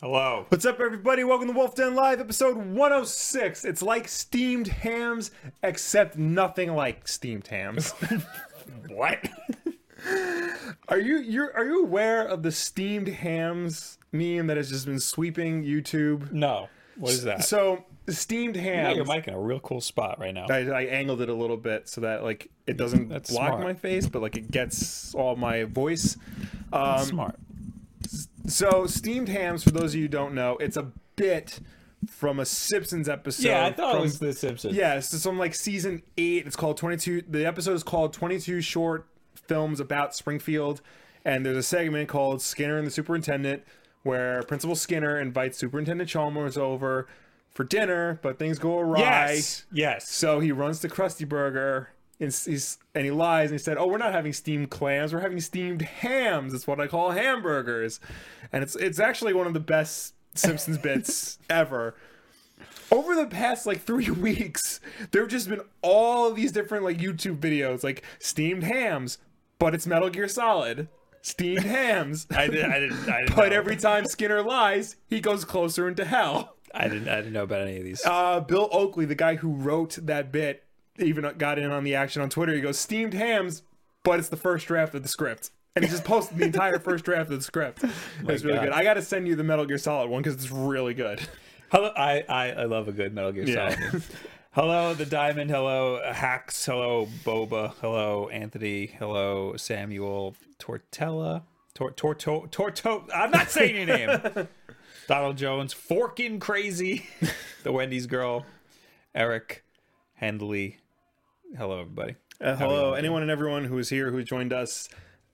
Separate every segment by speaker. Speaker 1: Hello.
Speaker 2: What's up, everybody? Welcome to Wolf Den Live, episode 106. It's like steamed hams, except nothing like steamed hams.
Speaker 1: What?
Speaker 2: are you you're, are you aware of the steamed hams meme that has just been sweeping YouTube?
Speaker 1: No. What is that?
Speaker 2: So steamed
Speaker 1: Yeah,
Speaker 2: hams.
Speaker 1: you're mic in a real cool spot right now.
Speaker 2: I, I angled it a little bit so that like it doesn't block
Speaker 1: That's smart.
Speaker 2: my face, but like it gets all my voice. Um,
Speaker 1: Smart.
Speaker 2: so steamed hams, for those of you who don't know, it's a bit from a Simpsons episode.
Speaker 1: Yeah, I thought
Speaker 2: from
Speaker 1: it was The Simpsons.
Speaker 2: Yeah, it's some like season eight. It's called 22. The episode is called 22 Short Films About Springfield. And there's a segment called Skinner and the Superintendent where Principal Skinner invites Superintendent Chalmers over for dinner, but things go awry.
Speaker 1: Yes. Yes.
Speaker 2: So he runs to Krusty Burger and, s- he's, and he lies and he said, Oh, we're not having steamed clams. We're having steamed hams. It's what I call hamburgers. And it's, it's actually one of the best Simpsons bits ever over the past like three weeks, there have just been all of these different like YouTube videos, like steamed hams, but it's Metal Gear Solid. Steamed hams.
Speaker 1: I did. I didn't. I didn't.
Speaker 2: but
Speaker 1: know.
Speaker 2: every time Skinner lies, he goes closer into hell.
Speaker 1: I didn't. I didn't know about any of these.
Speaker 2: Uh, Bill Oakley, the guy who wrote that bit, even got in on the action on Twitter. He goes, steamed hams, but it's the first draft of the script. And he just posted the entire first draft of the script. It's really
Speaker 1: God.
Speaker 2: good. I got to send you the Metal Gear Solid one because it's really good.
Speaker 1: Hello. I, I. I love a good Metal Gear
Speaker 2: Yeah.
Speaker 1: Solid. hello, the Diamond. Hello, Hacks. Hello, Boba. Hello, Anthony. Hello, Samuel Tortella. Tor Torto Torto. I'm not saying your name. Donald Jones. Forkin crazy. the Wendy's girl. Eric. Handley. Hello, everybody.
Speaker 2: Uh, hello, anyone and everyone who is here who joined us.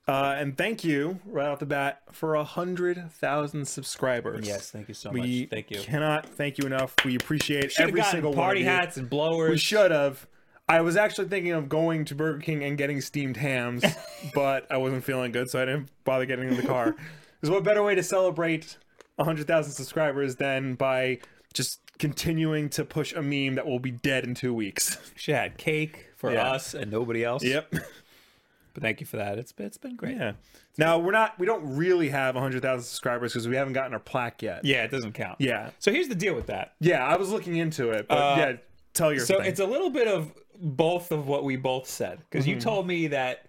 Speaker 2: Uh, and thank you right off the bat for a hundred thousand subscribers.
Speaker 1: Yes, thank you so
Speaker 2: we
Speaker 1: much. Thank you.
Speaker 2: Cannot thank you enough. We appreciate
Speaker 1: Should've
Speaker 2: every
Speaker 1: gotten
Speaker 2: single
Speaker 1: party
Speaker 2: one of you.
Speaker 1: hats and blowers.
Speaker 2: We should have. I was actually thinking of going to Burger King and getting steamed hams, but I wasn't feeling good, so I didn't bother getting in the car. Because what better way to celebrate hundred thousand subscribers than by just continuing to push a meme that will be dead in two weeks?
Speaker 1: She had cake for
Speaker 2: Yeah.
Speaker 1: us and nobody else.
Speaker 2: Yep.
Speaker 1: But thank you for that. It's been, it's been great. Yeah,
Speaker 2: Yeah. Now we're not. We don't really have 100,000 subscribers because we haven't gotten our plaque yet.
Speaker 1: it doesn't count.
Speaker 2: Yeah.
Speaker 1: So here's the deal with that.
Speaker 2: Yeah. I was looking into it, but
Speaker 1: Uh,
Speaker 2: yeah. Tell your
Speaker 1: So
Speaker 2: thing.
Speaker 1: it's a little bit of both of what we both said because
Speaker 2: Mm-hmm.
Speaker 1: you told me that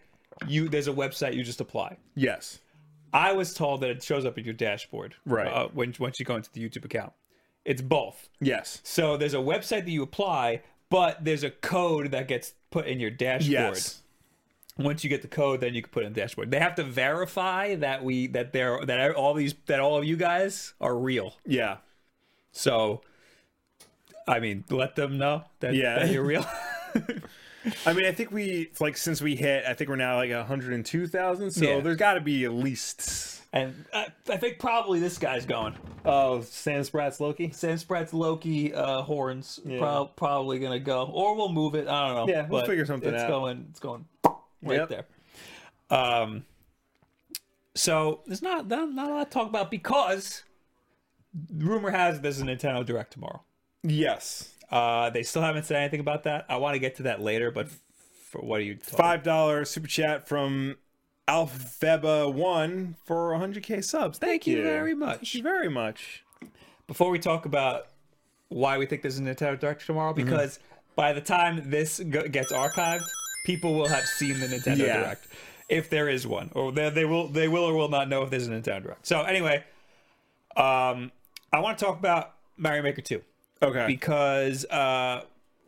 Speaker 1: you there's a website you just apply.
Speaker 2: yes.
Speaker 1: I was told that it shows up in your dashboard.
Speaker 2: Right.
Speaker 1: Uh, when once you go into the YouTube account, it's both.
Speaker 2: Yes.
Speaker 1: So there's a website that you apply, but there's a code that gets put in your dashboard.
Speaker 2: Yes.
Speaker 1: once you get the code, then you can put it in the dashboard. They have to verify that we that they're that all these that all of you guys are real.
Speaker 2: Yeah.
Speaker 1: So, I mean, let them know that,
Speaker 2: Yeah.
Speaker 1: that you're real.
Speaker 2: I mean, I think we it's like since we hit. I think we're now like 102,000. So
Speaker 1: Yeah.
Speaker 2: there's got to be at least.
Speaker 1: and I, I think probably this guy's going.
Speaker 2: Oh, Sam Spratz Loki.
Speaker 1: Sam Spratt's Loki uh, horns pro- probably gonna go, or we'll move it. I don't know.
Speaker 2: Yeah, we'll
Speaker 1: but
Speaker 2: figure something
Speaker 1: it's
Speaker 2: out.
Speaker 1: going. It's going right
Speaker 2: Yep.
Speaker 1: there. Um. So there's not not not a lot to talk about because rumor has it there's a Nintendo Direct tomorrow.
Speaker 2: Yes.
Speaker 1: Uh, they still haven't said anything about that. I want to get to that later, but f- for what are you? Talking?
Speaker 2: Five dollar super chat from Alpheba One for 100k subs. Thank,
Speaker 1: Thank you very much.
Speaker 2: Thank you very much.
Speaker 1: Before we talk about why we think there's a Nintendo Direct tomorrow,
Speaker 2: Mm-hmm.
Speaker 1: because by the time this go- gets archived, people will have seen the Nintendo
Speaker 2: Yeah.
Speaker 1: Direct, if there is one, or they, they will they will or will not know if there's a Nintendo Direct. So anyway, um, I want to talk about Mario Maker Two.
Speaker 2: Okay.
Speaker 1: because uh,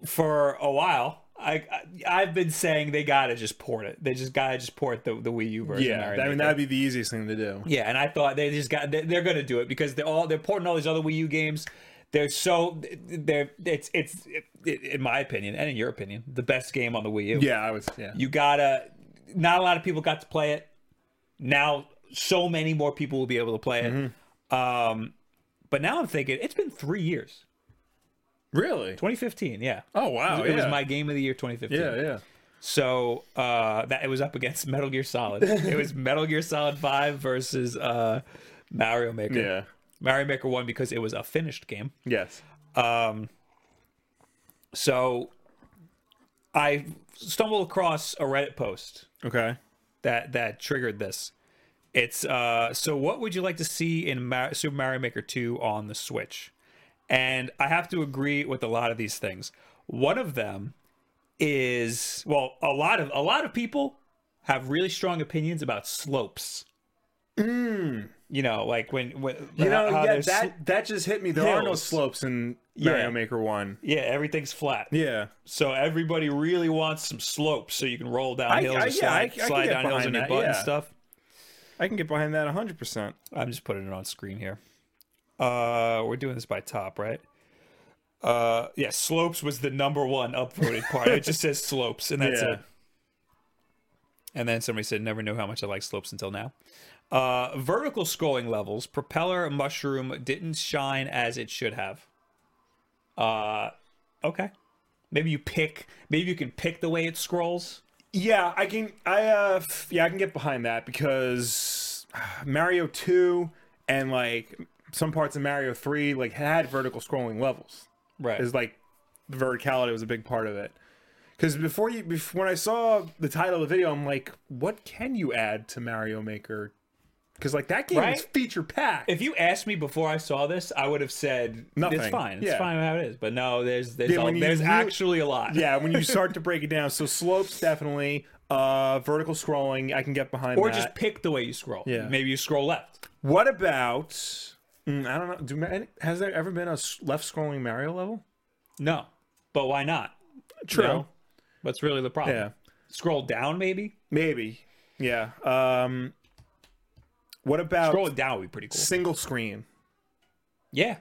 Speaker 1: for a while I, I I've been saying they gotta just port it. They just gotta just port the, the Wii U version.
Speaker 2: yeah. I mean, that'd be the easiest thing to do.
Speaker 1: yeah, and I thought they just got they, they're gonna do it because they're all they're porting all these other Wii U games. They're so they're it's it's in my opinion and in your opinion the best game on the Wii U.
Speaker 2: Yeah, I was. Yeah.
Speaker 1: You gotta. Not a lot of people got to play it. Now, so many more people will be able to play it.
Speaker 2: Mm-hmm.
Speaker 1: Um, but now I'm thinking it's been three years.
Speaker 2: really?
Speaker 1: 2015, yeah.
Speaker 2: Oh wow!
Speaker 1: It was
Speaker 2: yeah.
Speaker 1: my game of the year 2015.
Speaker 2: Yeah, yeah.
Speaker 1: So uh, that it was up against Metal Gear Solid. it was Metal Gear Solid 5 versus uh, Mario Maker.
Speaker 2: Yeah.
Speaker 1: Mario Maker won because it was a finished game.
Speaker 2: Yes.
Speaker 1: So I stumbled across a Reddit post
Speaker 2: Okay.
Speaker 1: that that triggered this. It's uh, so what would you like to see in Mar- Super Mario Maker 2 on the Switch? And I have to agree with a lot of these things. One of them is well, a lot of a lot of people have really strong opinions about slopes. You know, like when when
Speaker 2: Mm. You know,
Speaker 1: how
Speaker 2: yeah,
Speaker 1: there's sl-
Speaker 2: that that just hit me. There are no
Speaker 1: hills.
Speaker 2: slopes in
Speaker 1: Yeah.
Speaker 2: Mario Maker One.
Speaker 1: yeah, everything's flat.
Speaker 2: Yeah,
Speaker 1: So everybody really wants some slopes so you can roll down
Speaker 2: I-
Speaker 1: hills
Speaker 2: I-
Speaker 1: and
Speaker 2: yeah,
Speaker 1: slide,
Speaker 2: I- I can
Speaker 1: slide
Speaker 2: get
Speaker 1: down hills
Speaker 2: behind
Speaker 1: on your
Speaker 2: that,
Speaker 1: butt and
Speaker 2: yeah.
Speaker 1: stuff.
Speaker 2: I can get behind that 100. percent
Speaker 1: I'm just putting it on screen here. Uh, we're doing this by top, right? Uh, yeah, slopes was the number one upvoted part. It just says slopes, and that's
Speaker 2: Yeah.
Speaker 1: it. And then somebody said, "Never knew how much I like slopes until now." Uh, vertical scrolling levels, propeller mushroom didn't shine as it should have. Uh, okay, maybe you pick, maybe you can pick the way it scrolls.
Speaker 2: Yeah, I can. I uh, f- yeah, I can get behind that because Mario Two and like some parts of Mario Three like had vertical scrolling levels.
Speaker 1: Right.
Speaker 2: Is like the verticality was a big part of it. Because before you, bef when I saw the title of the video, I'm like, what can you add to Mario Maker? Because like that game
Speaker 1: Right?
Speaker 2: is feature packed.
Speaker 1: If you asked me before I saw this, I would have said
Speaker 2: Nothing.
Speaker 1: It's fine. It's
Speaker 2: Yeah.
Speaker 1: fine how it is. But no, there's there's,
Speaker 2: Yeah,
Speaker 1: a,
Speaker 2: when you
Speaker 1: there's
Speaker 2: really-
Speaker 1: actually a lot.
Speaker 2: yeah, when you start to break it down, so slopes definitely, uh, vertical scrolling, I can get behind.
Speaker 1: Or
Speaker 2: that.
Speaker 1: just pick the way you scroll.
Speaker 2: Yeah.
Speaker 1: Maybe you scroll left.
Speaker 2: What about? Mm, I don't know. Do ma- any- has there ever been a left scrolling Mario level?
Speaker 1: No, but why not?
Speaker 2: True.
Speaker 1: No. That's really the problem.
Speaker 2: Yeah.
Speaker 1: Scroll down maybe.
Speaker 2: Maybe. Yeah. Um. What about
Speaker 1: Scrolling down would be pretty cool.
Speaker 2: single screen?
Speaker 1: Yeah.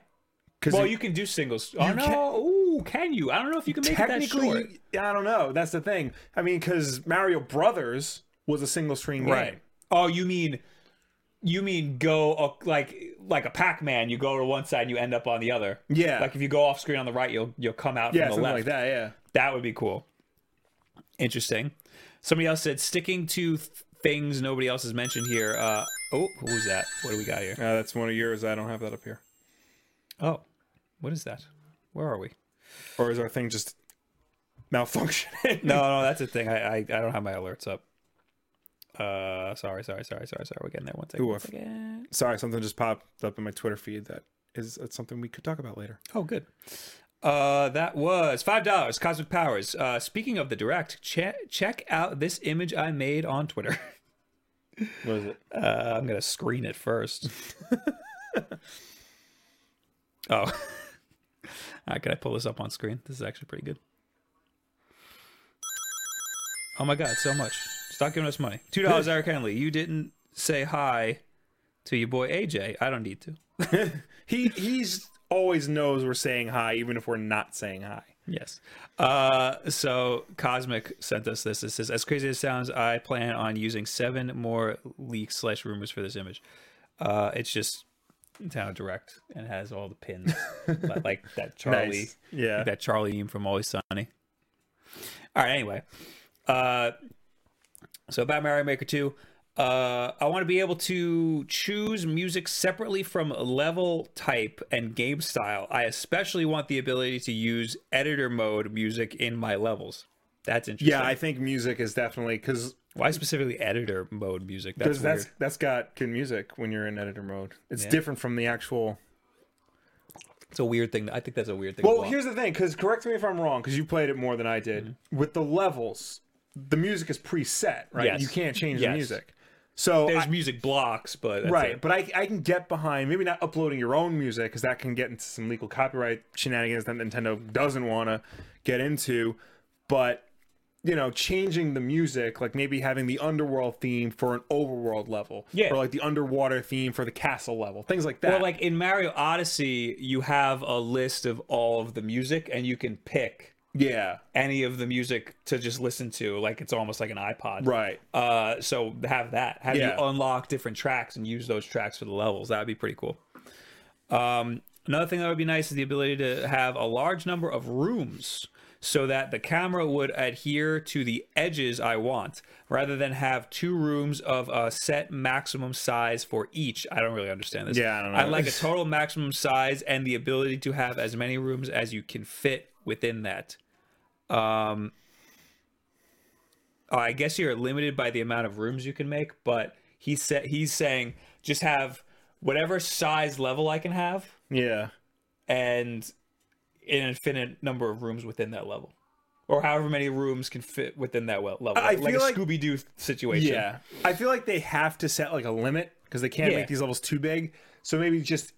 Speaker 2: Because
Speaker 1: Well, you can do singles. Oh
Speaker 2: You
Speaker 1: no.
Speaker 2: can-
Speaker 1: Ooh, can you? I don't know if you can make it that
Speaker 2: technically,
Speaker 1: short.
Speaker 2: I don't know. That's the thing. I mean, because Mario Brothers was a single screen game.
Speaker 1: Right. Oh, you mean you mean go uh, like like a Pac-Man? You go to one side, and you end up on the other.
Speaker 2: Yeah.
Speaker 1: Like if you go off screen on the right, you'll you'll come out
Speaker 2: Yeah,
Speaker 1: from
Speaker 2: something
Speaker 1: the left.
Speaker 2: like that. Yeah.
Speaker 1: That would be cool. Interesting. Somebody else said sticking to th- things nobody else has mentioned here. Uh, oh, who's that? What do we got here?
Speaker 2: Uh, that's one of yours. I don't have that up here.
Speaker 1: Oh, what is that? Where are we?
Speaker 2: Or is our thing just malfunctioning?
Speaker 1: No, no, that's a thing. I I, I don't have my alerts up. Uh, sorry, sorry, sorry, sorry, sorry. We're getting there. One second.
Speaker 2: Ooh,
Speaker 1: one
Speaker 2: I f-
Speaker 1: second.
Speaker 2: Sorry, something just popped up in my Twitter feed that is that's something we could talk about later.
Speaker 1: Oh, good. Uh, that was five dollars. Cosmic Powers. Uh, speaking of the direct, che- check out this image I made on Twitter.
Speaker 2: What is it?
Speaker 1: Uh, I'm gonna screen it first. oh, all right. Can I pull this up on screen? This is actually pretty good. Oh my god, so much! Stop giving us money. Two dollars, Eric Henley. You didn't say hi to your boy AJ. I don't need to.
Speaker 2: He he's always knows we're saying hi, even if we're not saying hi.
Speaker 1: Yes. Uh, so Cosmic sent us this. It says, as crazy as it sounds, I plan on using seven more leaks slash rumors for this image. Uh, it's just Town Direct and has all the pins li- like that Charlie,
Speaker 2: Nice. Yeah.
Speaker 1: that Charlie meme from Always Sunny. All right. Anyway, uh, so about Mario Maker Two. Uh, I want to be able to choose music separately from level type and game style. I especially want the ability to use editor mode music in my levels. That's interesting.
Speaker 2: Yeah, I think music is definitely because
Speaker 1: Why specifically editor mode music? That's
Speaker 2: that's
Speaker 1: weird.
Speaker 2: that's, that's got good music when you're in editor mode. It's
Speaker 1: Yeah.
Speaker 2: different from the actual.
Speaker 1: It's a weird thing. I think that's a weird thing. to
Speaker 2: Well,
Speaker 1: want.
Speaker 2: here's the thing. Because correct me if I'm wrong. Because you played it more than I did. With the levels, the music is preset, right?
Speaker 1: Yes.
Speaker 2: You can't change
Speaker 1: Yes.
Speaker 2: the music. So
Speaker 1: there's
Speaker 2: I-
Speaker 1: music blocks, but that's
Speaker 2: right,
Speaker 1: it.
Speaker 2: but I, I can get behind maybe not uploading your own music because that can get into some legal copyright shenanigans that Nintendo doesn't want to get into. But you know, changing the music, like maybe having the underworld theme for an overworld level,
Speaker 1: Yeah.
Speaker 2: or like the underwater theme for the castle level, things like that.
Speaker 1: Well, like in Mario Odyssey, you have a list of all of the music, and you can pick
Speaker 2: yeah,
Speaker 1: any of the music to just listen to. Like it's almost like an iPod.
Speaker 2: right.
Speaker 1: Uh, so have that. Have
Speaker 2: Yeah.
Speaker 1: you unlock different tracks and use those tracks for the levels. That would be pretty cool. Um, another thing that would be nice is the ability to have a large number of rooms so that the camera would adhere to the edges I want rather than have two rooms of a set maximum size for each. I don't really understand this.
Speaker 2: Yeah, I don't know.
Speaker 1: I'd like a total maximum size and the ability to have as many rooms as you can fit within that. Um, I guess you're limited by the amount of rooms you can make, but He said he's saying just have whatever size level I can have
Speaker 2: Yeah.
Speaker 1: and an infinite number of rooms within that level. Or however many rooms can fit within that well level,
Speaker 2: I
Speaker 1: like a
Speaker 2: feel like-
Speaker 1: Scooby Doo situation.
Speaker 2: Yeah. I feel like they have to set like a limit because they can't
Speaker 1: Yeah.
Speaker 2: make these levels too big. So maybe just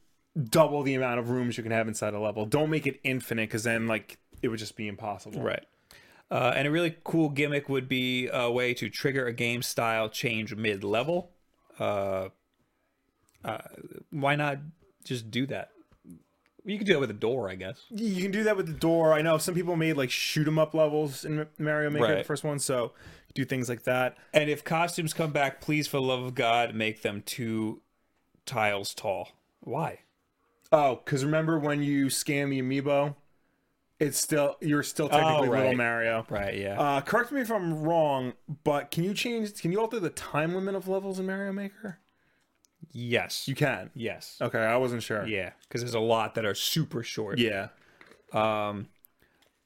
Speaker 2: double the amount of rooms you can have inside a level. Don't make it infinite because then like it would just be impossible.
Speaker 1: Right. Uh, and a really cool gimmick would be a way to trigger a game style change mid level. Uh, uh, why not just do that? You could do that with a door, I guess.
Speaker 2: You can do that with the door. I know some people made like shoot 'em up levels in Mario Maker, the
Speaker 1: Right.
Speaker 2: first one. So do things like that.
Speaker 1: And if costumes come back, please, for the love of God, make them two tiles tall. Why?
Speaker 2: Oh, because remember when you scan the amiibo, it's still you're still technically
Speaker 1: Oh, right.
Speaker 2: little Mario.
Speaker 1: Right, yeah.
Speaker 2: Uh, correct me if I'm wrong, but can you change? Can you alter the time limit of levels in Mario Maker?
Speaker 1: yes.
Speaker 2: You can.
Speaker 1: yes.
Speaker 2: Okay, I wasn't sure.
Speaker 1: Yeah, because there's a lot that are super short.
Speaker 2: Yeah.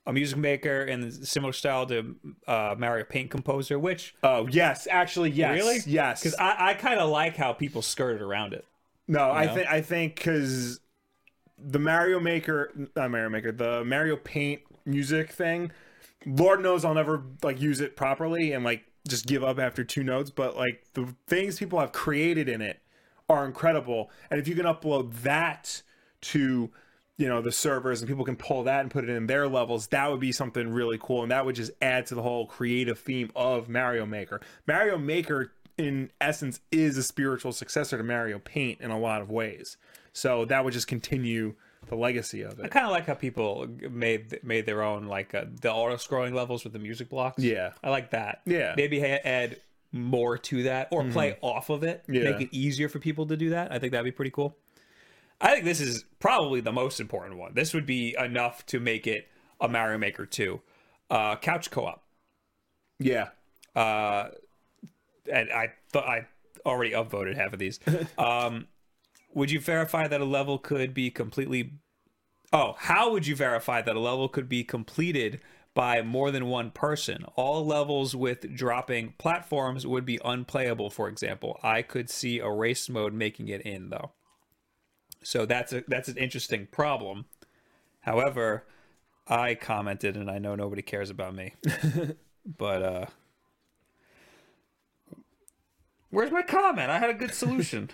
Speaker 1: A music maker and similar style to uh, Mario Paint Composer, which
Speaker 2: Oh yes, actually yes.
Speaker 1: Really?
Speaker 2: Yes.
Speaker 1: Because I, I kind of like how people skirted around it.
Speaker 2: no, I
Speaker 1: know?
Speaker 2: think I think because the Mario Maker, not Mario Maker, the Mario Paint music thing. Lord knows I'll never like use it properly and like just give up after two notes. But like the things people have created in it are incredible, and if you can upload that to you know the servers and people can pull that and put it in their levels that would be something really cool and that would just add to the whole creative theme of mario maker mario maker in essence is a spiritual successor to mario paint in a lot of ways so that would just continue the legacy of
Speaker 1: I
Speaker 2: it
Speaker 1: kind of like how people made made their own like uh, the auto scrolling levels with the music blocks.
Speaker 2: Yeah.
Speaker 1: I like that.
Speaker 2: Yeah. Mm-hmm.
Speaker 1: maybe ha- add more to that or play off of it.
Speaker 2: Yeah.
Speaker 1: make it easier for people to do that. I think that'd be pretty cool. I think this is probably the most important one. This would be enough to make it a Mario Maker two, uh, couch co op.
Speaker 2: yeah
Speaker 1: uh, and I thought I already upvoted half of these. Um, would you verify that a level could be completely? Oh, how would you verify that a level could be completed by more than one person? All levels with dropping platforms would be unplayable. For example, I could see a race mode making it in though. So that's a that's an interesting problem. However, I commented, and I know nobody cares about me, but uh, Where's my comment? I had a good solution.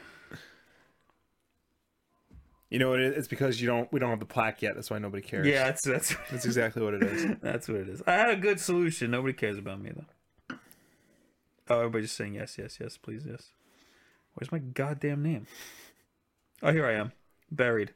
Speaker 2: you know what it is? it's because you don't we don't have the plaque yet that's why nobody cares
Speaker 1: that's that's
Speaker 2: that's exactly what it is
Speaker 1: that's what it is. I had a good solution. Nobody cares about me though. Oh, everybody's just saying yes, yes, yes, please, yes. Where's my goddamn name? Oh, here I am, buried.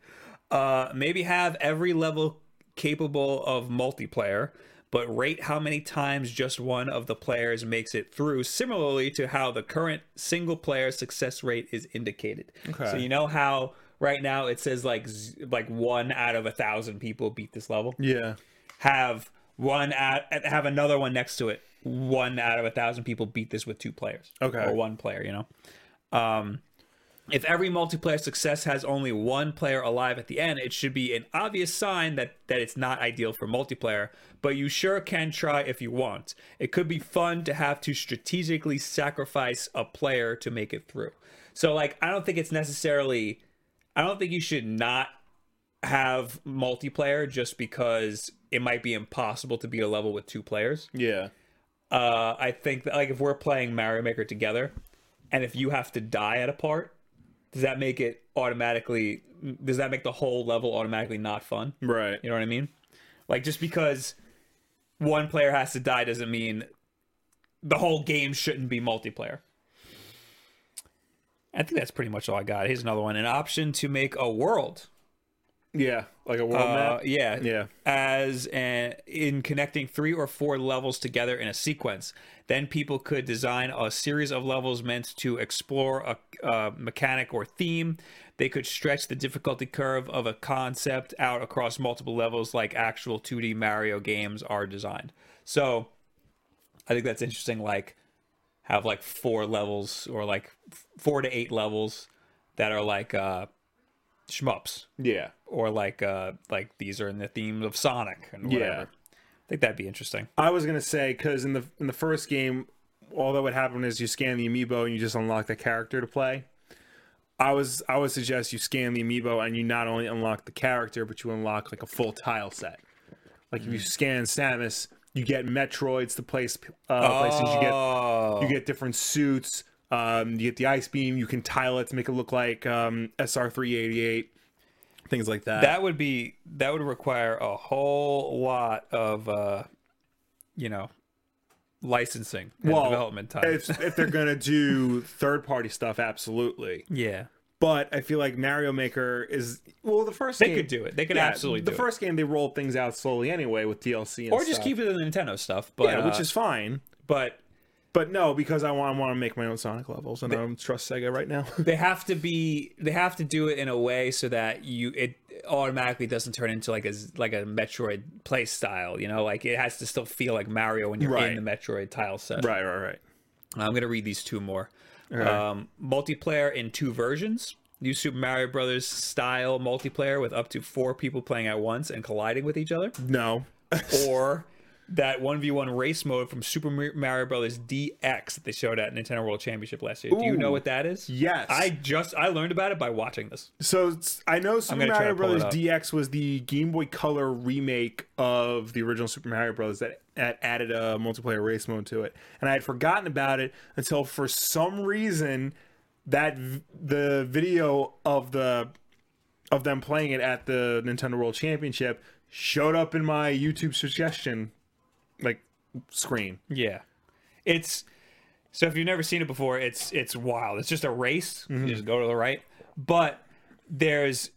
Speaker 1: Uh, maybe have every level capable of multiplayer, but rate how many times just one of the players makes it through, similarly to how the current single player success rate is indicated. So
Speaker 2: Okay.
Speaker 1: you know how right now it says like z- like one out of a thousand people beat this level
Speaker 2: yeah
Speaker 1: have one at have another one next to it. One out of a thousand people beat this with two players.
Speaker 2: Okay.
Speaker 1: Or one player, you know. Um if every multiplayer success has only one player alive at the end, it should be an obvious sign that, that it's not ideal for multiplayer, but you sure can try if you want. It could be fun to have to strategically sacrifice a player to make it through. So, like, I don't think it's necessarily, I don't think you should not have multiplayer just because it might be impossible to beat a level with two players.
Speaker 2: yeah
Speaker 1: Uh, I think that like if we're playing Mario Maker together, and if you have to die at a part, does that make it automatically? Does that make the whole level automatically not fun?
Speaker 2: right
Speaker 1: You know what I mean? Like just because one player has to die doesn't mean the whole game shouldn't be multiplayer. I think that's pretty much all I got. Here's another one: an option to make a world.
Speaker 2: yeah like a world
Speaker 1: Uh,
Speaker 2: map
Speaker 1: yeah,
Speaker 2: yeah
Speaker 1: as an, in connecting three or four levels together in a sequence. Then people could design a series of levels meant to explore a, uh mechanic or theme. They could stretch the difficulty curve of a concept out across multiple levels, like actual 2D Mario games are designed. So, I think that's interesting. Like, have like four levels or like f- four to eight levels that are like uh, shmups
Speaker 2: yeah
Speaker 1: or like uh like these are in the theme of Sonic and
Speaker 2: Yeah.
Speaker 1: whatever. I think that'd be interesting.
Speaker 2: I was gonna say because in the in the first game, all that would happen is you scan the amiibo and you just unlock the character to play. I was I would suggest you scan the amiibo and you not only unlock the character, but you unlock like a full tile set. Like if you scan Samus, you get Metroids to place uh, places. You get
Speaker 1: Oh,
Speaker 2: you get different suits. Um, you get the ice beam. You can tile it to make it look like um, SR three eighty eight. Things like that.
Speaker 1: that would be that would require a whole lot of uh, you know, licensing and
Speaker 2: Well,
Speaker 1: development time.
Speaker 2: if, if they're gonna do third party stuff, absolutely.
Speaker 1: yeah,
Speaker 2: But I feel like Mario Maker is well, the first
Speaker 1: they
Speaker 2: game,
Speaker 1: could do it. They could
Speaker 2: Yeah,
Speaker 1: absolutely
Speaker 2: the
Speaker 1: do
Speaker 2: first game they rolled things out slowly anyway with DLC and
Speaker 1: it, or just
Speaker 2: stuff.
Speaker 1: keep it in the Nintendo stuff. But
Speaker 2: yeah, which
Speaker 1: uh,
Speaker 2: is fine.
Speaker 1: but
Speaker 2: But no, because I want I want to make my own Sonic levels, and I don't trust Sega right now.
Speaker 1: they have to be they have to do it in a way so that you it automatically doesn't turn into like a like a Metroid play style. You know, like it has to still feel like Mario when you're
Speaker 2: Right.
Speaker 1: in the Metroid tile set.
Speaker 2: right, right, right.
Speaker 1: I'm gonna read these two more. Um, multiplayer in two versions. New Super Mario Brothers style multiplayer with up to four people playing at once and colliding with each other,
Speaker 2: No,
Speaker 1: or that one v one race mode from Super Mar- Mario Brothers DX that they showed at Nintendo World Championship last year. Do you know
Speaker 2: Ooh.
Speaker 1: what that is?
Speaker 2: Yes.
Speaker 1: I just I learned about it by watching this.
Speaker 2: So it's- I know Super
Speaker 1: gonna try
Speaker 2: Mario
Speaker 1: to pull it
Speaker 2: Brothers
Speaker 1: up.
Speaker 2: DX was the Game Boy Color remake of the original Super Mario Brothers that, that added a multiplayer race mode to it, and I had forgotten about it until for some reason that v- the video of the of them playing it at the Nintendo World Championship showed up in my YouTube suggestion like screen.
Speaker 1: Yeah, it's so if you've never seen it before, it's it's wild. It's just a race.
Speaker 2: Mm-hmm.
Speaker 1: You just go to the right, but there's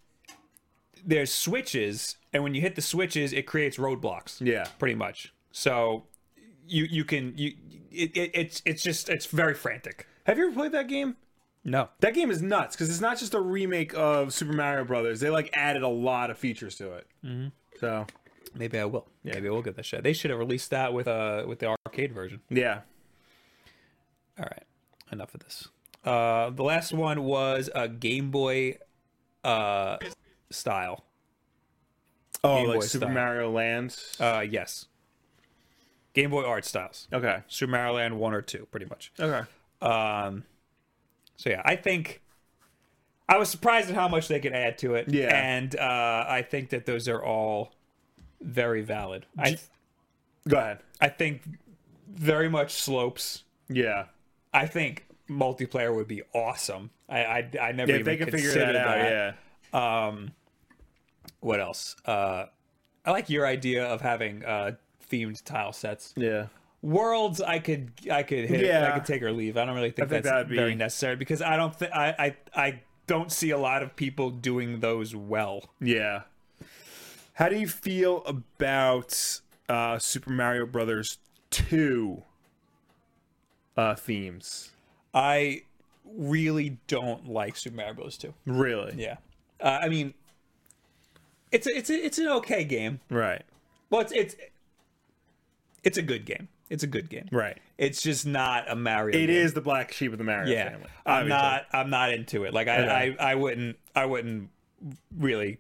Speaker 1: there's switches, and when you hit the switches, it creates roadblocks.
Speaker 2: Yeah.
Speaker 1: pretty much. So you you can you it, it, it's it's just it's very frantic.
Speaker 2: Have you ever played that game?
Speaker 1: No,
Speaker 2: That game is nuts because it's not just a remake of Super Mario Brothers. They like added a lot of features to it. Mm-hmm. So
Speaker 1: maybe I will. Maybe I will get that shot. They should have released that with uh with the arcade version.
Speaker 2: yeah,
Speaker 1: All right, enough of this. Uh, the last one was a Game Boy uh style.
Speaker 2: oh,
Speaker 1: Game
Speaker 2: like
Speaker 1: Boy
Speaker 2: Super
Speaker 1: style.
Speaker 2: Mario Land.
Speaker 1: Uh, yes. Game Boy Art Styles,
Speaker 2: okay,
Speaker 1: Super Mario Land one or two, pretty much.
Speaker 2: okay.
Speaker 1: Um, so yeah, I think I was surprised at how much they could add to it.
Speaker 2: Yeah.
Speaker 1: and uh, I think that those are all very valid. I
Speaker 2: Go ahead.
Speaker 1: I think very much slopes.
Speaker 2: Yeah,
Speaker 1: I think multiplayer would be awesome. I I, I never
Speaker 2: if
Speaker 1: even
Speaker 2: they can figure
Speaker 1: considered
Speaker 2: that out, yeah.
Speaker 1: What else? Uh, I like your idea of having uh themed tile sets.
Speaker 2: Yeah,
Speaker 1: worlds i could i could hit i
Speaker 2: Yeah.
Speaker 1: could take or leave i don't really think,
Speaker 2: think
Speaker 1: that's
Speaker 2: that'd be-
Speaker 1: very necessary because i don't think i i i don't see a lot of people doing those well
Speaker 2: yeah. How do you feel about uh, Super Mario Brothers two uh, themes?
Speaker 1: i really don't like super mario bros 2
Speaker 2: Really?
Speaker 1: yeah uh, i mean it's a, it's a, it's an okay game
Speaker 2: Right.
Speaker 1: well it's it's it's a good game it's a good game
Speaker 2: Right.
Speaker 1: it's just not a mario
Speaker 2: It
Speaker 1: game.
Speaker 2: is the black sheep of the Mario
Speaker 1: yeah
Speaker 2: family.
Speaker 1: i'm
Speaker 2: obviously.
Speaker 1: not i'm not into it like I,
Speaker 2: Okay.
Speaker 1: I i wouldn't i wouldn't really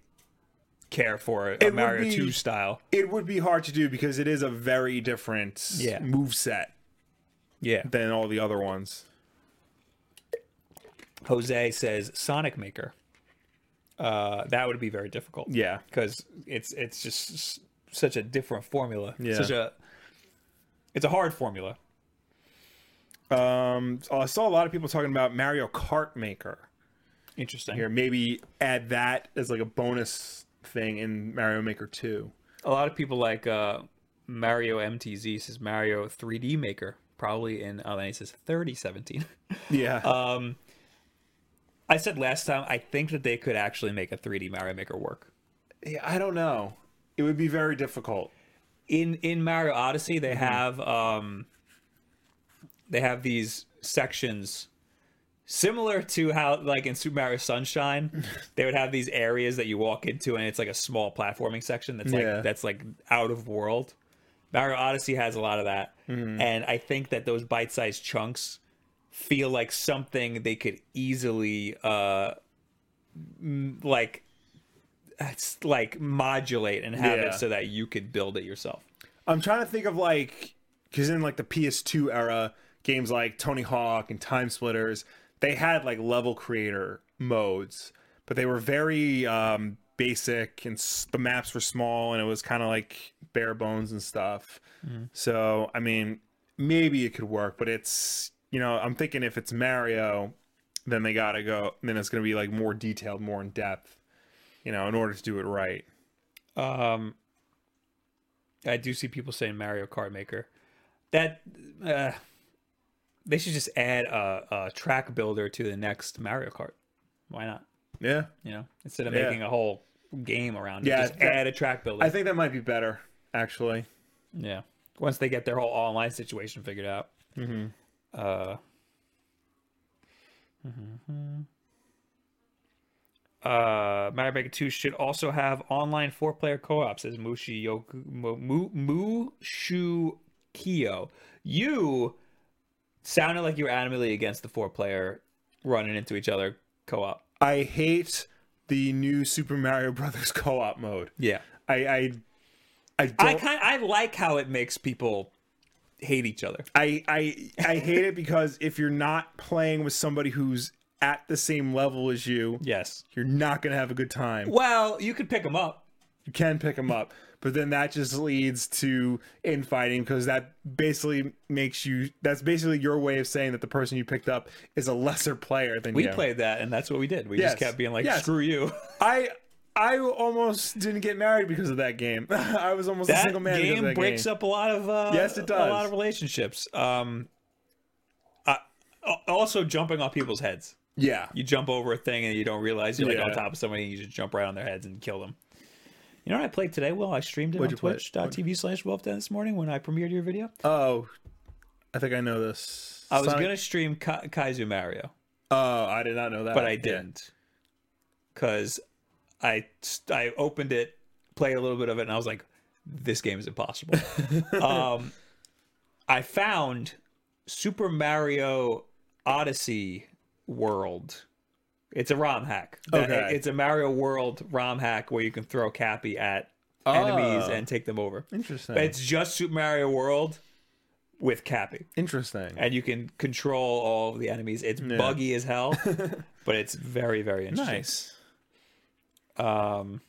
Speaker 1: care for a
Speaker 2: would
Speaker 1: mario
Speaker 2: be-
Speaker 1: 2 style
Speaker 2: It would be hard to do because it is a very different
Speaker 1: Yeah.
Speaker 2: move set
Speaker 1: yeah
Speaker 2: than all the other ones.
Speaker 1: jose says sonic maker uh that would be very difficult
Speaker 2: Yeah.
Speaker 1: because it's it's just s- such a different formula
Speaker 2: Yeah.
Speaker 1: such a it's a hard formula
Speaker 2: Um, I saw a lot of people talking about Mario Kart Maker.
Speaker 1: interesting
Speaker 2: Here, maybe add that as like a bonus thing in Mario Maker 2.
Speaker 1: a lot of people like uh mario mtz says mario 3d maker probably in oh then he says 3017
Speaker 2: Yeah.
Speaker 1: Um, I said last time I think that they could actually make a 3D Mario Maker work.
Speaker 2: Yeah, I don't know. It would be very difficult.
Speaker 1: In in Mario Odyssey, they have um, they have these sections similar to how like in Super Mario Sunshine, they would have these areas that you walk into and it's like a small platforming section that's like
Speaker 2: Yeah.
Speaker 1: that's like out of world. Mario Odyssey has a lot of that, and I think that those bite-sized chunks feel like something they could easily uh m- like it's like modulate and have
Speaker 2: Yeah.
Speaker 1: it so that you could build it yourself
Speaker 2: I'm trying to think of like, because in like the PS2 era, games like Tony Hawk and Time Splitters, they had like level creator modes, but they were very um, basic and s- the maps were small and it was kind of like bare bones and stuff. So, I mean, maybe it could work, but it's, you know, I'm thinking if it's Mario, then they got to go, then it's going to be like more detailed, more in depth, you know, in order to do it right.
Speaker 1: Um, I do see people saying Mario Kart Maker. That uh, they should just add a, a track builder to the next Mario Kart. Why not?
Speaker 2: Yeah.
Speaker 1: You know, instead of
Speaker 2: Yeah.
Speaker 1: making a whole game around
Speaker 2: Yeah,
Speaker 1: it, just
Speaker 2: that-
Speaker 1: add a track builder.
Speaker 2: I think that might be better, actually.
Speaker 1: yeah. Once they get their whole online situation figured out. Mm-hmm. Uh. mhm. Uh, Mario Maker 2 should also have online four player co op, says Mushi Yoku, Mu, Mu, Mushu Kyo. You sounded like you were adamantly against the four player running into each other co op.
Speaker 2: I hate the new Super Mario Brothers co-op mode.
Speaker 1: Yeah.
Speaker 2: I I I don't,
Speaker 1: I kind I like how it makes people hate each other.
Speaker 2: I, I I hate it because if you're not playing with somebody who's at the same level as you,
Speaker 1: Yes.
Speaker 2: you're not gonna have a good time.
Speaker 1: Well, you could pick them up.
Speaker 2: You can pick them up, but then that just leads to infighting because that basically makes you. That's basically your way of saying that the person you picked up is a lesser player than
Speaker 1: We
Speaker 2: you.
Speaker 1: played that, and that's what we did. We
Speaker 2: Yes.
Speaker 1: just kept being like,
Speaker 2: Yes.
Speaker 1: "Screw you."
Speaker 2: I I almost didn't get married because of that game. I was almost a
Speaker 1: That
Speaker 2: single man. because
Speaker 1: game
Speaker 2: of that
Speaker 1: breaks up a lot of uh,
Speaker 2: Yes, it
Speaker 1: a lot
Speaker 2: does.
Speaker 1: of relationships. Um, I- al- also jumping on people's heads.
Speaker 2: Yeah.
Speaker 1: You jump over a thing and you don't realize you're like on
Speaker 2: Yeah.
Speaker 1: top of somebody, and you just jump right on their heads and kill them. You know what I played today? Well, I streamed it
Speaker 2: What'd you play?
Speaker 1: on twitch.tv slash wolfden this morning when I premiered your video.
Speaker 2: Oh, I think I know this.
Speaker 1: I was
Speaker 2: Sonic-
Speaker 1: going to stream Ka- Kaizu Mario.
Speaker 2: Oh, I did not know that.
Speaker 1: but I
Speaker 2: Yeah.
Speaker 1: didn't because I st- I opened it, played a little bit of it, and I was like, "This game is impossible." um, I found Super Mario Odyssey World. It's a ROM hack. That-
Speaker 2: Okay.
Speaker 1: It's a Mario World ROM hack where you can throw Cappy at enemies
Speaker 2: Oh.
Speaker 1: and take them over.
Speaker 2: Interesting.
Speaker 1: It's just Super Mario World with Cappy
Speaker 2: Interesting.
Speaker 1: and you can control all of the enemies. It's buggy as hell, but it's very very interesting.
Speaker 2: nice.
Speaker 1: Um,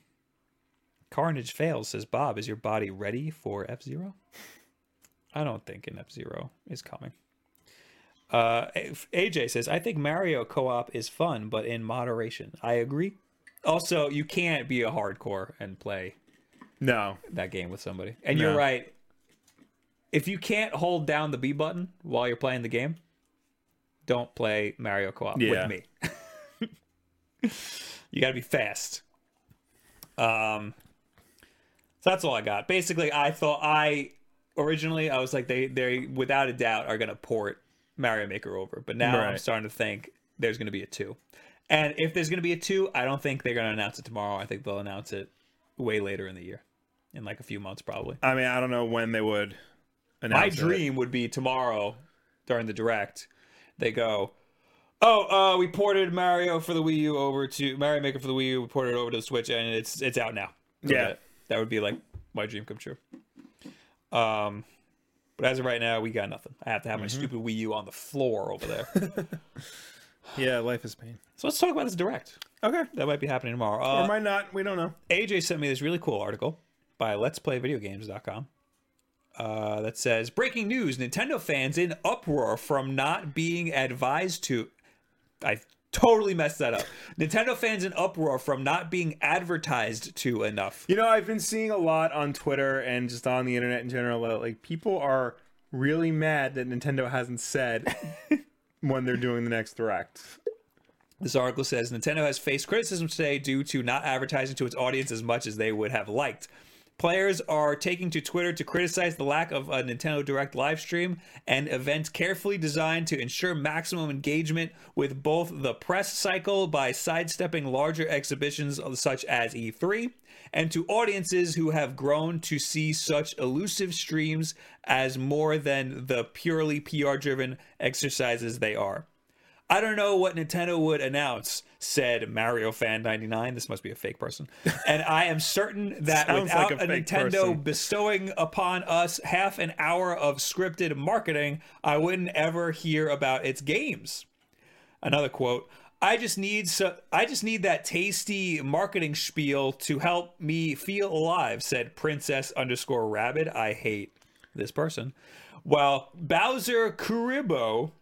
Speaker 1: Carnage fails says Bob. Is your body ready for F Zero? I don't think an F Zero is coming. Uh, A- AJ says I think Mario co-op is fun, but in moderation. I agree. Also, you can't be a hardcore and play
Speaker 2: No.
Speaker 1: that game with somebody. And you're
Speaker 2: No.
Speaker 1: right. If you can't hold down the B button while you're playing the game, don't play Mario Co-op
Speaker 2: Yeah.
Speaker 1: with me. you got to be fast. Um so that's all I got. Basically, I thought I originally I was like they they without a doubt are going to port Mario Maker over, but now I'm
Speaker 2: Right.
Speaker 1: starting to think there's going to be a 2. And if there's going to be a 2, I don't think they're going to announce it tomorrow. I think they'll announce it way later in the year in like a few months probably.
Speaker 2: I mean, I don't know when they would.
Speaker 1: My
Speaker 2: announce it.
Speaker 1: dream would be tomorrow during the direct, they go, "Oh, uh, we ported Mario for the Wii U over to Mario Maker for the Wii U. We ported it over to the Switch, and it's it's out now." So
Speaker 2: Yeah.
Speaker 1: that, that would be like my dream come true. Um, but as of right now, we got nothing. I have to have
Speaker 2: Mm-hmm.
Speaker 1: my stupid Wii U on the floor over there.
Speaker 2: Yeah, life is pain.
Speaker 1: so let's talk about this direct.
Speaker 2: Okay.
Speaker 1: That might be happening tomorrow.
Speaker 2: Or
Speaker 1: Uh,
Speaker 2: might not. We don't know.
Speaker 1: AJ sent me this really cool article by Let's Play Videogames.com uh, that says breaking news: Nintendo fans in uproar from not being advised to. I totally messed that up. Nintendo fans in uproar from not being advertised to enough.
Speaker 2: You know, I've been seeing a lot on Twitter and just on the internet in general that like people are really mad that Nintendo hasn't said when they're doing the next direct.
Speaker 1: This article says Nintendo has faced criticism today due to not advertising to its audience as much as they would have liked. Players are taking to Twitter to criticize the lack of a Nintendo Direct live stream, an event carefully designed to ensure maximum engagement with both the press cycle by sidestepping larger exhibitions such as E3 and to audiences who have grown to see such elusive streams as more than the purely PR driven exercises they are. I don't know what Nintendo would announce, said Mario Fan 99. This must be a fake person. And I am certain that
Speaker 2: Sounds
Speaker 1: without
Speaker 2: like
Speaker 1: a,
Speaker 2: a fake
Speaker 1: Nintendo
Speaker 2: person.
Speaker 1: bestowing upon us half an hour of scripted marketing, I wouldn't ever hear about its games. Another quote. I just need so I just need that tasty marketing spiel to help me feel alive, said Princess underscore Rabbit. I hate this person. While Bowser Kuribo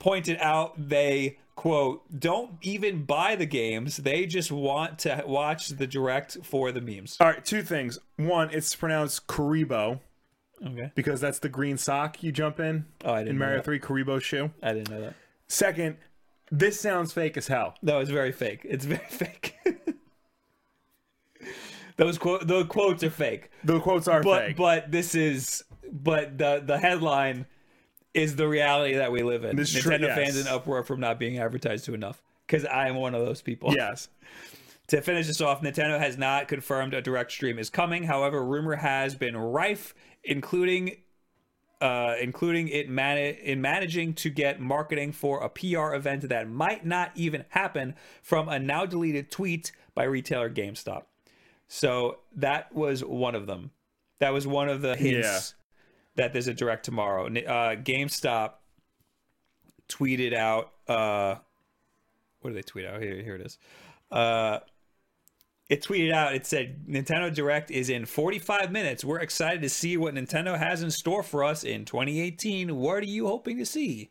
Speaker 1: pointed out they quote don't even buy the games they just want to watch the direct for the memes
Speaker 2: All right, two things. One, it's pronounced Karibo
Speaker 1: okay
Speaker 2: because that's the green sock you jump in
Speaker 1: oh i
Speaker 2: in
Speaker 1: didn't know
Speaker 2: Mario
Speaker 1: that.
Speaker 2: 3 Karibo shoe.
Speaker 1: i didn't know that
Speaker 2: Second, this sounds fake as hell.
Speaker 1: no it's very fake it's very fake those quote the quotes are fake
Speaker 2: The quotes are
Speaker 1: but
Speaker 2: fake.
Speaker 1: but this is but the the headline is the reality that we live in
Speaker 2: This
Speaker 1: nintendo
Speaker 2: is true, yes.
Speaker 1: fans in uproar from not being advertised to enough because i am one of those people
Speaker 2: yes.
Speaker 1: To finish this off, Nintendo has not confirmed a direct stream is coming. However, rumor has been rife, including uh, including it man- in managing to get marketing for a PR event that might not even happen from a now deleted tweet by retailer GameStop. So that was one of them. That was one of the hints
Speaker 2: Yeah.
Speaker 1: that there's a direct tomorrow. N- Uh, GameStop tweeted out. Uh, what did they tweet out? Here, here it is. Uh, it tweeted out. It said Nintendo Direct is in 45 minutes. We're excited to see what Nintendo has in store for us in 2018. What are you hoping to see?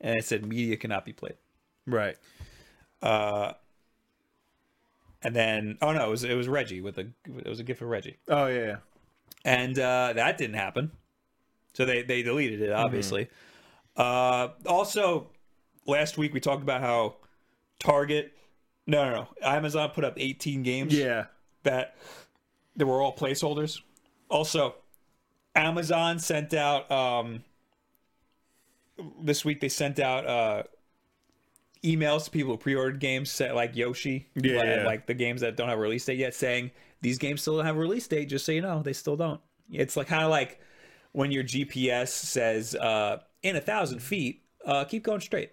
Speaker 1: And it said media cannot be played.
Speaker 2: Right.
Speaker 1: And then oh no, it was it was Reggie with a it was a gift for Reggie.
Speaker 2: Oh yeah. yeah.
Speaker 1: and uh, that didn't happen. So they they deleted it, obviously. Uh, also, last week we talked about how Target, no, no, no, Amazon put up 18 games
Speaker 2: Yeah.
Speaker 1: that they were all placeholders. Also, Amazon sent out um, this week. They sent out uh, emails to people who pre-ordered games, say, like Yoshi,
Speaker 2: Yeah,
Speaker 1: and
Speaker 2: yeah.
Speaker 1: like the games that don't have a release date yet, saying these games still don't have a release date. Just so you know, they still don't. It's like kind of like when your GPS says uh, in a thousand feet, uh, keep going straight.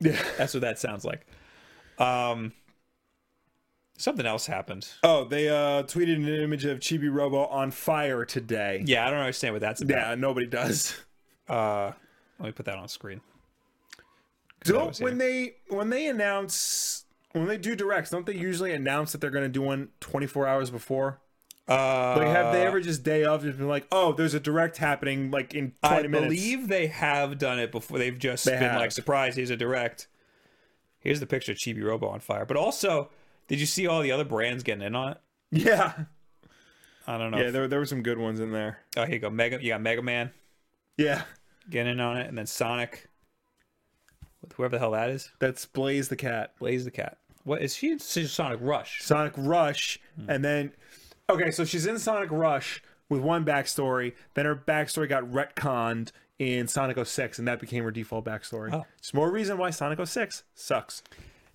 Speaker 2: Yeah.
Speaker 1: That's what that sounds like. Um, something else happened.
Speaker 2: Oh, they uh, tweeted an image of Chibi Robo on fire today.
Speaker 1: Yeah, I don't understand what that's about.
Speaker 2: Yeah, nobody does.
Speaker 1: Uh, let me put that on screen. that
Speaker 2: Don't
Speaker 1: was
Speaker 2: when they when they announce when they do directs, don't they usually announce that they're going to do one 24 hours before?
Speaker 1: Uh,
Speaker 2: Like, have they ever just day of just been like, oh, there's a direct happening like in 20
Speaker 1: I
Speaker 2: minutes?
Speaker 1: believe they have done it before. They've just been
Speaker 2: have.
Speaker 1: like, "Surprise! Here's a direct." Here's the picture of Chibi Robo on fire. But also, did you see all the other brands getting in on it?
Speaker 2: Yeah,
Speaker 1: I don't know.
Speaker 2: yeah.
Speaker 1: if-
Speaker 2: There there were some good ones in there.
Speaker 1: oh, here you go. Mega. You got Mega Man
Speaker 2: Yeah,
Speaker 1: getting in on it, and then Sonic. With whoever the hell that is,
Speaker 2: that's Blaze the cat,
Speaker 1: Blaze the Cat. What is she? in Sonic Rush.
Speaker 2: Sonic Rush,
Speaker 1: Hmm.
Speaker 2: and then okay, so she's in Sonic Rush with one backstory. Then her backstory got retconned in Sonic 06, and that became her default backstory.
Speaker 1: Oh.
Speaker 2: It's more reason why Sonic 06 sucks.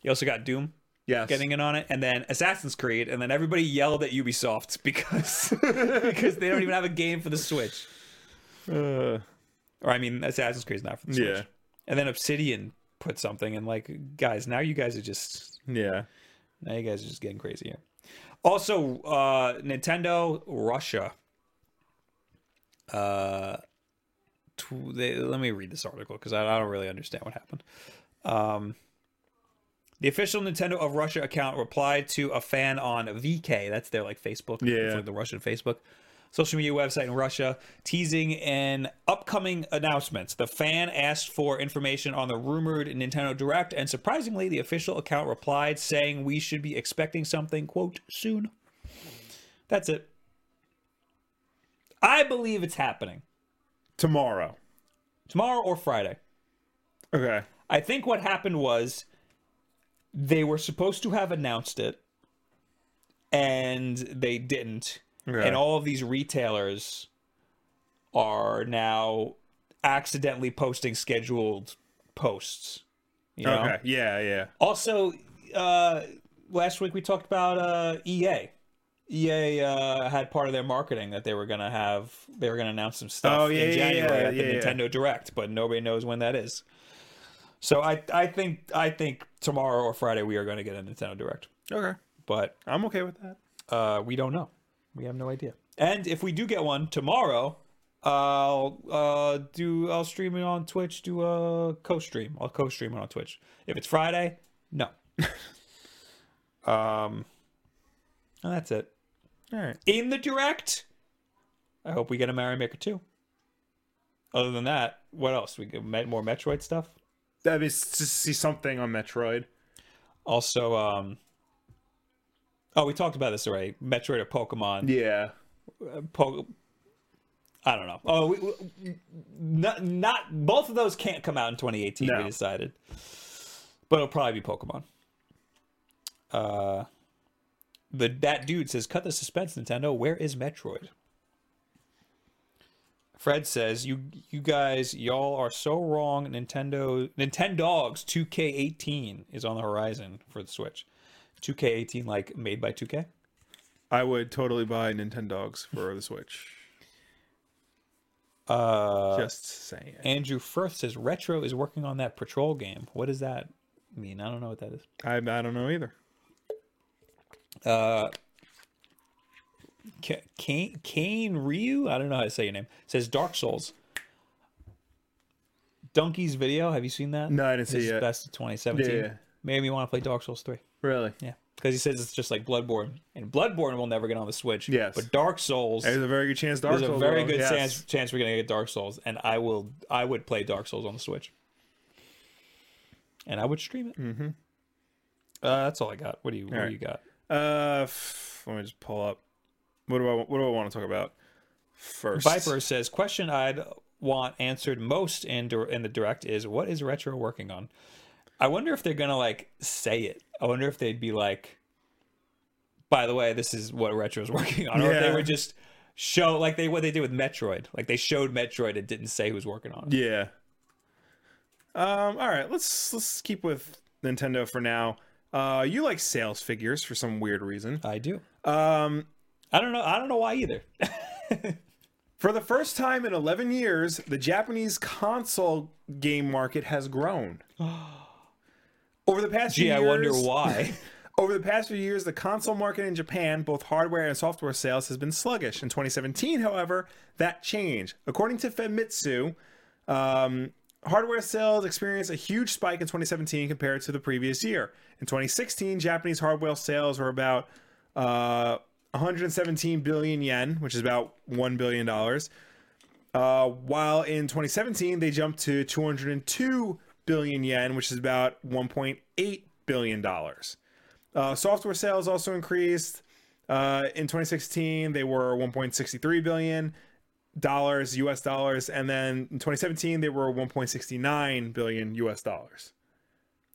Speaker 1: You also got Doom.
Speaker 2: Yes.
Speaker 1: getting in on it, and then Assassin's Creed, and then everybody yelled at Ubisoft because because they don't even have a game for the Switch.
Speaker 2: Uh,
Speaker 1: Or I mean, Assassin's Creed's not for the Switch.
Speaker 2: Yeah.
Speaker 1: And then Obsidian put something, and like, guys, now you guys are just
Speaker 2: yeah.
Speaker 1: now you guys are just getting crazy here. Also, uh, Nintendo Russia. Uh, tw- they, let me read this article because I, I don't really understand what happened. Um, the official Nintendo of Russia account replied to a fan on VK. That's their like Facebook, It's
Speaker 2: Yeah.
Speaker 1: like the Russian Facebook social media website in Russia, teasing an upcoming announcement. The fan asked for information on the rumored Nintendo Direct, and surprisingly, the official account replied saying we should be expecting something quote soon. That's it. I believe it's happening
Speaker 2: Tomorrow.
Speaker 1: tomorrow or Friday.
Speaker 2: Okay.
Speaker 1: I think what happened was they were supposed to have announced it and they didn't.
Speaker 2: Okay.
Speaker 1: And all of these retailers are now accidentally posting scheduled posts. You know?
Speaker 2: Okay. Yeah. Yeah.
Speaker 1: Also, uh, last week we talked about uh, EA. EA uh, had part of their marketing that they were gonna have. They were gonna announce some stuff
Speaker 2: Oh, yeah,
Speaker 1: in
Speaker 2: yeah,
Speaker 1: January
Speaker 2: yeah,
Speaker 1: at the
Speaker 2: yeah, yeah.
Speaker 1: Nintendo Direct, but nobody knows when that is. So I I think I think tomorrow or Friday we are going to get a Nintendo Direct,
Speaker 2: Okay.
Speaker 1: but
Speaker 2: I'm okay with that.
Speaker 1: uh, we don't know. We have no idea. And if we do get one tomorrow, I'll uh, do I'll stream it on Twitch. Do a co-stream. I'll co-stream it on Twitch. If it's Friday, no. um, and that's it.
Speaker 2: All right.
Speaker 1: In the direct, I hope we get a Mario Maker two. Other than that, what else? We get met- more Metroid stuff.
Speaker 2: That'd be s- to see something on Metroid.
Speaker 1: Also, um, oh, we talked about this already. Metroid or Pokemon.
Speaker 2: Yeah.
Speaker 1: po- I don't know. Oh, we, we- not, not both of those can't come out in 2018. We
Speaker 2: No.
Speaker 1: decided, but it'll probably be Pokemon. Uh, the that dude says, "Cut the suspense, Nintendo. Where is Metroid?" Fred says, "You you guys, y'all are so wrong. Nintendo Nintendogs 2K18 is on the horizon for the Switch. 2K18 like made by 2K."
Speaker 2: I would totally buy Nintendogs for the Switch.
Speaker 1: Uh,
Speaker 2: Just saying.
Speaker 1: Andrew Firth says Retro is working on that patrol game. What does that mean? I don't know what that is.
Speaker 2: I, I don't know either.
Speaker 1: K- Kane, Kane Ryu? I don't know how to say your name. Says Dark Souls. Donkey's video. Have you seen that?
Speaker 2: No, I didn't see
Speaker 1: His
Speaker 2: it yet.
Speaker 1: Best of 2017.
Speaker 2: Yeah.
Speaker 1: Made me want to play Dark Souls 3.
Speaker 2: Really?
Speaker 1: Yeah. Because he says it's just like Bloodborne. And Bloodborne will never get on the Switch.
Speaker 2: Yes.
Speaker 1: But Dark Souls.
Speaker 2: There's a very good chance Dark
Speaker 1: There's a
Speaker 2: Souls
Speaker 1: very
Speaker 2: will,
Speaker 1: good
Speaker 2: yes.
Speaker 1: chance, chance we're gonna get Dark Souls, and I will I would play Dark Souls on the Switch, and I would stream it. Mm-hmm. Uh, that's all I got. What do you What
Speaker 2: right.
Speaker 1: do you got?
Speaker 2: Uh, f- let me just pull up. What do I What do I want to talk about first?
Speaker 1: Viper says question I'd want answered most in dir- in the direct is what is Retro working on? I wonder if they're gonna like say it. I wonder if they'd be like, by the way, this is what Retro's working on, or if they
Speaker 2: Yeah.
Speaker 1: would just show like they what they did with Metroid, like they showed Metroid and didn't say who was working on. it.
Speaker 2: Yeah. Um. All right. Let's Let's keep with Nintendo for now. Uh, you like sales figures for some weird reason.
Speaker 1: I do.
Speaker 2: Um,
Speaker 1: I don't know. I don't know why either.
Speaker 2: for the first time in 11 years, the Japanese console game market has grown. Over the past few
Speaker 1: Gee, I wonder
Speaker 2: years-
Speaker 1: why.
Speaker 2: Over the past few years, the console market in Japan, both hardware and software sales, has been sluggish. In 2017, however, that changed. According to Famitsu, um, hardware sales experienced a huge spike in 2017 compared to the previous year. In 2016, Japanese hardware sales were about uh, 117 billion yen, which is about $1 billion. Uh, while in 2017, they jumped to 202 billion yen, which is about $1.8 billion. Uh, software sales also increased. Uh, in 2016, they were 1.63 billion dollars U.S. dollars, and then in 2017, they were 1.69 billion U.S. dollars.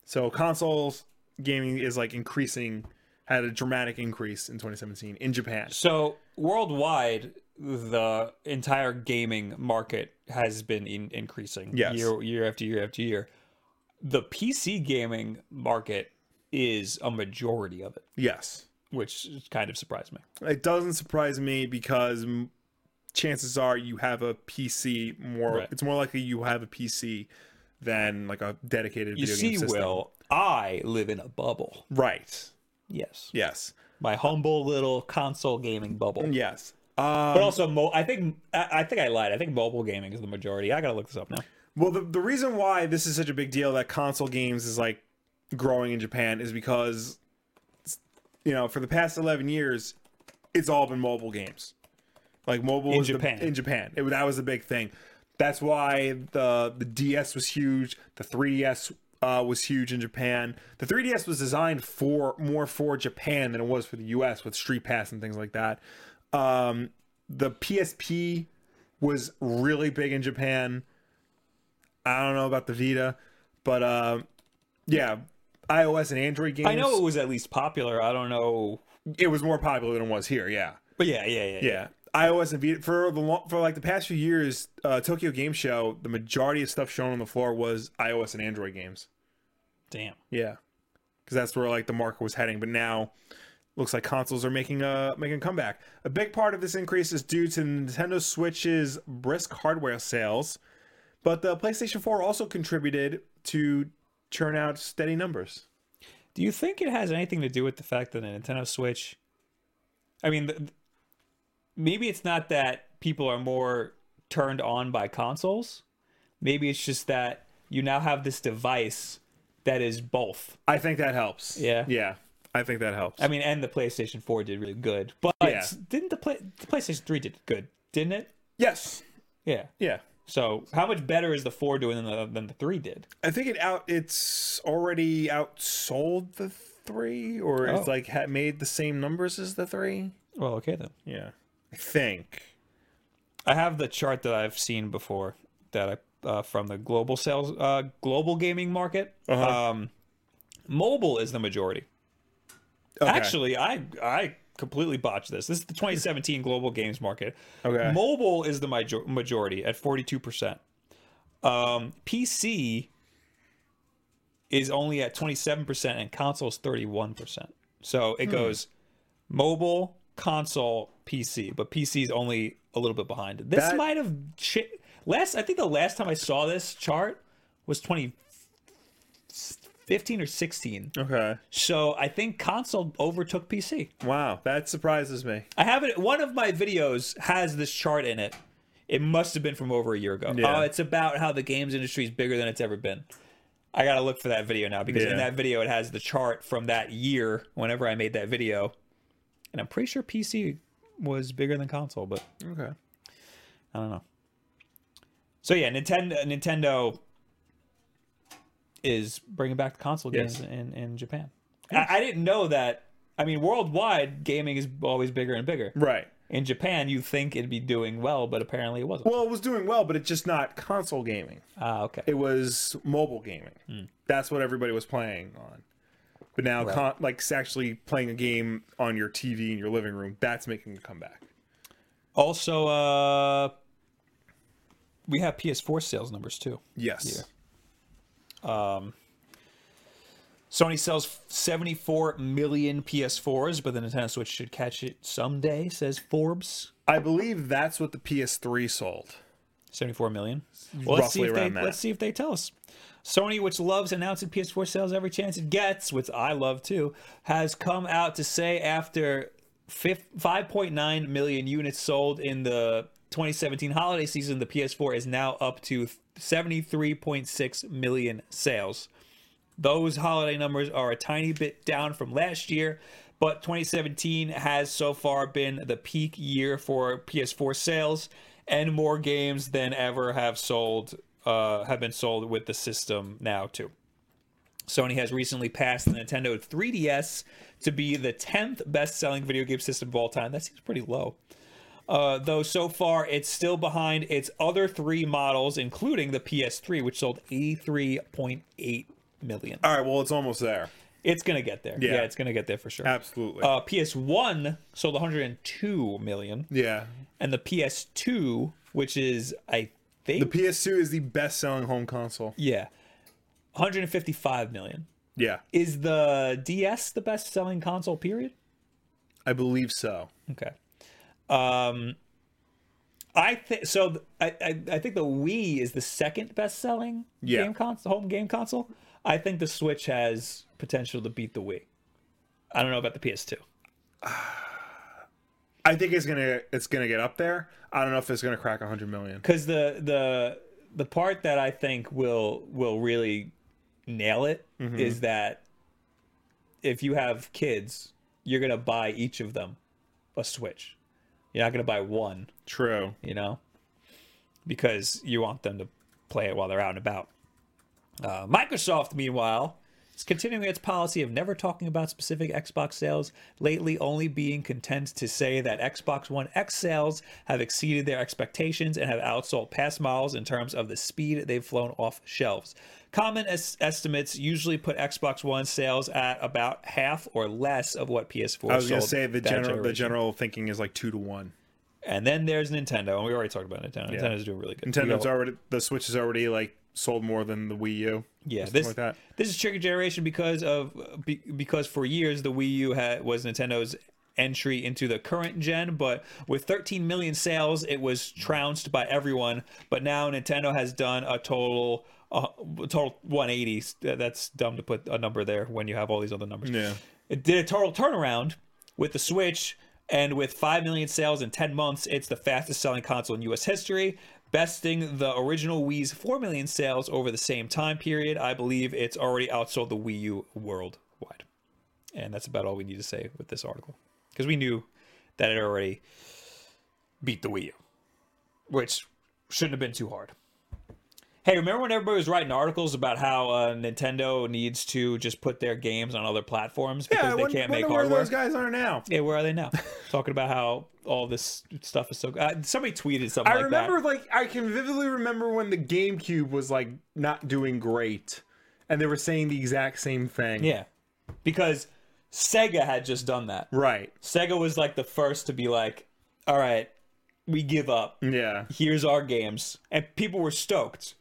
Speaker 2: So consoles gaming is like increasing, had a dramatic increase in 2017 in Japan.
Speaker 1: so worldwide, the entire gaming market has been in- increasing
Speaker 2: Yes.
Speaker 1: year year after year after year. The PC gaming market is a majority of it,
Speaker 2: Yes,
Speaker 1: which kind of surprised me.
Speaker 2: it doesn't surprise me because m- chances are you have a PC more.
Speaker 1: Right.
Speaker 2: It's more likely you have a PC than like a dedicated
Speaker 1: You
Speaker 2: video
Speaker 1: see,
Speaker 2: game system.
Speaker 1: Will, I live in a bubble.
Speaker 2: Right.
Speaker 1: Yes,
Speaker 2: Yes.
Speaker 1: my humble little console gaming bubble.
Speaker 2: Yes.
Speaker 1: But
Speaker 2: Um,
Speaker 1: also, mo- I think I, I think I lied. I think mobile gaming is the majority. I gotta look this up now.
Speaker 2: well, the, the reason why this is such a big deal that console games is like growing in Japan is because, you know, for the past 11 years, it's all been mobile games. Like mobile
Speaker 1: In
Speaker 2: was the-
Speaker 1: Japan.
Speaker 2: in Japan, it, that was a big thing. That's why the the DS was huge. The 3DS uh, was huge in Japan. The 3DS was designed for more for Japan than it was for the US with Street Pass and things like that. Um, the PSP was really big in Japan. I don't know about the Vita, but uh, yeah, iOS and Android games.
Speaker 1: I know it was at least popular. I don't know
Speaker 2: it was more popular than it was here. Yeah.
Speaker 1: But yeah, yeah, yeah.
Speaker 2: Yeah, iOS and Vita for the lo- for like the past few years, uh, Tokyo Game Show, the majority of stuff shown on the floor was iOS and Android games.
Speaker 1: Damn.
Speaker 2: Yeah, because that's where like the market was heading. But now, looks like consoles are making a making a comeback. A big part of this increase is due to Nintendo Switch's brisk hardware sales. But the PlayStation 4 also contributed to churn out steady numbers.
Speaker 1: Do you think it has anything to do with the fact that the Nintendo Switch? I mean, th- maybe it's not that people are more turned on by consoles. Maybe it's just that you now have this device that is both.
Speaker 2: I think that helps.
Speaker 1: Yeah.
Speaker 2: Yeah. I think that helps.
Speaker 1: I mean, and the PlayStation 4 did really good, but
Speaker 2: Yeah.
Speaker 1: didn't the, play- the PlayStation 3 did good, didn't it?
Speaker 2: yes.
Speaker 1: Yeah.
Speaker 2: Yeah.
Speaker 1: So how much better is the 4 doing than the, than the 3 did?
Speaker 2: I think it out it's already outsold the 3 or it's
Speaker 1: Oh.
Speaker 2: like ha- made the same numbers as the 3.
Speaker 1: Well, okay then.
Speaker 2: Yeah. I think.
Speaker 1: I have the chart that I've seen before that I uh, from the global sales uh, global gaming market.
Speaker 2: Uh-huh.
Speaker 1: Um, mobile is the majority.
Speaker 2: Okay.
Speaker 1: Actually, I I completely botched this. This is the 2017 global games market.
Speaker 2: Okay.
Speaker 1: Mobile is the major- majority at 42 percent. Um, PC is only at 27 percent and consoles 31 percent. So
Speaker 2: Hmm.
Speaker 1: it goes mobile, console, PC, but PC is only a little bit behind. This
Speaker 2: That-
Speaker 1: might have cha- last. I think the last time I saw this chart was 2015 or 16.
Speaker 2: okay.
Speaker 1: So I think console overtook PC.
Speaker 2: Wow, that surprises me.
Speaker 1: I have it. One of my videos has this chart in it. It must have been from over a year ago.
Speaker 2: Yeah.
Speaker 1: Oh, it's about how the games industry is bigger than it's ever been. I gotta look for that video now because
Speaker 2: Yeah.
Speaker 1: in that video it has the chart from that year. Whenever I made that video, and I'm pretty sure PC was bigger than console, but
Speaker 2: Okay.
Speaker 1: I don't know. So yeah, Nintendo Nintendo is bringing back the console
Speaker 2: Yes.
Speaker 1: games in in Japan. I, I didn't know that. I mean, worldwide gaming is always bigger and bigger.
Speaker 2: Right.
Speaker 1: In Japan, you think it'd be doing well, but apparently it wasn't.
Speaker 2: Well, it was doing well, but it's just not console gaming.
Speaker 1: Ah, okay.
Speaker 2: It was mobile gaming. That's what everybody was playing on. But now, con- like s- actually playing a game on your TV in your living room, that's making a comeback.
Speaker 1: Also, uh, we have PS4 sales numbers too.
Speaker 2: Yes.
Speaker 1: Sony sells 74 million PS4s, but the Nintendo Switch should catch it someday, says Forbes.
Speaker 2: I believe that's what the PS3 sold.
Speaker 1: 74 million. Well, let's see
Speaker 2: Roughly
Speaker 1: if they
Speaker 2: around that.
Speaker 1: let's see if they tell us. Sony, which loves announcing PS4 sales every chance it gets, which I love too, has come out to say after fif- 5.9 million units sold in the 2017 holiday season, the PS4 is now up to 73.6 million sales. Those holiday numbers are a tiny bit down from last year, but 2017 has so far been the peak year for PS4 sales, and more games than ever have sold uh, have been sold with the system now too. Sony has recently passed the Nintendo 3DS to be the 10th best-selling video game system of all time. That seems pretty low. Uh, though so far it's still behind its other three models, including the PS3, which sold 83.8 million.
Speaker 2: All right. Well, it's almost there.
Speaker 1: It's gonna get there.
Speaker 2: Yeah.
Speaker 1: Yeah, it's gonna get there for sure.
Speaker 2: Absolutely.
Speaker 1: Uh, PS1 sold 102 million,
Speaker 2: yeah.
Speaker 1: and the PS2, which is I think
Speaker 2: The PS2 is the best-selling home console.
Speaker 1: yeah, 155 million.
Speaker 2: Yeah,
Speaker 1: Is the DS the best-selling console? Period.
Speaker 2: I believe so.
Speaker 1: Okay. Um, I think so. th- I, I I think the Wii is the second best-selling
Speaker 2: Yeah.
Speaker 1: game console, home game console. I think the Switch has potential to beat the Wii. I don't know about the PS2.
Speaker 2: I think it's gonna it's gonna get up there. I don't know if it's gonna crack 100 million.
Speaker 1: because the the the part that I think will will really nail it is that if you have kids, you're gonna buy each of them a Switch. You're not gonna buy one,
Speaker 2: True.
Speaker 1: you know, because you want them to play it while they're out and about. Uh, Microsoft, meanwhile, is continuing its policy of never talking about specific Xbox sales, lately only being content to say that Xbox One X sales have exceeded their expectations and have outsold past models in terms of the speed they've flown off shelves. Common es- estimates usually put Xbox One sales at about half or less of what PS4
Speaker 2: I was gonna
Speaker 1: sold
Speaker 2: say the
Speaker 1: that
Speaker 2: general the
Speaker 1: generation.
Speaker 2: general thinking is like two to one.
Speaker 1: And then there's Nintendo, and we already talked about Nintendo. Nintendo's doing really good.
Speaker 2: Nintendo's
Speaker 1: We all-
Speaker 2: already the Switch is already like sold more than the Wii U.
Speaker 1: yeah.
Speaker 2: something
Speaker 1: This
Speaker 2: like that.
Speaker 1: this is trigger generation because of be, because for years the Wii U had, was Nintendo's entry into the current gen, but with 13 million sales, it was trounced by everyone. But now Nintendo has done a total uh, a total 180. Uh, That's dumb to put a number there when you have all these other numbers.
Speaker 2: Yeah.
Speaker 1: It did a total turnaround with the Switch, and with 5 million sales in 10 months, it's the fastest selling console in US history, besting the original Wii's 4 million sales over the same time period. I believe it's already outsold the Wii U worldwide. And that's about all we need to say with this article. Because we knew that it already beat the Wii U, which shouldn't have been too hard. Hey, remember when everybody was writing articles about how uh, Nintendo needs to just put their games on other platforms because they can't make
Speaker 2: where
Speaker 1: hardware?
Speaker 2: those guys are now.
Speaker 1: Yeah, where are they now? Talking about how all this stuff is so good. Uh, somebody tweeted something
Speaker 2: I
Speaker 1: like
Speaker 2: remember, like, I can vividly remember when the GameCube was like not doing great, and they were saying the exact same thing.
Speaker 1: that. Yeah. Because Sega had just done that.
Speaker 2: Right.
Speaker 1: Sega was like the first to be like, all right, we give up.
Speaker 2: Yeah.
Speaker 1: Here's our games. And people were stoked.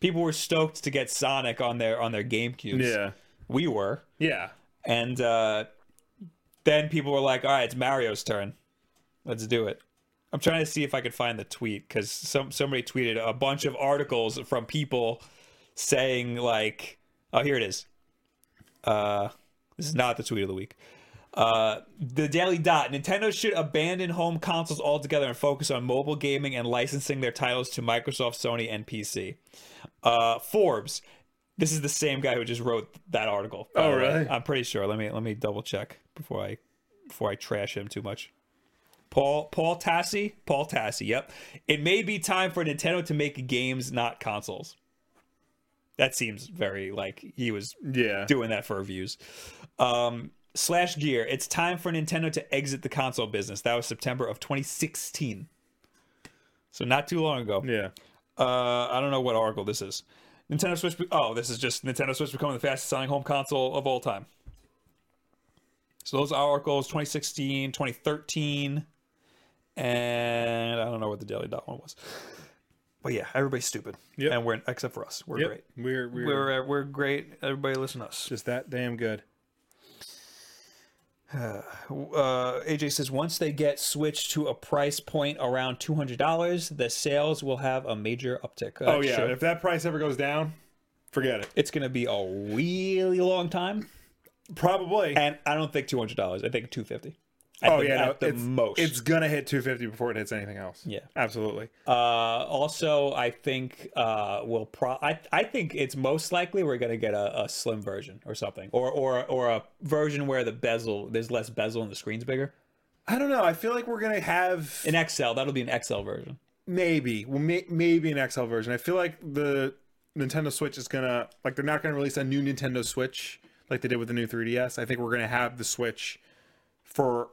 Speaker 1: People were stoked to get Sonic on their on their GameCubes.
Speaker 2: Yeah.
Speaker 1: We were.
Speaker 2: Yeah.
Speaker 1: And uh, then people were like, "All right, it's Mario's turn. Let's do it." I'm trying to see if I could find the tweet because some somebody tweeted a bunch of articles from people saying like, "Oh, here it is." Uh, this is not the tweet of the week. Uh, the Daily Dot: Nintendo should abandon home consoles altogether and focus on mobile gaming and licensing their titles to Microsoft, Sony, and PC. Uh, Forbes: This is the same guy who just wrote that article. by
Speaker 2: Oh,
Speaker 1: the way.
Speaker 2: really?
Speaker 1: I'm pretty sure. Let me let me double check before I before I trash him too much. Paul Paul Tassi Paul Tassi. Yep. It may be time for Nintendo to make games, not consoles. That seems very like he was
Speaker 2: Yeah.
Speaker 1: doing that for reviews. Um, slash Gear. It's time for Nintendo to exit the console business. That was September of 2016. So not too long ago.
Speaker 2: Yeah.
Speaker 1: Uh, I don't know what article this is. Nintendo Switch. be- oh, this is just Nintendo Switch becoming the fastest selling home console of all time. So those are articles 2016, 2013, and I don't know what the Daily Dot one was. But yeah, everybody's stupid.
Speaker 2: Yep.
Speaker 1: And we're, except for us, we're great.
Speaker 2: We're, we're
Speaker 1: We're, uh, we're great. Everybody listen to us.
Speaker 2: just that damn good.
Speaker 1: uh, AJ says once they get switched to a price point around two hundred dollars, the sales will have a major uptick. Uh,
Speaker 2: Oh yeah.
Speaker 1: sure.
Speaker 2: If that price ever goes down, forget it.
Speaker 1: it's going to be a really long time,
Speaker 2: Probably.
Speaker 1: and I don't think two hundred dollars. I think two fifty.
Speaker 2: oh yeah. no,
Speaker 1: at the
Speaker 2: it's,
Speaker 1: most.
Speaker 2: it's gonna hit 250 before it hits anything else.
Speaker 1: Yeah.
Speaker 2: Absolutely.
Speaker 1: uh, also, I think uh, we'll pro. I, I think it's most likely we're going to get a, a slim version or something, or or or a version where the bezel there's less bezel and the screen's bigger.
Speaker 2: I don't know. I feel like we're gonna have
Speaker 1: An XL that'll be an XL version.
Speaker 2: maybe well may, maybe an XL version. I feel like the Nintendo Switch is gonna like they're not gonna release a new Nintendo Switch like they did with the new 3DS. I think we're gonna have the Switch for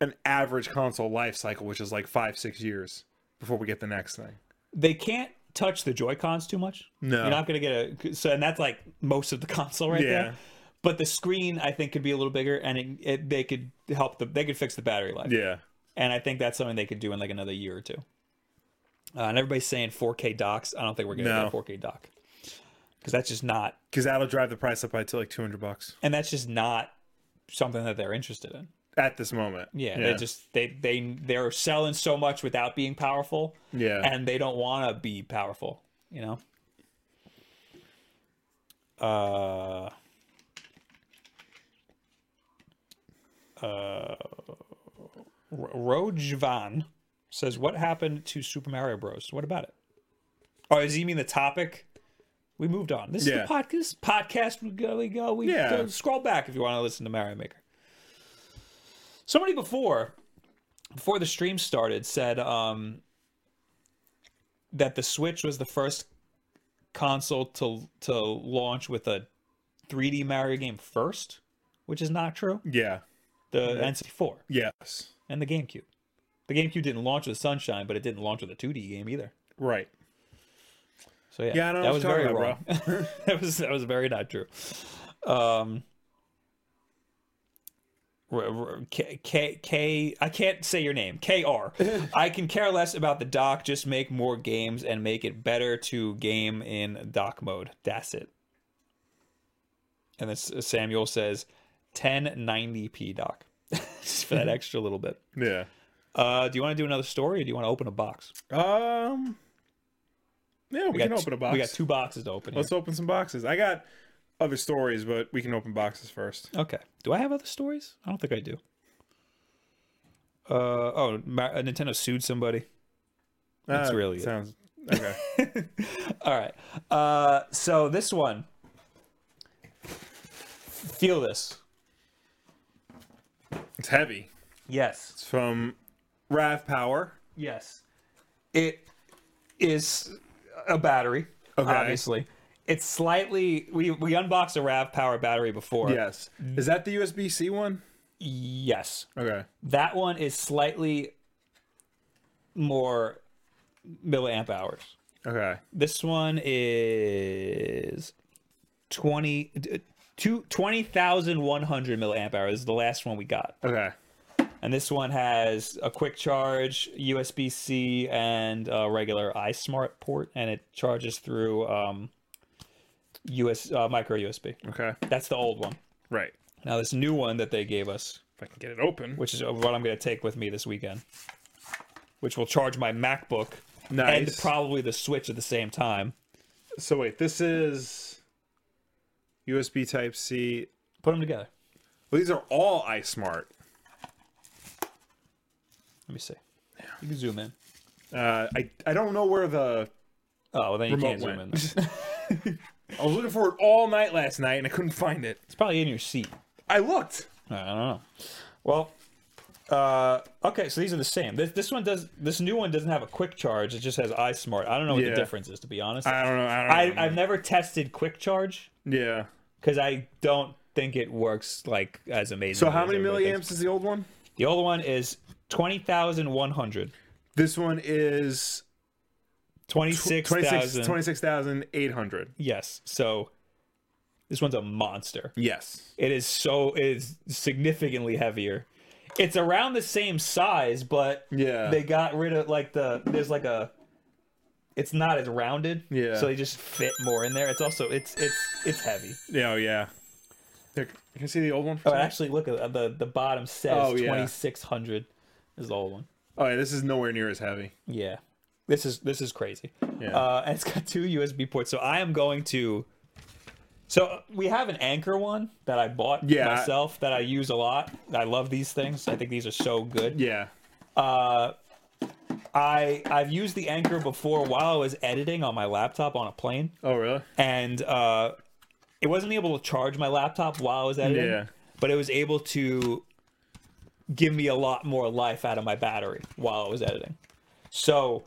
Speaker 2: an average console life cycle, which is like five six years before we get the next thing.
Speaker 1: they can't touch the joy cons too much
Speaker 2: No.
Speaker 1: you're not going to get a so and that's like most of the console right
Speaker 2: Yeah.
Speaker 1: there but the screen i think could be a little bigger and it, it they could help the they could fix the battery life
Speaker 2: Yeah,
Speaker 1: and i think that's something they could do in like another year or two uh, and everybody's saying 4k docs i don't think we're going to
Speaker 2: No.
Speaker 1: get a 4k dock because that's just not
Speaker 2: because that'll drive the price up by to like 200 bucks
Speaker 1: and that's just not something that they're interested in
Speaker 2: at this moment.
Speaker 1: yeah, they just they they they're selling so much without being powerful
Speaker 2: yeah.
Speaker 1: and they don't want to be powerful, you know. Uh, uh, Rojvan says, "What happened to Super Mario Bros? What about it? Oh, does he mean the topic? We moved on. This
Speaker 2: Yeah.
Speaker 1: is the podcast. This podcast. We go. We go. We
Speaker 2: Yeah.
Speaker 1: go. Scroll back if you want to listen to Mario Maker. Somebody before, before the stream started, said um, that the Switch was the first console to to launch with a 3D Mario game first, which is not true.
Speaker 2: yeah.
Speaker 1: The N64
Speaker 2: Yes.
Speaker 1: and the GameCube. The GameCube didn't launch with Sunshine, but it didn't launch with a 2D game either.
Speaker 2: Right.
Speaker 1: So yeah,
Speaker 2: Yeah, I know
Speaker 1: that
Speaker 2: what
Speaker 1: was
Speaker 2: you're
Speaker 1: very
Speaker 2: talking
Speaker 1: wrong. that was that was very not true. Um, r- r- K, K, K, I can't say your name. KR. I can care less about the dock. Just make more games and make it better to game in dock mode. That's it. And then S- Samuel says, 1090p dock. just for that extra little bit.
Speaker 2: Yeah.
Speaker 1: Uh, do you want to do another story, or do you want to open a box?
Speaker 2: Um. Yeah, we,
Speaker 1: got
Speaker 2: can
Speaker 1: t-
Speaker 2: open a box.
Speaker 1: We got two boxes to open. Here.
Speaker 2: Let's open some boxes. I got other stories, but we can open boxes first.
Speaker 1: Okay. Do I have other stories? I don't think I do. Uh oh, Ma- uh, Nintendo sued somebody. That's
Speaker 2: Ah,
Speaker 1: really it.
Speaker 2: sounds okay.
Speaker 1: All right. Uh, so this one, feel this.
Speaker 2: it's heavy.
Speaker 1: Yes.
Speaker 2: It's from Rav Power.
Speaker 1: Yes. It is a battery,
Speaker 2: Okay.
Speaker 1: obviously. It's slightly we we unboxed a RAV power battery before.
Speaker 2: Yes. Is that the USB C one?
Speaker 1: Yes.
Speaker 2: Okay.
Speaker 1: That one is slightly more milliamp hours.
Speaker 2: Okay.
Speaker 1: This one is 20 uh, two- 20,100 milliamp hours. This is the last one we got.
Speaker 2: Okay.
Speaker 1: And this one has a quick charge, USB C, and a regular iSmart port, and it charges through um, US uh, micro USB.
Speaker 2: Okay.
Speaker 1: That's the old one.
Speaker 2: Right.
Speaker 1: Now this new one that they gave us,
Speaker 2: If I can get it open.
Speaker 1: which is what I'm going to take with me this weekend, which will charge my MacBook and
Speaker 2: Nice.
Speaker 1: probably the Switch at the same time.
Speaker 2: So wait, this is USB Type C.
Speaker 1: Put them together.
Speaker 2: Well, these are all iSmart.
Speaker 1: Let me see. You can zoom in.
Speaker 2: Uh, I I don't know where the
Speaker 1: Oh, well, then you
Speaker 2: remote
Speaker 1: can't zoom in.
Speaker 2: went. I was looking for it all night last night and I couldn't find it.
Speaker 1: It's probably in your seat.
Speaker 2: I looked.
Speaker 1: I don't know. Well, uh, okay, so these are the same. This this one does this new one doesn't have a quick charge. It just has iSmart. I don't know what
Speaker 2: Yeah.
Speaker 1: the difference is to be honest. I,
Speaker 2: I don't know. I don't know.
Speaker 1: I have never tested quick charge
Speaker 2: yeah.
Speaker 1: because I don't think it works like as amazing.
Speaker 2: So how
Speaker 1: as
Speaker 2: many
Speaker 1: everybody thinks.
Speaker 2: milliamps is the old one?
Speaker 1: The old one is twenty thousand one hundred.
Speaker 2: This one is
Speaker 1: Twenty six
Speaker 2: 26
Speaker 1: thousand.
Speaker 2: 26,800.
Speaker 1: Yes. So this one's a monster.
Speaker 2: yes.
Speaker 1: It is so it is significantly heavier. It's around the same size, but
Speaker 2: Yeah.
Speaker 1: they got rid of like the there's like a it's not as rounded.
Speaker 2: Yeah.
Speaker 1: So they just fit more in there. It's also it's it's it's heavy.
Speaker 2: yeah, oh, yeah. There, can I see the old one? For
Speaker 1: But
Speaker 2: a second?
Speaker 1: actually look at the the bottom says
Speaker 2: Oh, yeah.
Speaker 1: 2600 is the old one.
Speaker 2: oh, yeah, this is nowhere near as heavy.
Speaker 1: Yeah. This is this is crazy.
Speaker 2: Yeah.
Speaker 1: Uh and it's got two USB ports. So I am going to so we have an anchor one that I bought
Speaker 2: Yeah.
Speaker 1: myself that I use a lot. I love these things. I think these are so good.
Speaker 2: Yeah.
Speaker 1: I I've used the anchor before while I was editing on my laptop on a plane.
Speaker 2: Oh, really?
Speaker 1: and uh, it wasn't able to charge my laptop while I was editing,
Speaker 2: Yeah.
Speaker 1: but it was able to give me a lot more life out of my battery while I was editing. So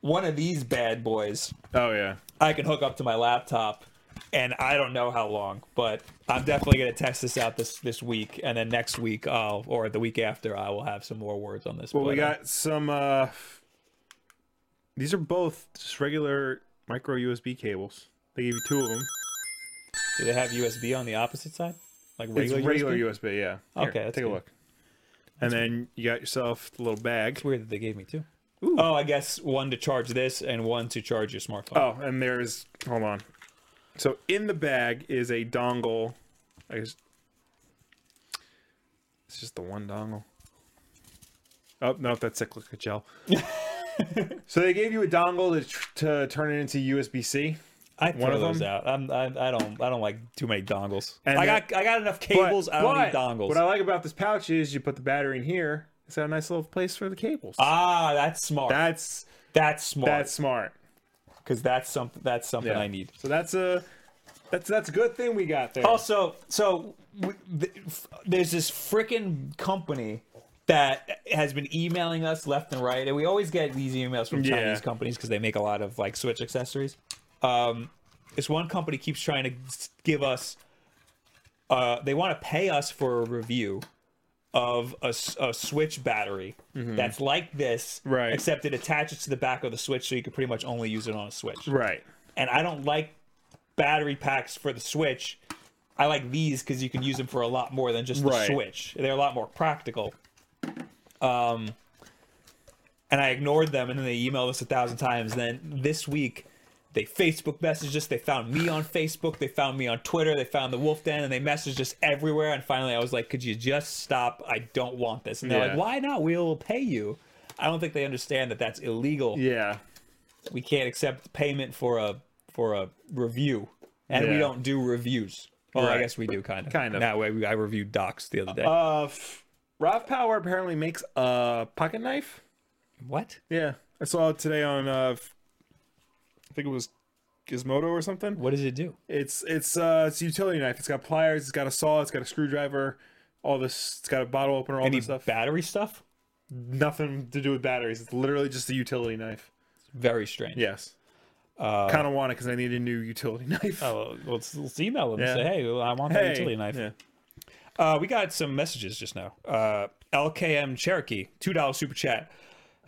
Speaker 1: one of these bad boys
Speaker 2: Oh, yeah.
Speaker 1: I can hook up to my laptop, and I don't know how long, but I'm definitely gonna test this out this this week, and then next week I'll or the week after I will have some more words on this.
Speaker 2: Well, we
Speaker 1: but, uh,
Speaker 2: got some. uh These are both just regular micro USB cables. They gave you two of them.
Speaker 1: do they have USB on the opposite side? Like regular,
Speaker 2: it's regular
Speaker 1: USB?
Speaker 2: USB, yeah. Here,
Speaker 1: Okay, that's
Speaker 2: take
Speaker 1: good.
Speaker 2: a look. And then you got yourself a little bag.
Speaker 1: Weird that they gave me two. Oh, I guess one to charge this and one to charge your smartphone.
Speaker 2: Oh, and there's hold on. So in the bag is a dongle. I guess it's just the one dongle. Oh no, that's cyclic gel. so they gave you a dongle to, tr- to turn it into USB C.
Speaker 1: I throw
Speaker 2: of
Speaker 1: those
Speaker 2: them?
Speaker 1: out. I'm, I, I don't I don't like too many dongles.
Speaker 2: And
Speaker 1: I
Speaker 2: that-
Speaker 1: got I got enough cables. I don't need dongles.
Speaker 2: What I like about this pouch is you put the battery in here. It's got a nice little place for the cables.
Speaker 1: ah, that's smart.
Speaker 2: that's
Speaker 1: that's smart
Speaker 2: that's smart.
Speaker 1: because that's something that's something
Speaker 2: Yeah.
Speaker 1: I need.
Speaker 2: So that's a that's that's a good thing we got there.
Speaker 1: Also, Oh, so w- th- f- there's this freaking company that has been emailing us left and right, and we always get these emails from
Speaker 2: Yeah.
Speaker 1: Chinese companies because they make a lot of like Switch accessories. Um, this one company keeps trying to s- give us. Uh, they want to pay us for a review of a, s- a Switch battery that's like this,
Speaker 2: Mm-hmm. Right.
Speaker 1: except it attaches to the back of the Switch, so you can pretty much only use it on a Switch
Speaker 2: right.
Speaker 1: and I don't like battery packs for the Switch. I like these because you can use them for a lot more than just the
Speaker 2: Right.
Speaker 1: Switch. They're a lot more practical. Um, and I ignored them, and then they emailed us a thousand times. Then this week, They Facebook messaged us. They found me on Facebook. They found me on Twitter. They found the Wolf Den, and they messaged us everywhere. And finally, I was like, "Could you just stop? I don't want this." And they're
Speaker 2: Yeah.
Speaker 1: like, "Why not? We'll pay you." I don't think they understand that that's illegal.
Speaker 2: Yeah.
Speaker 1: We can't accept payment for a for a review, and we
Speaker 2: Yeah.
Speaker 1: don't do reviews. Well, I
Speaker 2: Right.
Speaker 1: guess we do kind of.
Speaker 2: Kind of.
Speaker 1: That way, we, I reviewed docs the other day.
Speaker 2: Uh, f- Rob Power apparently makes a pocket knife.
Speaker 1: what?
Speaker 2: Yeah, I saw it today on. Uh, f- I think it was Gizmodo or something.
Speaker 1: What does it do?
Speaker 2: It's it's uh it's a utility knife. It's got pliers. It's got a saw. It's got a screwdriver. All this. It's got a bottle opener. All
Speaker 1: Any
Speaker 2: this stuff.
Speaker 1: battery stuff?
Speaker 2: Nothing to do with batteries. It's literally just a utility knife.
Speaker 1: Very strange.
Speaker 2: Yes. Uh, kind of want it because I need a new utility knife.
Speaker 1: Oh, well, let's, let's email them
Speaker 2: Yeah.
Speaker 1: and say, hey, I want that utility knife.
Speaker 2: Yeah.
Speaker 1: Uh, we got some messages just now. Uh, LKM Cherokee, $2 super chat.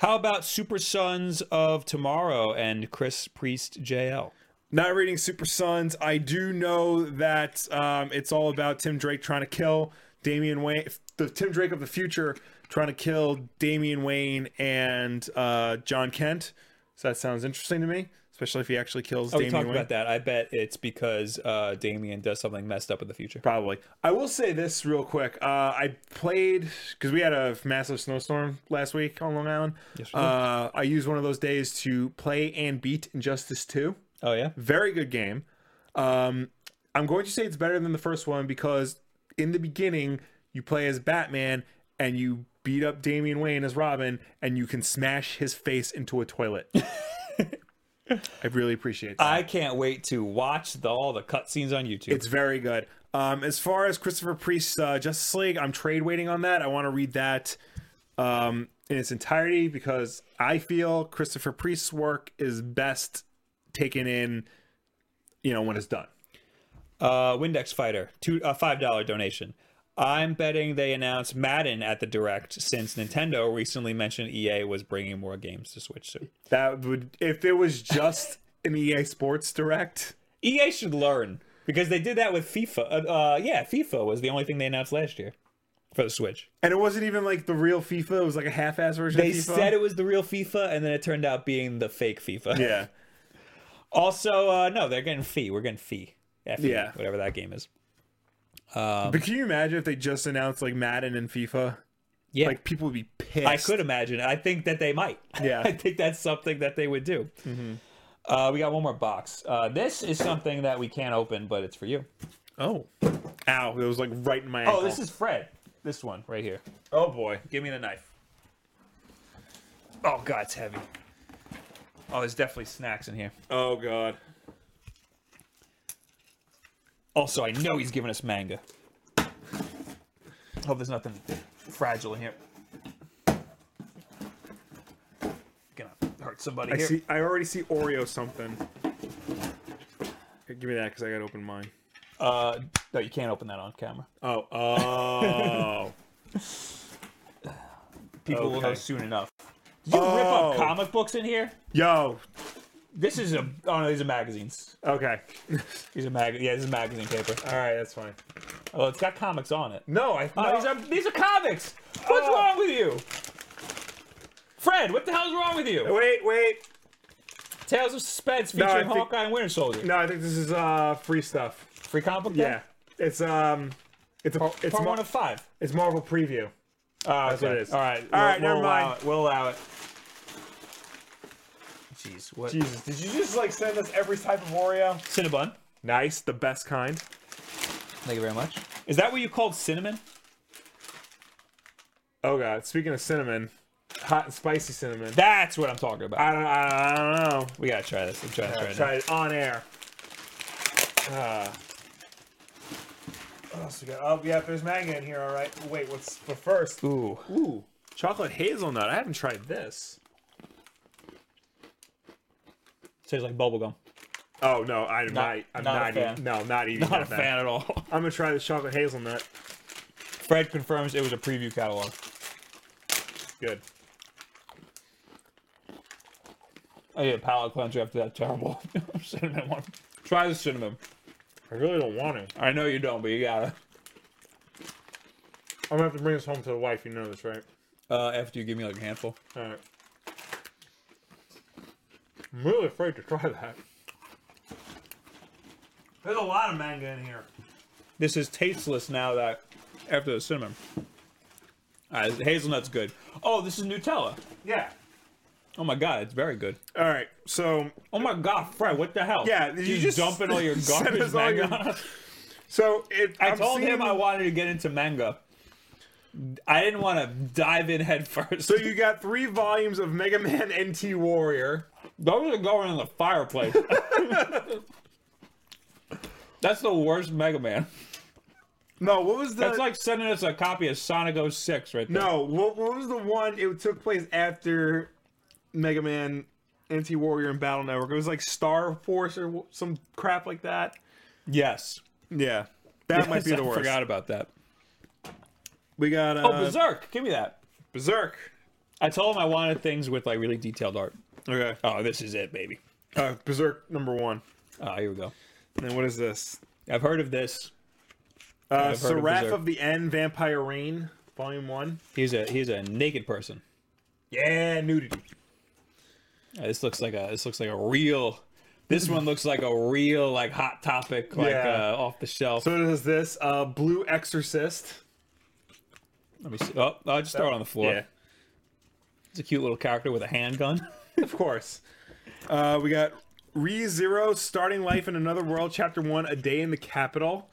Speaker 1: How about Super Sons of Tomorrow and Chris Priest JL?
Speaker 2: Not reading Super Sons. I do know that um, it's all about Tim Drake trying to kill Damian Wayne, the Tim Drake of the future, trying to kill Damian Wayne and uh, John Kent. So that sounds interesting to me, especially if he actually kills
Speaker 1: Oh, we
Speaker 2: Damian
Speaker 1: talked
Speaker 2: Wayne.
Speaker 1: about that. I bet it's because uh, Damien does something messed up in the future.
Speaker 2: Probably. I will say this real quick. Uh, I played because we had a massive snowstorm last week on Long Island.
Speaker 1: Yes, we did.
Speaker 2: uh, I used one of those days to play and beat Injustice Two.
Speaker 1: Oh, yeah?
Speaker 2: Very good game. Um, I'm going to say it's better than the first one because in the beginning you play as Batman and you beat up Damian Wayne as Robin and you can smash his face into a toilet. I really appreciate that.
Speaker 1: I can't wait to watch the, all the cutscenes on YouTube.
Speaker 2: It's very good. Um, as far as Christopher Priest's uh, Justice League, I'm trade waiting on that. I want to read that um, in its entirety because I feel Christopher Priest's work is best taken in, you know, when it's done.
Speaker 1: Uh, Windex Fighter, two a five dollar donation. I'm betting they announced Madden at the direct since Nintendo recently mentioned EA was bringing more games to Switch soon.
Speaker 2: That would, if it was just an EA Sports Direct.
Speaker 1: EA E should learn because they did that with FIFA. Uh, uh, yeah, FIFA was the only thing they announced last year for the Switch.
Speaker 2: And it wasn't even like the real FIFA. It was like a half-ass version.
Speaker 1: They
Speaker 2: of FIFA.
Speaker 1: said it was the real FIFA, and then it turned out being the fake FIFA.
Speaker 2: Yeah,
Speaker 1: Also, uh, no, they're getting fee. We're getting fee. F E,
Speaker 2: Yeah.
Speaker 1: whatever that game is.
Speaker 2: but can you imagine if they just announced like Madden and FIFA?
Speaker 1: Um, Yeah,
Speaker 2: Like people would be pissed.
Speaker 1: I could imagine. I think that they might.
Speaker 2: Yeah.
Speaker 1: I think that's something that they would do. Uh, we got one more box. Uh, this is something that we can't open, but it's for you.
Speaker 2: Oh, ow! It was like right in my.
Speaker 1: Oh,
Speaker 2: ankle.
Speaker 1: this is Fred. This one right here.
Speaker 2: Oh boy.
Speaker 1: Give me the knife. Oh, God, it's heavy. Oh, there's definitely snacks in here.
Speaker 2: Oh god.
Speaker 1: Also, I know he's giving us manga. Hope there's nothing fragile in here. Gonna hurt somebody
Speaker 2: I
Speaker 1: here.
Speaker 2: see. I already see Oreo something. Here, give me that because I gotta open mine.
Speaker 1: Uh, no, you can't open that on camera.
Speaker 2: Oh. Oh.
Speaker 1: People will know
Speaker 2: Okay.
Speaker 1: soon enough. Did you rip
Speaker 2: Oh.
Speaker 1: up comic books in here?
Speaker 2: Yo.
Speaker 1: This is a oh no, these are magazines.
Speaker 2: Okay.
Speaker 1: These are mag yeah, this is magazine paper.
Speaker 2: All right. That's fine.
Speaker 1: Oh, it's got comics on it.
Speaker 2: No, I.
Speaker 1: Oh,
Speaker 2: no.
Speaker 1: these are these are comics. What's
Speaker 2: Oh.
Speaker 1: wrong with you, Fred? What the hell's wrong with you?
Speaker 2: Wait, wait.
Speaker 1: Tales of Suspense
Speaker 2: I
Speaker 1: featuring
Speaker 2: think-
Speaker 1: Hawkeye and Winter Soldier.
Speaker 2: No, I think this is uh free stuff.
Speaker 1: Free comic book. day?
Speaker 2: Yeah. It's um. It's a, it's,
Speaker 1: Part
Speaker 2: Mar-
Speaker 1: one of five.
Speaker 2: it's Marvel preview.
Speaker 1: Oh,
Speaker 2: That's what it is.
Speaker 1: All right.
Speaker 2: All right, never
Speaker 1: allow
Speaker 2: mind.
Speaker 1: it. We'll allow it. Jeez, what?
Speaker 2: Jesus, did you just like send us every type of Oreo?
Speaker 1: Cinnabon.
Speaker 2: Nice, the best kind.
Speaker 1: Thank you very much. Is that what you called cinnamon?
Speaker 2: Oh god. Speaking of cinnamon, hot and spicy cinnamon.
Speaker 1: That's what I'm talking about.
Speaker 2: I don't. I, I don't know.
Speaker 1: we gotta try this. I'm trying to try it. now.
Speaker 2: Try it on air. Uh, what else we got? Oh, yeah, there's manga in here. All right. Wait, what's for first?
Speaker 1: Ooh.
Speaker 2: Ooh, chocolate hazelnut. I haven't tried this.
Speaker 1: Tastes like bubblegum.
Speaker 2: Oh no, I'm not.
Speaker 1: Not-
Speaker 2: I'm
Speaker 1: not a
Speaker 2: not,
Speaker 1: fan.
Speaker 2: eating. No, not eating.
Speaker 1: Not a
Speaker 2: that now.
Speaker 1: fan at all.
Speaker 2: I'm gonna try this chocolate hazelnut.
Speaker 1: Fred confirms it was a preview catalog.
Speaker 2: Good.
Speaker 1: I need a Oh, palate cleanser after that terrible cinnamon one. Try the cinnamon.
Speaker 2: I really don't want it.
Speaker 1: I know you don't, but you gotta.
Speaker 2: I'm gonna have to bring this home to the wife. You know this, right?
Speaker 1: Uh, after you give me like a handful.
Speaker 2: All right. I'm really afraid to try that.
Speaker 1: There's a lot of manga in here. This is tasteless now that after the cinnamon. All right, hazelnut's good. Oh, this is Nutella.
Speaker 2: Yeah.
Speaker 1: Oh my god, it's very good.
Speaker 2: All right. So
Speaker 1: Oh my god, Fred, what the hell?
Speaker 2: Yeah, you
Speaker 1: you
Speaker 2: just
Speaker 1: dumping all your
Speaker 2: sent
Speaker 1: garbage
Speaker 2: us all
Speaker 1: manga.
Speaker 2: your-
Speaker 1: on us?
Speaker 2: so it.
Speaker 1: I
Speaker 2: I'm
Speaker 1: told
Speaker 2: seeing-
Speaker 1: him I wanted to get into manga. I didn't want to dive in head first.
Speaker 2: So you got three volumes of Mega Man NT Warrior.
Speaker 1: Those are going in the fireplace. That's the worst Mega Man.
Speaker 2: No, what was the?
Speaker 1: That's like sending us a copy of Sonic 06 right there.
Speaker 2: no, what, what was the one? It took place after Mega Man NT Warrior and Battle Network. It was like Star Force or wh- some crap like that.
Speaker 1: Yes.
Speaker 2: Yeah, that might be
Speaker 1: Yes,
Speaker 2: the
Speaker 1: I
Speaker 2: worst.
Speaker 1: forgot about that.
Speaker 2: We got uh,
Speaker 1: Oh, Berserk. Give me that.
Speaker 2: Berserk.
Speaker 1: I told him I wanted things with like really detailed art.
Speaker 2: Okay,
Speaker 1: Oh, this is it, baby.
Speaker 2: uh, Berserk number one.
Speaker 1: Oh, here we go.
Speaker 2: And then what is this?
Speaker 1: I've heard of this.
Speaker 2: Uh,
Speaker 1: I've heard of
Speaker 2: Seraph of,
Speaker 1: Berserk.
Speaker 2: the End, Vampire Reign, Volume One.
Speaker 1: He's a he's a naked person.
Speaker 2: Yeah, nudity.
Speaker 1: Uh, This looks like a this looks like a real. This one looks like a real like hot topic like
Speaker 2: Yeah.
Speaker 1: uh, off the shelf.
Speaker 2: So does this uh, Blue Exorcist?
Speaker 1: Let me see. Oh, I'll just throw it on the floor. It's a cute little character with a handgun.
Speaker 2: of course. Uh, we got Re Zero, Starting Life in Another World, Chapter One, A Day in the Capital,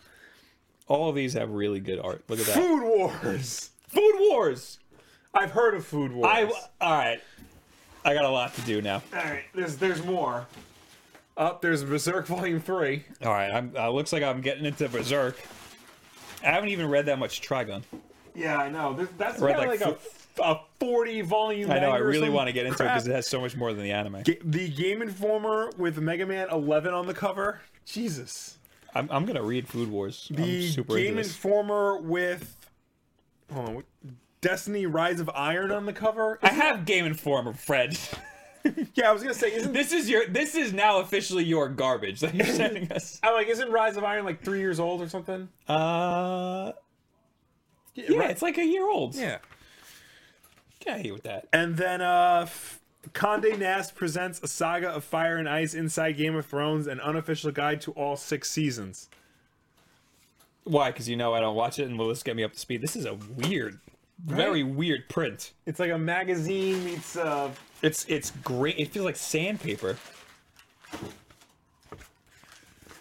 Speaker 1: All of these have really good art. Look at that.
Speaker 2: Food Wars.
Speaker 1: Food Wars.
Speaker 2: I've heard of Food Wars.
Speaker 1: I all right. I got a lot to do now.
Speaker 2: All right, there's there's more. Up there's Berserk Volume Three.
Speaker 1: All right, I'm, uh, looks like I'm getting into Berserk. I haven't even read that much Trigun.
Speaker 2: Yeah, I know. There's, that's
Speaker 1: Read
Speaker 2: kind of like,
Speaker 1: like
Speaker 2: a, a forty volume.
Speaker 1: I know. I
Speaker 2: manga or
Speaker 1: really
Speaker 2: some
Speaker 1: want to get into it because
Speaker 2: crap.
Speaker 1: it has so much more than the anime.
Speaker 2: Ga- the Game Informer with Mega Man 11 on the cover. Jesus.
Speaker 1: I'm, I'm gonna read Food Wars. I'm
Speaker 2: The
Speaker 1: super
Speaker 2: Game
Speaker 1: into this.
Speaker 2: Informer with hold on, what- Destiny Rise of Iron on the cover.
Speaker 1: I have Game Informer, Fred.
Speaker 2: Yeah, I was gonna say, isn't
Speaker 1: This is your. This is now officially your garbage that you're sending us.
Speaker 2: I'm like, isn't Rise of Iron like three years old or something?
Speaker 1: Uh, yeah, it's like a year old.
Speaker 2: yeah.
Speaker 1: Get out of here with that.
Speaker 2: And then uh f- Conde Nast presents a saga of fire and ice inside Game of Thrones, an unofficial guide to all six seasons.
Speaker 1: Why? Because you know I don't watch it, and will this get me up to speed? This is a weird, very weird print.
Speaker 2: It's like a magazine meets uh
Speaker 1: It's it's great. It feels like sandpaper.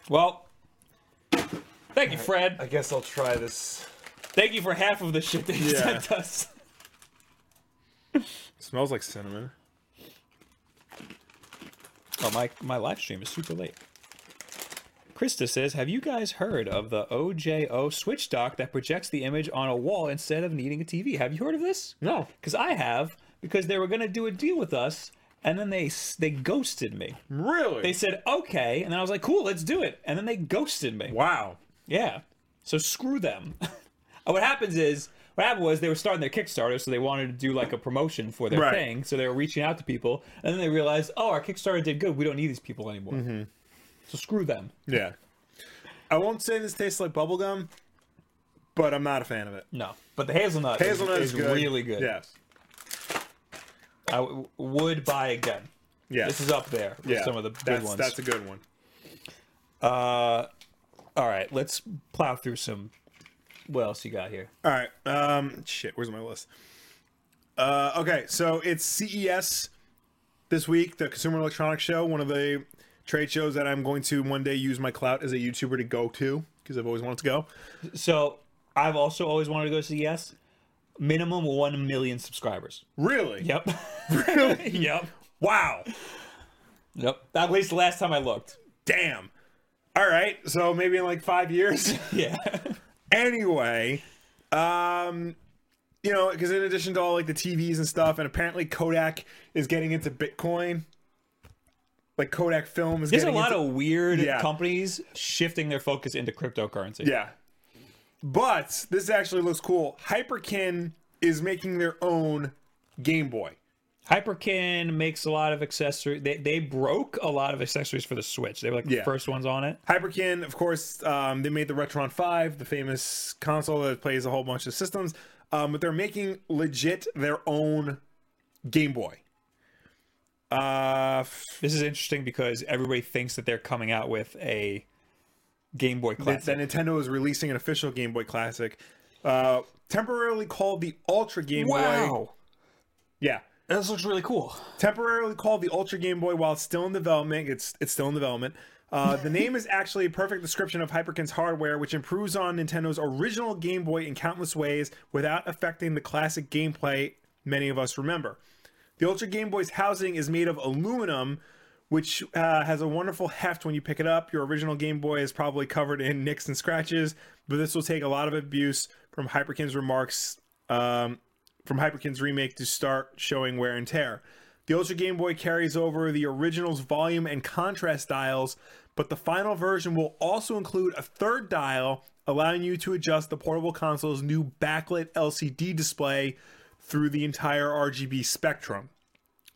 Speaker 1: Well, thank you, Fred.
Speaker 2: I guess I'll try this.
Speaker 1: Thank you for half of the shit that you
Speaker 2: Yeah.
Speaker 1: sent us.
Speaker 2: smells like cinnamon.
Speaker 1: Oh, my my live stream is super late. Krista says, "Have you guys heard of the OJO switch dock that projects the image on a wall instead of needing a TV? Have you heard of this?
Speaker 2: No.
Speaker 1: because I have. Because they were gonna do a deal with us, and then they s- they ghosted me.
Speaker 2: Really?
Speaker 1: They said okay, and then I was like, cool, let's do it. And then they ghosted me.
Speaker 2: wow.
Speaker 1: Yeah. So screw them. And what happens is, what happened was they were starting their Kickstarter, so they wanted to do like a promotion for their
Speaker 2: Right.
Speaker 1: thing. So they were reaching out to people, and then they realized, oh, our Kickstarter did good. We don't need these people anymore.
Speaker 2: Mm-hmm.
Speaker 1: So screw them.
Speaker 2: Yeah. I won't say this tastes like bubblegum, but I'm not a fan of it.
Speaker 1: No. But the hazelnut, is-
Speaker 2: Hazelnut is,
Speaker 1: is,
Speaker 2: good.
Speaker 1: really good.
Speaker 2: Yes.
Speaker 1: I w- would buy again.
Speaker 2: Yeah.
Speaker 1: This is up there with
Speaker 2: yeah.
Speaker 1: some of the good
Speaker 2: that's,
Speaker 1: ones.
Speaker 2: That's a good one.
Speaker 1: All right, let's plow through some. What else you got here?
Speaker 2: All right. Um, shit, where's my list? Uh, okay, so it's CES this week, the Consumer Electronics Show, one of the trade shows that I'm going to one day use my clout as a YouTuber to go to because I've always wanted to go.
Speaker 1: So I've also always wanted to go to CES. Minimum one million subscribers.
Speaker 2: Really?
Speaker 1: Yep.
Speaker 2: Really?
Speaker 1: yep.
Speaker 2: wow.
Speaker 1: Yep. At least the last time I looked.
Speaker 2: Damn. All right, so maybe in like five years.
Speaker 1: Yeah.
Speaker 2: anyway um you know because in addition to all like the tvs and stuff and apparently kodak is getting into bitcoin like kodak film is
Speaker 1: There's a
Speaker 2: getting
Speaker 1: lot
Speaker 2: into-
Speaker 1: of weird
Speaker 2: Yeah.
Speaker 1: companies shifting their focus into cryptocurrency.
Speaker 2: yeah but this actually looks cool hyperkin is making their own game boy
Speaker 1: Hyperkin makes a lot of accessories. They, they broke a lot of accessories for the Switch. They were like
Speaker 2: Yeah.
Speaker 1: the first ones on it.
Speaker 2: hyperkin of course um, they made the retron 5 the famous console that plays a whole bunch of systems um, but they're making legit their own game boy uh
Speaker 1: This is interesting because everybody thinks that they're coming out with a Game Boy
Speaker 2: that, that
Speaker 1: Classic.
Speaker 2: Nintendo is releasing an official Game Boy Classic, uh, temporarily called the Ultra Game Boy.
Speaker 1: Wow,
Speaker 2: Yeah,
Speaker 1: this looks really cool.
Speaker 2: temporarily called the Ultra Game Boy while it's still in development. It's it's still in development. Uh, the name is actually a perfect description of Hyperkin's hardware, which improves on Nintendo's original Game Boy in countless ways without affecting the classic gameplay many of us remember. The Ultra Game Boy's housing is made of aluminum, which uh, has a wonderful heft when you pick it up. Your original Game Boy is probably covered in nicks and scratches, but this will take a lot of abuse from Hyperkin's remarks um, from Hyperkin's remake to start showing wear and tear. The Ultra Game Boy carries over the original's volume and contrast dials, but the final version will also include a third dial, allowing you to adjust the portable console's new backlit LCD display through the entire RGB spectrum.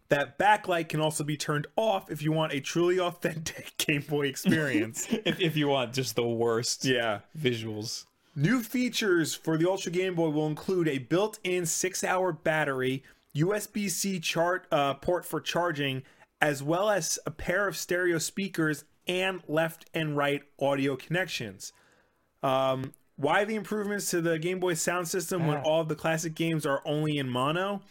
Speaker 2: That backlight can also be turned off if you want a truly authentic Game Boy experience.
Speaker 1: If, if you want just the worst
Speaker 2: yeah.
Speaker 1: visuals,
Speaker 2: New features for the Ultra Game Boy will include a built-in six-hour battery, USB-C chart uh, port for charging, as well as a pair of stereo speakers and left and right audio connections. Um, why the improvements to the Game Boy sound system when
Speaker 1: Ah.
Speaker 2: all of the classic games are only in mono?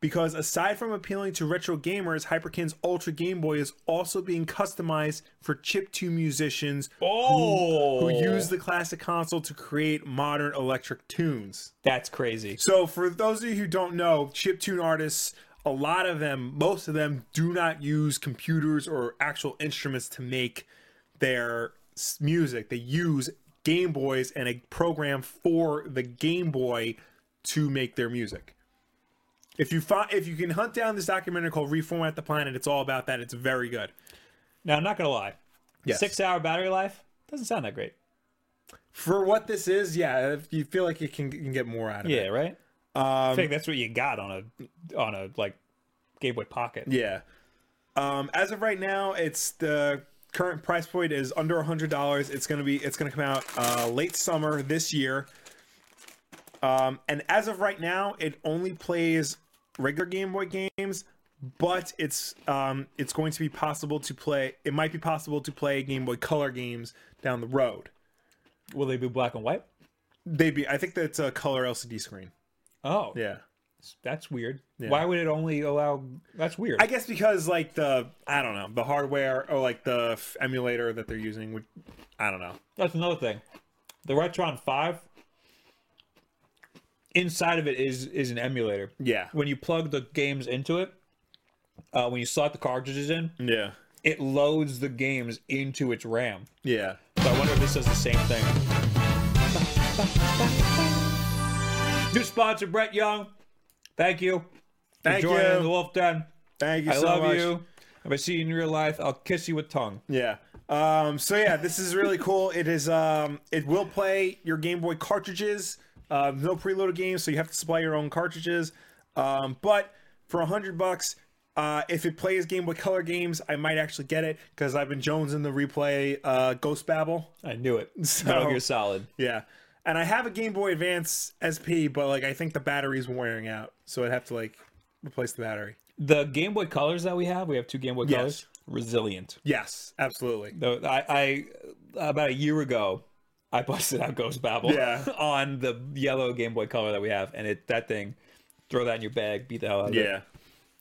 Speaker 2: Because aside from appealing to retro gamers, Hyperkin's Ultra Game Boy is also being customized for chiptune musicians
Speaker 1: oh,
Speaker 2: who use the classic console to create modern electric tunes.
Speaker 1: that's crazy.
Speaker 2: So, for those of you who don't know, chiptune artists, a lot of them, most of them, do not use computers or actual instruments to make their s- music. They use Game Boys and a program for the Game Boy to make their music. If you find, if you can hunt down this documentary called "Reformat the Planet," it's all about that. It's very good.
Speaker 1: Now I'm not gonna lie,
Speaker 2: Yes.
Speaker 1: six-hour battery life doesn't sound that great.
Speaker 2: For what this is, yeah, if you feel like you can, you can get more out of it.
Speaker 1: Yeah, right. I
Speaker 2: Um,
Speaker 1: think that's what you got on a on a like Game Boy Pocket.
Speaker 2: Yeah. Um, as of right now, it's the current price point is under a hundred dollars. It's gonna be it's gonna come out uh, late summer this year. Um, and as of right now, it only plays regular Game Boy games, but it's um, it's going to be possible to play. It might be possible to play Game Boy Color games down the road.
Speaker 1: Will they be black and white?
Speaker 2: They be I think that's a color LCD screen.
Speaker 1: Oh,
Speaker 2: Yeah.
Speaker 1: that's weird. Why would it only allow? That's weird.
Speaker 2: I guess because like the I don't know the hardware or like the f- emulator that they're using would I don't know
Speaker 1: That's another thing. The Retron Five inside of it is is an emulator.
Speaker 2: yeah
Speaker 1: When you plug the games into it, uh, when you slot the cartridges in,
Speaker 2: Yeah.
Speaker 1: it loads the games into its RAM.
Speaker 2: Yeah.
Speaker 1: So I wonder if this does the same thing. New sponsor, Brett Young. Thank you.
Speaker 2: Thank
Speaker 1: for joining the
Speaker 2: you.
Speaker 1: Wolf Den.
Speaker 2: Thank you
Speaker 1: I
Speaker 2: so
Speaker 1: love
Speaker 2: much.
Speaker 1: you. If I see you in real life, I'll kiss you with tongue.
Speaker 2: Yeah. Um, so yeah, this is really cool. It is um it will play your Game Boy cartridges. Uh, no preloaded games, so you have to supply your own cartridges. Um, but for a hundred bucks, uh, if it plays Game Boy Color games, I might actually get it because I've been jonesing the replay uh, Ghost Babble.
Speaker 1: I knew it. So,
Speaker 2: Metal Gear
Speaker 1: Solid.
Speaker 2: Yeah, and I have a Game Boy Advance SP, but like I think the battery's wearing out, so I'd have to like replace the battery.
Speaker 1: The Game Boy Colors that we have, we have two Game Boy
Speaker 2: Yes.
Speaker 1: Colors. Resilient.
Speaker 2: Yes, absolutely.
Speaker 1: Though I, I about a year ago, I busted out Ghost Babble
Speaker 2: Yeah.
Speaker 1: on the yellow Game Boy Color that we have, and it that thing, throw that in your bag, beat the hell out of it.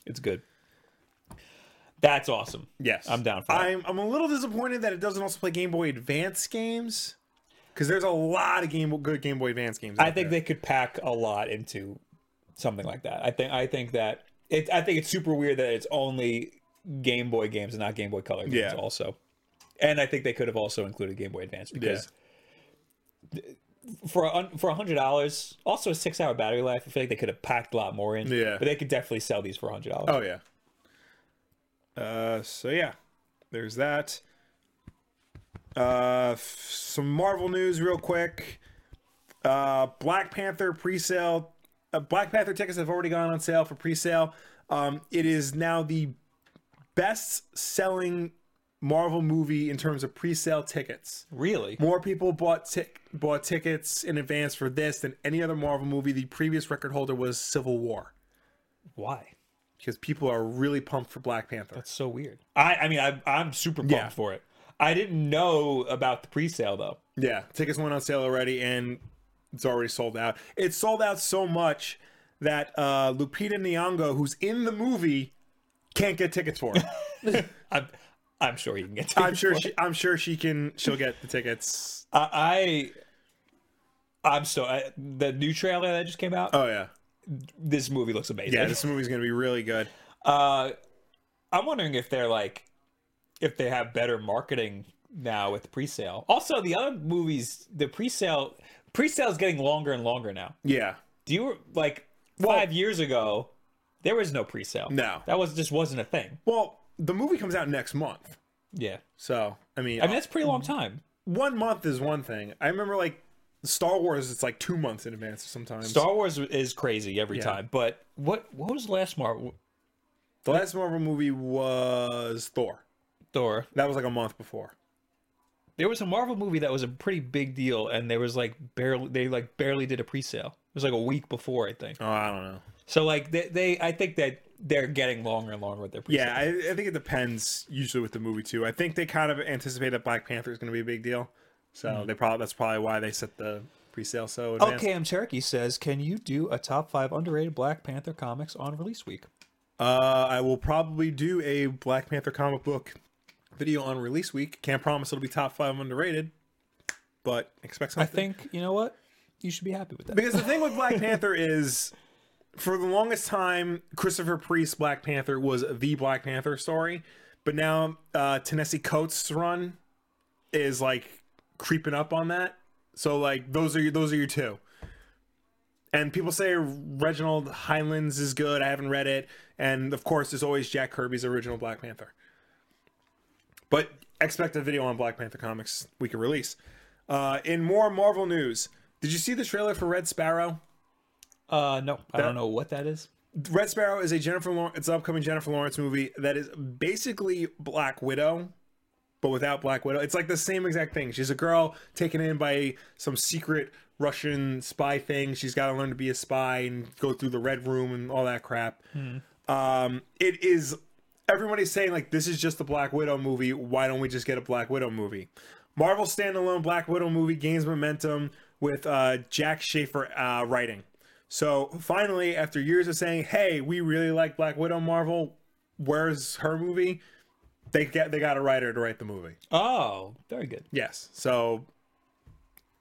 Speaker 1: It's good. That's awesome.
Speaker 2: Yes,
Speaker 1: I'm down for that.
Speaker 2: I'm I'm a little disappointed that it doesn't also play Game Boy Advance games because there's a lot of Game Boy, good Game Boy Advance games.
Speaker 1: I think they could pack a lot into something like that. I think I think that it I think it's super weird that it's only Game Boy games and not Game Boy Color games
Speaker 2: Yeah.
Speaker 1: also. And I think they could have also included Game Boy Advance because for a hun- for hundred dollars, also a six hour battery life, I feel like they could have packed a lot more in.
Speaker 2: Yeah.
Speaker 1: But they could definitely sell these for hundred dollars.
Speaker 2: Oh yeah. Uh, so yeah, there's that. Uh, f- some Marvel news real quick. Uh, Black Panther pre-sale. Uh, Black Panther tickets have already gone on sale for pre-sale. Um, it is now the best-selling Marvel movie in terms of pre-sale tickets.
Speaker 1: Really?
Speaker 2: More people bought tic- bought tickets in advance for this than any other Marvel movie. The previous record holder was Civil War
Speaker 1: Why?
Speaker 2: because people are really pumped for Black Panther.
Speaker 1: That's so weird. I I mean I I'm super pumped
Speaker 2: Yeah.
Speaker 1: for it. I didn't know about the pre-sale though.
Speaker 2: Yeah, tickets went on sale already, and it's already sold out. It's sold out so much that uh, Lupita Nyong'o, who's in the movie, can't get tickets for. it.
Speaker 1: I'm, I'm sure you can get.
Speaker 2: I'm
Speaker 1: tickets
Speaker 2: sure
Speaker 1: for it.
Speaker 2: she. I'm sure she can. She'll get the tickets.
Speaker 1: I, I I'm so I, the new trailer that just came out.
Speaker 2: Oh yeah,
Speaker 1: this movie looks amazing.
Speaker 2: yeah. This movie's gonna be really good.
Speaker 1: Uh, I'm wondering if they're like, if they have better marketing now with pre-sale. Also, the other movies, the pre-sale, pre-sale is getting longer and longer now.
Speaker 2: Yeah,
Speaker 1: Do you like five years ago? There was no pre-sale.
Speaker 2: No.
Speaker 1: that was just wasn't a thing.
Speaker 2: Well, the movie comes out next month,
Speaker 1: Yeah,
Speaker 2: so I mean,
Speaker 1: I mean that's a pretty long
Speaker 2: Mm-hmm.
Speaker 1: time.
Speaker 2: one month is one thing. I remember like Star Wars, it's like two months in advance sometimes.
Speaker 1: Star Wars is crazy every time, but what what was the last Marvel
Speaker 2: the last Marvel movie was Thor.
Speaker 1: Thor?
Speaker 2: That was like a month before.
Speaker 1: There was a Marvel movie that was a pretty big deal, and there was like barely they like barely did a pre-sale. It was like a week before, I think.
Speaker 2: Oh, I don't know.
Speaker 1: So like they, they I think that they're getting longer and longer with their pre-sale.
Speaker 2: Yeah, I, I think it depends usually with the movie too. I think they kind of anticipate that Black Panther is going to be a big deal, so they probably that's probably why they set the pre-sale so advanced.
Speaker 1: Hmm. Okay, I'm Cherokee says, can you do a top five underrated Black Panther comics on release week?
Speaker 2: Uh, I will probably do a Black Panther comic book video on release week. Can't promise it'll be top five underrated, but expect
Speaker 1: I
Speaker 2: something.
Speaker 1: think you know what you should be happy with that.
Speaker 2: Because the thing with Black Panther is, for the longest time, Christopher Priest Black Panther was the Black Panther story, but now uh, Tennessee Coates' run is like creeping up on that. So like those are your, those are your two. And people say Reginald Highlands is good. I haven't read it, and of course, there's always Jack Kirby's original Black Panther. But expect a video on Black Panther comics we can release. Uh, in more Marvel news, did you see the trailer for Red Sparrow?
Speaker 1: Uh, no, I don't know what that is.
Speaker 2: Red Sparrow is a Jennifer Lawrence, it's an upcoming Jennifer Lawrence movie that is basically Black Widow, but without Black Widow. It's like the same exact thing. She's a girl taken in by some secret Russian spy thing. She's got to learn to be a spy and go through the Red Room and all that crap. Um, it is everybody's saying like this is just the Black Widow movie. Why don't we just get a Black Widow movie? Marvel standalone Black Widow movie gains momentum with uh, Jack Schaefer uh, writing. So finally, after years of saying, "Hey, we really like Black Widow," Marvel, where's her movie? They get they got a writer to write the movie.
Speaker 1: Oh, very good.
Speaker 2: Yes, so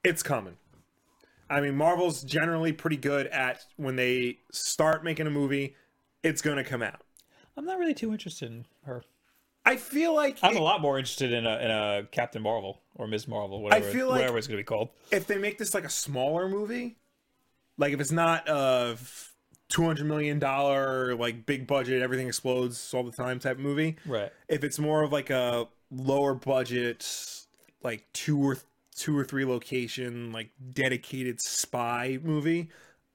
Speaker 2: it's coming. I mean, Marvel's generally pretty good at when they start making a movie, it's gonna come out.
Speaker 1: I'm not really too interested in her.
Speaker 2: I feel like
Speaker 1: I'm a lot more interested in a, in a Captain Marvel or Ms. Marvel, whatever,
Speaker 2: feel like-
Speaker 1: whatever it's going to be called.
Speaker 2: if they make this like a smaller movie, like if it's not a f- two hundred million dollar like big budget, everything explodes all the time type movie.
Speaker 1: Right.
Speaker 2: If it's more of like a lower budget, like two or th- two or three location, like dedicated spy movie,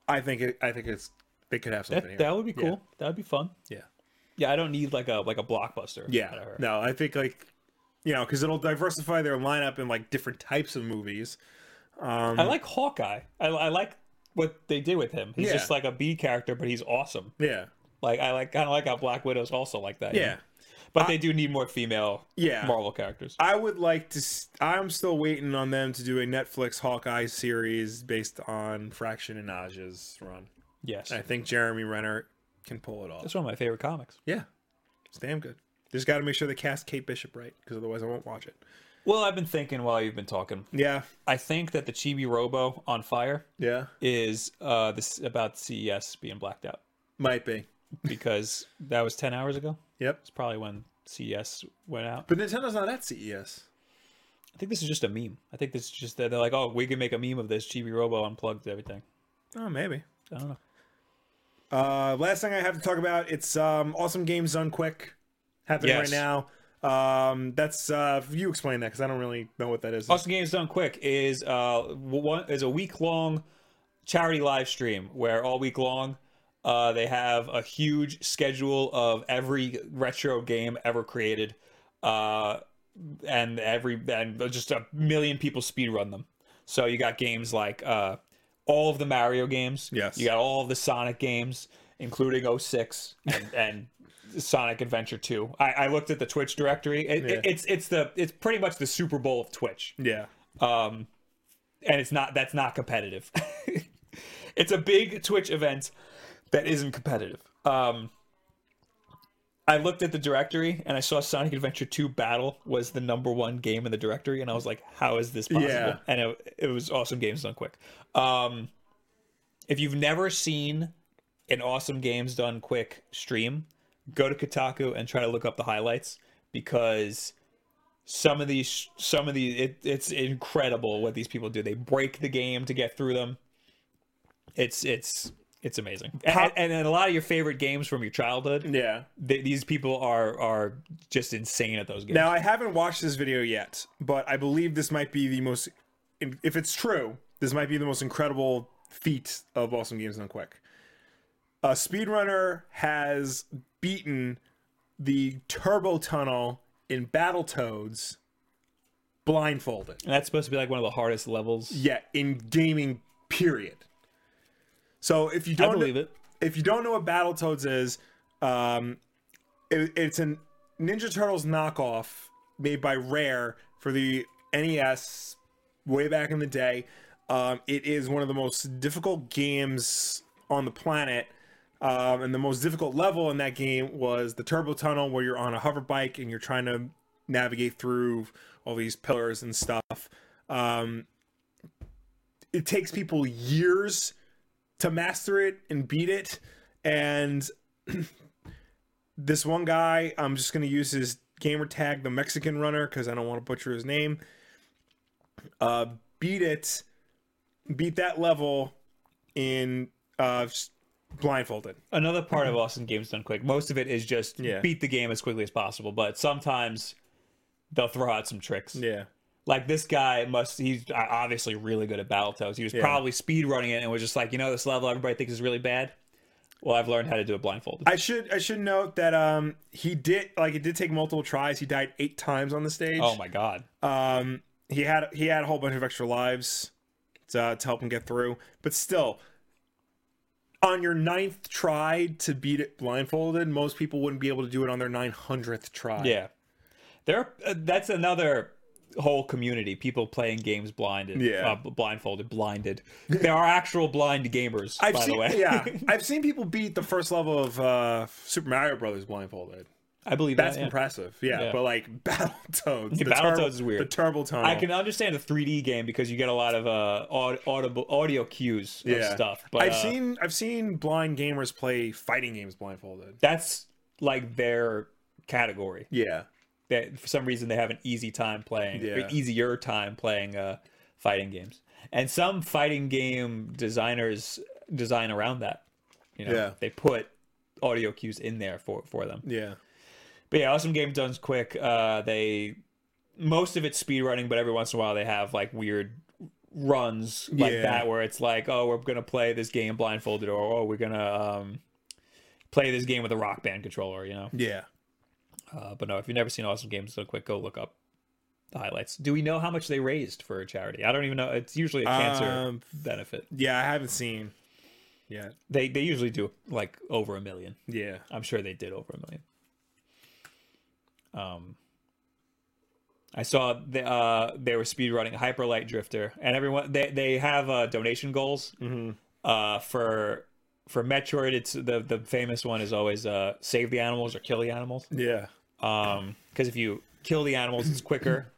Speaker 2: I think it, I think it's they could have something.
Speaker 1: That,
Speaker 2: here.
Speaker 1: that would be cool. That would be fun.
Speaker 2: yeah.
Speaker 1: Yeah, I don't need like a like a blockbuster. out of
Speaker 2: Yeah.
Speaker 1: her.
Speaker 2: No, I think like you know because it'll diversify their lineup in like different types of movies.
Speaker 1: I like Hawkeye. I, I like what they did with him. He's
Speaker 2: Yeah.
Speaker 1: just like a B character, but he's awesome.
Speaker 2: Yeah.
Speaker 1: Like I like kind of like how Black Widow's also like that. you know?
Speaker 2: Yeah.
Speaker 1: but they do need more female
Speaker 2: Yeah.
Speaker 1: Marvel characters.
Speaker 2: I would like to. s- I'm still waiting on them to do a Netflix Hawkeye series based on Fraction and Aj's run.
Speaker 1: yes,
Speaker 2: I think Jeremy Renner can pull it off.
Speaker 1: that's one of my favorite comics.
Speaker 2: Yeah, it's damn good. They just got to make sure they cast Kate Bishop right, because otherwise I won't watch it.
Speaker 1: Well, I've been thinking while you've been talking.
Speaker 2: Yeah,
Speaker 1: I think that the Chibi Robo on fire
Speaker 2: yeah,
Speaker 1: is uh this about CES being blacked out
Speaker 2: might be.
Speaker 1: because that was ten hours ago.
Speaker 2: Yep.
Speaker 1: It's probably when CES went out.
Speaker 2: But Nintendo's not at E CES.
Speaker 1: I think this is just a meme. I think this is just that they're like, oh, we can make a meme of this. Chibi Robo unplugged everything.
Speaker 2: Oh, maybe.
Speaker 1: I don't know.
Speaker 2: Uh, last thing I have to talk about, it's um, awesome games done quick, happening
Speaker 1: Yes.
Speaker 2: right now. Um, that's uh, you explain that because I don't really know what that is.
Speaker 1: Awesome Games Done Quick is uh w- one is a week long charity live stream where all week long uh they have a huge schedule of every retro game ever created uh and every and just a million people speed run them. So you got games like uh all of the Mario games.
Speaker 2: Yes.
Speaker 1: You got all of the Sonic games, including 06 and, and Sonic Adventure Two. I, I looked at the Twitch directory. It,
Speaker 2: Yeah.
Speaker 1: it's it's the it's pretty much the Super Bowl of Twitch,
Speaker 2: Yeah.
Speaker 1: um, and it's not that's not competitive. it's a big Twitch event that isn't competitive. Um, I looked at the directory and I saw Sonic Adventure Two Battle was the number one game in the directory, and I was like, "How is this possible?"
Speaker 2: Yeah.
Speaker 1: And it, it was awesome games done quick. Um, if you've never seen an awesome games done quick stream, go to Kotaku and try to look up the highlights because some of these some of these it, it's incredible what these people do. They break the game to get through them. It's it's it's amazing. And, and, and a lot of your favorite games from your childhood,
Speaker 2: Yeah.
Speaker 1: th- these people are are just insane at those games.
Speaker 2: Now I haven't watched this video yet, but I believe this might be the most if it's true, this might be the most incredible feat of awesome games done quick. A speedrunner has beaten the turbo tunnel in Battletoads blindfolded.
Speaker 1: and that's supposed to be like one of the hardest levels.
Speaker 2: Yeah, in gaming period. So if you
Speaker 1: I
Speaker 2: don't
Speaker 1: believe it.
Speaker 2: if you don't know what Battletoads is, um, it, it's a Ninja Turtles knockoff made by Rare for the NES way back in the day. Um, it is one of the most difficult games on the planet. Um, and the most difficult level in that game was the Turbo Tunnel, where you're on a hover bike and you're trying to navigate through all these pillars and stuff. Um, it takes people years to master it and beat it. And this one guy, I'm just gonna use his gamer tag, the Mexican runner, because I don't want to butcher his name. Uh, beat it, beat that level in uh, s- blindfolded.
Speaker 1: another part of awesome games done quick most of it is just
Speaker 2: Mm-hmm. Yeah.
Speaker 1: beat the game as quickly as possible but sometimes they'll throw out some tricks
Speaker 2: Yeah,
Speaker 1: like this guy must he's obviously really good at battletoads he was probably speed running it and was just like you know this level everybody thinks is really bad well i've learned how to do it blindfolded
Speaker 2: I should I should note that um he did like it did take multiple tries. He died eight times on the stage.
Speaker 1: oh my god
Speaker 2: Um, he had he had a whole bunch of extra lives to, to help him get through, but still, on your ninth try to beat it blindfolded, most people wouldn't be able to do it on their nine hundredth try.
Speaker 1: yeah there are, uh, that's another whole community people playing games blinded
Speaker 2: Yeah.
Speaker 1: uh, blindfolded blinded there are actual blind gamers
Speaker 2: I've
Speaker 1: by
Speaker 2: seen
Speaker 1: the way
Speaker 2: yeah, I've seen people beat the first level of uh, Super Mario Brothers blindfolded.
Speaker 1: i believe
Speaker 2: That's
Speaker 1: that, yeah.
Speaker 2: impressive. Yeah,
Speaker 1: Yeah.
Speaker 2: but like Battletoads, the
Speaker 1: Battletoads
Speaker 2: Tur-
Speaker 1: is weird.
Speaker 2: The Turbo Tunnel.
Speaker 1: I can understand a 3D game because you get a lot of uh, aud- audible audio cues of
Speaker 2: yeah.
Speaker 1: stuff. But
Speaker 2: I've
Speaker 1: uh,
Speaker 2: seen I've seen blind gamers play fighting games blindfolded.
Speaker 1: that's like their category.
Speaker 2: Yeah.
Speaker 1: That for some reason they have an easy time playing, or
Speaker 2: Yeah.
Speaker 1: easier time playing uh, fighting games. And some fighting game designers design around that. You know,
Speaker 2: Yeah.
Speaker 1: they put audio cues in there for for them.
Speaker 2: Yeah.
Speaker 1: But yeah, awesome game done quick. Uh, they most of it's speed running, but every once in a while they have like weird runs like
Speaker 2: Yeah.
Speaker 1: that where it's like, oh, we're gonna play this game blindfolded, or oh, we're gonna um, play this game with a rock band controller, you know.
Speaker 2: Yeah.
Speaker 1: Uh, but no, if you've never seen Awesome Games Done Quick, go look up the highlights. Do we know how much they raised for a charity? I don't even know. It's usually a cancer
Speaker 2: Um,
Speaker 1: benefit.
Speaker 2: Yeah, I haven't seen. Yeah,
Speaker 1: They they usually do like over a million.
Speaker 2: yeah.
Speaker 1: I'm sure they did over a million. Um, I saw the, uh, they were speedrunning Hyperlight Drifter, and everyone they they have uh, donation goals. Uh, for for Metroid, it's the the famous one is always uh, save the animals or kill the animals.
Speaker 2: Yeah.
Speaker 1: Um, because if you kill the animals, it's quicker,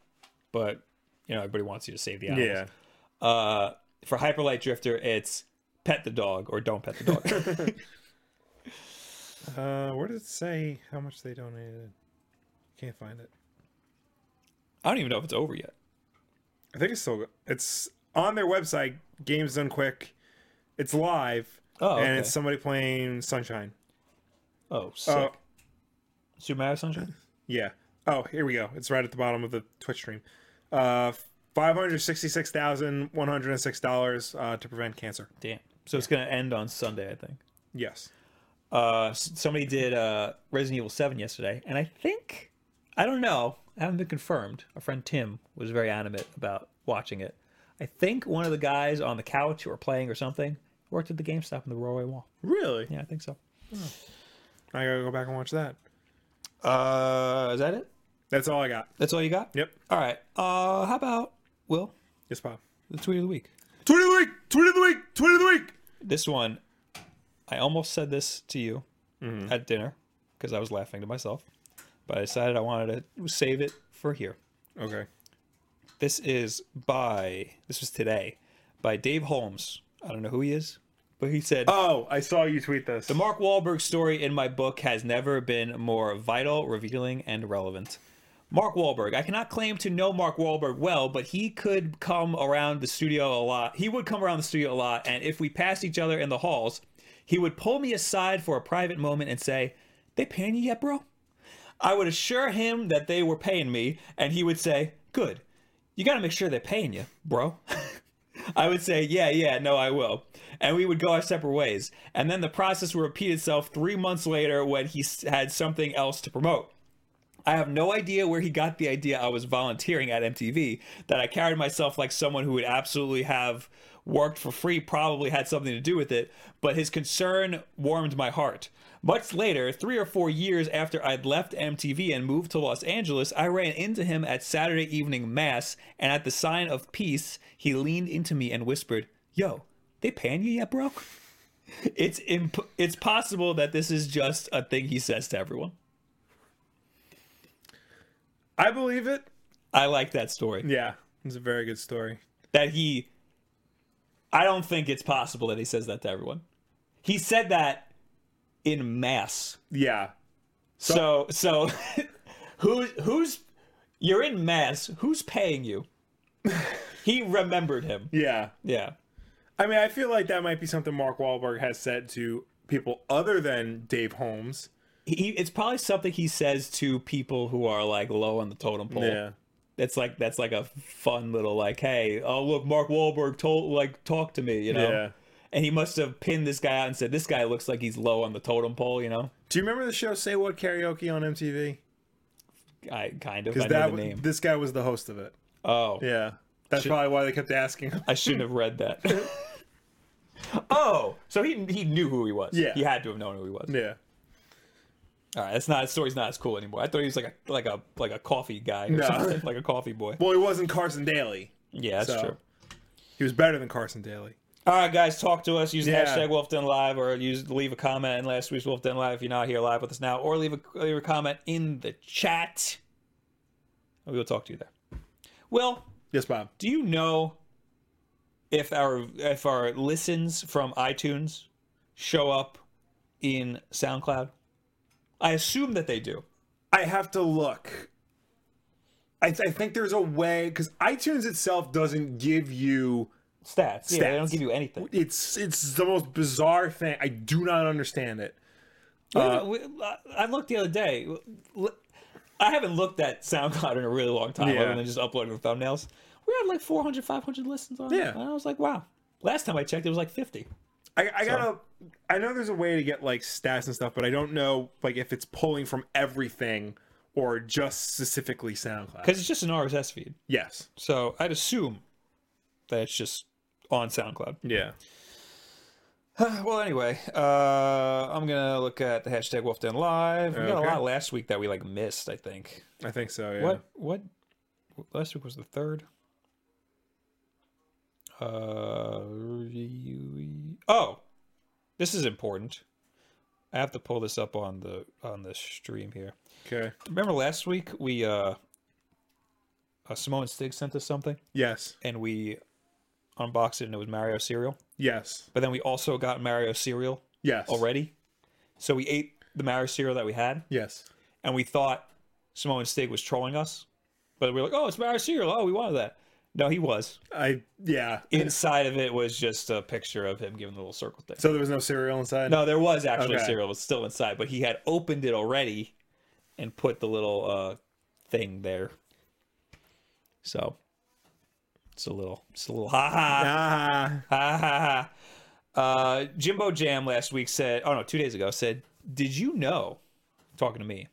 Speaker 1: but you know everybody wants you to save the animals.
Speaker 2: Yeah.
Speaker 1: Uh, for Hyperlight Drifter, it's pet the dog or don't pet the dog.
Speaker 2: Uh, where did it say how much they donated? Can't find it.
Speaker 1: I don't even know if it's over yet.
Speaker 2: I think it's still it's on their website. Games done quick. It's live,
Speaker 1: Oh,
Speaker 2: and
Speaker 1: okay.
Speaker 2: it's somebody playing Sunshine.
Speaker 1: Oh, sick.
Speaker 2: Oh.
Speaker 1: Super Mario Sunshine?
Speaker 2: Yeah. Oh, here we go. It's right at the bottom of the Twitch stream. Uh, five hundred sixty-six thousand one hundred and six dollars uh, to prevent cancer.
Speaker 1: Damn. So it's going to end on Sunday, I think.
Speaker 2: Yes.
Speaker 1: Uh, s- somebody did uh, Resident Evil 7 yesterday, and I think, I don't know, I haven't been confirmed. Our friend Tim was very animate about watching it. I think one of the guys on the couch who were playing or something worked at the GameStop in the Roy Wall.
Speaker 2: Really?
Speaker 1: Yeah, I think so.
Speaker 2: I gotta go back and watch that.
Speaker 1: Uh, is that it?
Speaker 2: That's all I got.
Speaker 1: That's all you got?
Speaker 2: Yep.
Speaker 1: All right. Uh, how about Will?
Speaker 2: Yes, Bob.
Speaker 1: The tweet of the week.
Speaker 2: Tweet of the week. Tweet of the week. Tweet of the week.
Speaker 1: This one, I almost said this to you
Speaker 2: Mm-hmm.
Speaker 1: at dinner because I was laughing to myself, but I decided I wanted to save it for here.
Speaker 2: Okay.
Speaker 1: This is by this was today by Dave Holmes. I don't know who he is, but he said
Speaker 2: Oh, I saw you tweet this.
Speaker 1: the Mark Wahlberg story in my book has never been more vital, revealing, and relevant. Mark Wahlberg. I cannot claim to know Mark Wahlberg well, but he could come around the studio a lot. He would come around the studio a lot, and if we passed each other in the halls, he would pull me aside for a private moment and say, "They paying you yet, bro?" I would assure him that they were paying me, and he would say, Good. You got to make sure they're paying you, bro. I would say, Yeah, yeah, no, I will. And we would go our separate ways. And then the process would repeat itself three months later when he s- had something else to promote. I have no idea where he got the idea I was volunteering at MTV, that I carried myself like someone who would absolutely have worked for free, probably had something to do with it, but his concern warmed my heart. Much later, three or four years after I'd left MTV and moved to Los Angeles, I ran into him at Saturday evening mass, and at the sign of peace, he leaned into me and whispered, Yo, they paying you yet, bro? It's imp- it's possible that this is just a thing he says to everyone.
Speaker 2: I believe it.
Speaker 1: I like that story.
Speaker 2: Yeah, it's a very good story.
Speaker 1: that he I don't think it's possible that he says that to everyone. He said that in mass.
Speaker 2: Yeah.
Speaker 1: So so who who's you're in mass, who's paying you? he remembered him.
Speaker 2: Yeah.
Speaker 1: Yeah.
Speaker 2: I mean, I feel like that might be something Mark Wahlberg has said to people other than Dave Holmes.
Speaker 1: He, it's probably something he says to people who are like low on the totem pole. That's like that's like a fun little like, hey, oh look, Mark Wahlberg told like talk to me, you know.
Speaker 2: Yeah.
Speaker 1: And he must have pinned this guy out and said, "This guy looks like he's low on the totem pole," you know.
Speaker 2: Do you remember the show Say What Karaoke on MTV?
Speaker 1: I kind of I
Speaker 2: Because
Speaker 1: know
Speaker 2: that
Speaker 1: the
Speaker 2: w-
Speaker 1: name.
Speaker 2: this guy was the host of it.
Speaker 1: Oh,
Speaker 2: Yeah. That's probably why they kept asking him.
Speaker 1: I shouldn't have read that. oh, so he he knew who he was.
Speaker 2: Yeah.
Speaker 1: he had to have known who he was.
Speaker 2: Yeah.
Speaker 1: All right, that's not that story's not as cool anymore. I thought he was like a like a like a coffee guy, or
Speaker 2: No.
Speaker 1: something, like a coffee boy.
Speaker 2: Well, he wasn't Carson Daly.
Speaker 1: Yeah, that's
Speaker 2: So-
Speaker 1: true.
Speaker 2: He was better than Carson Daly.
Speaker 1: All right, guys, talk to us. Use the
Speaker 2: Yeah.
Speaker 1: hashtag Wolfden Live or use leave a comment in last week's Wolfden Live if you're not here live with us now, or leave a leave a comment in the chat. And we will talk to you there. Will,
Speaker 2: Yes, Bob.
Speaker 1: do you know if our if our listens from iTunes show up in SoundCloud? I assume that they do.
Speaker 2: I have to look. I, th- I think there's a way because iTunes itself doesn't give you.
Speaker 1: Stats. Yeah, they don't
Speaker 2: Stats.
Speaker 1: give you anything.
Speaker 2: It's it's the most bizarre thing. I do not understand it.
Speaker 1: We- Uh, we- I- I looked the other day. L- I haven't looked at SoundCloud in a really long time, other
Speaker 2: Yeah.
Speaker 1: than just uploading the thumbnails. We had like 400, 500 listens on. it,
Speaker 2: Yeah.
Speaker 1: And I was like, wow. Last time I checked, it was like 50.
Speaker 2: I, I gotta. I know there's a way to get like stats and stuff, but I don't know like if it's pulling from everything or just specifically SoundCloud.
Speaker 1: Because it's just an RSS feed.
Speaker 2: Yes.
Speaker 1: So I'd assume that it's just on SoundCloud.
Speaker 2: Yeah.
Speaker 1: Well, anyway, uh, I'm gonna look at the hashtag Wolfden Live. We got a
Speaker 2: Okay.
Speaker 1: lot last week that we like missed. I think.
Speaker 2: I think so. Yeah.
Speaker 1: What? What? Last week was the third. Uh, review- oh, this is important. I have to pull this up on the on the stream here.
Speaker 2: Okay.
Speaker 1: Remember last week we uh, uh Simone Stig sent us something
Speaker 2: Yes.
Speaker 1: and we unboxed it and it was Mario cereal.
Speaker 2: Yes.
Speaker 1: But then we also got Mario cereal
Speaker 2: Yes.
Speaker 1: already. So we ate the Mario cereal that we had,
Speaker 2: Yes.
Speaker 1: and we thought Samoan Stig was trolling us. But we were like, oh, it's Mario cereal. Oh, we wanted that. No, he was.
Speaker 2: I. Yeah.
Speaker 1: Inside of it was just a picture of him giving the little circle thing.
Speaker 2: so there was no cereal inside.
Speaker 1: No, there was actually
Speaker 2: Okay.
Speaker 1: cereal. It was still inside, but he had opened it already and put the little uh, thing there. So it's a little, it's a little ha ha.
Speaker 2: Ah.
Speaker 1: Ha ha ha. Uh, Jimbo Jam last week said, oh no, two days ago said, did you know, talking to me,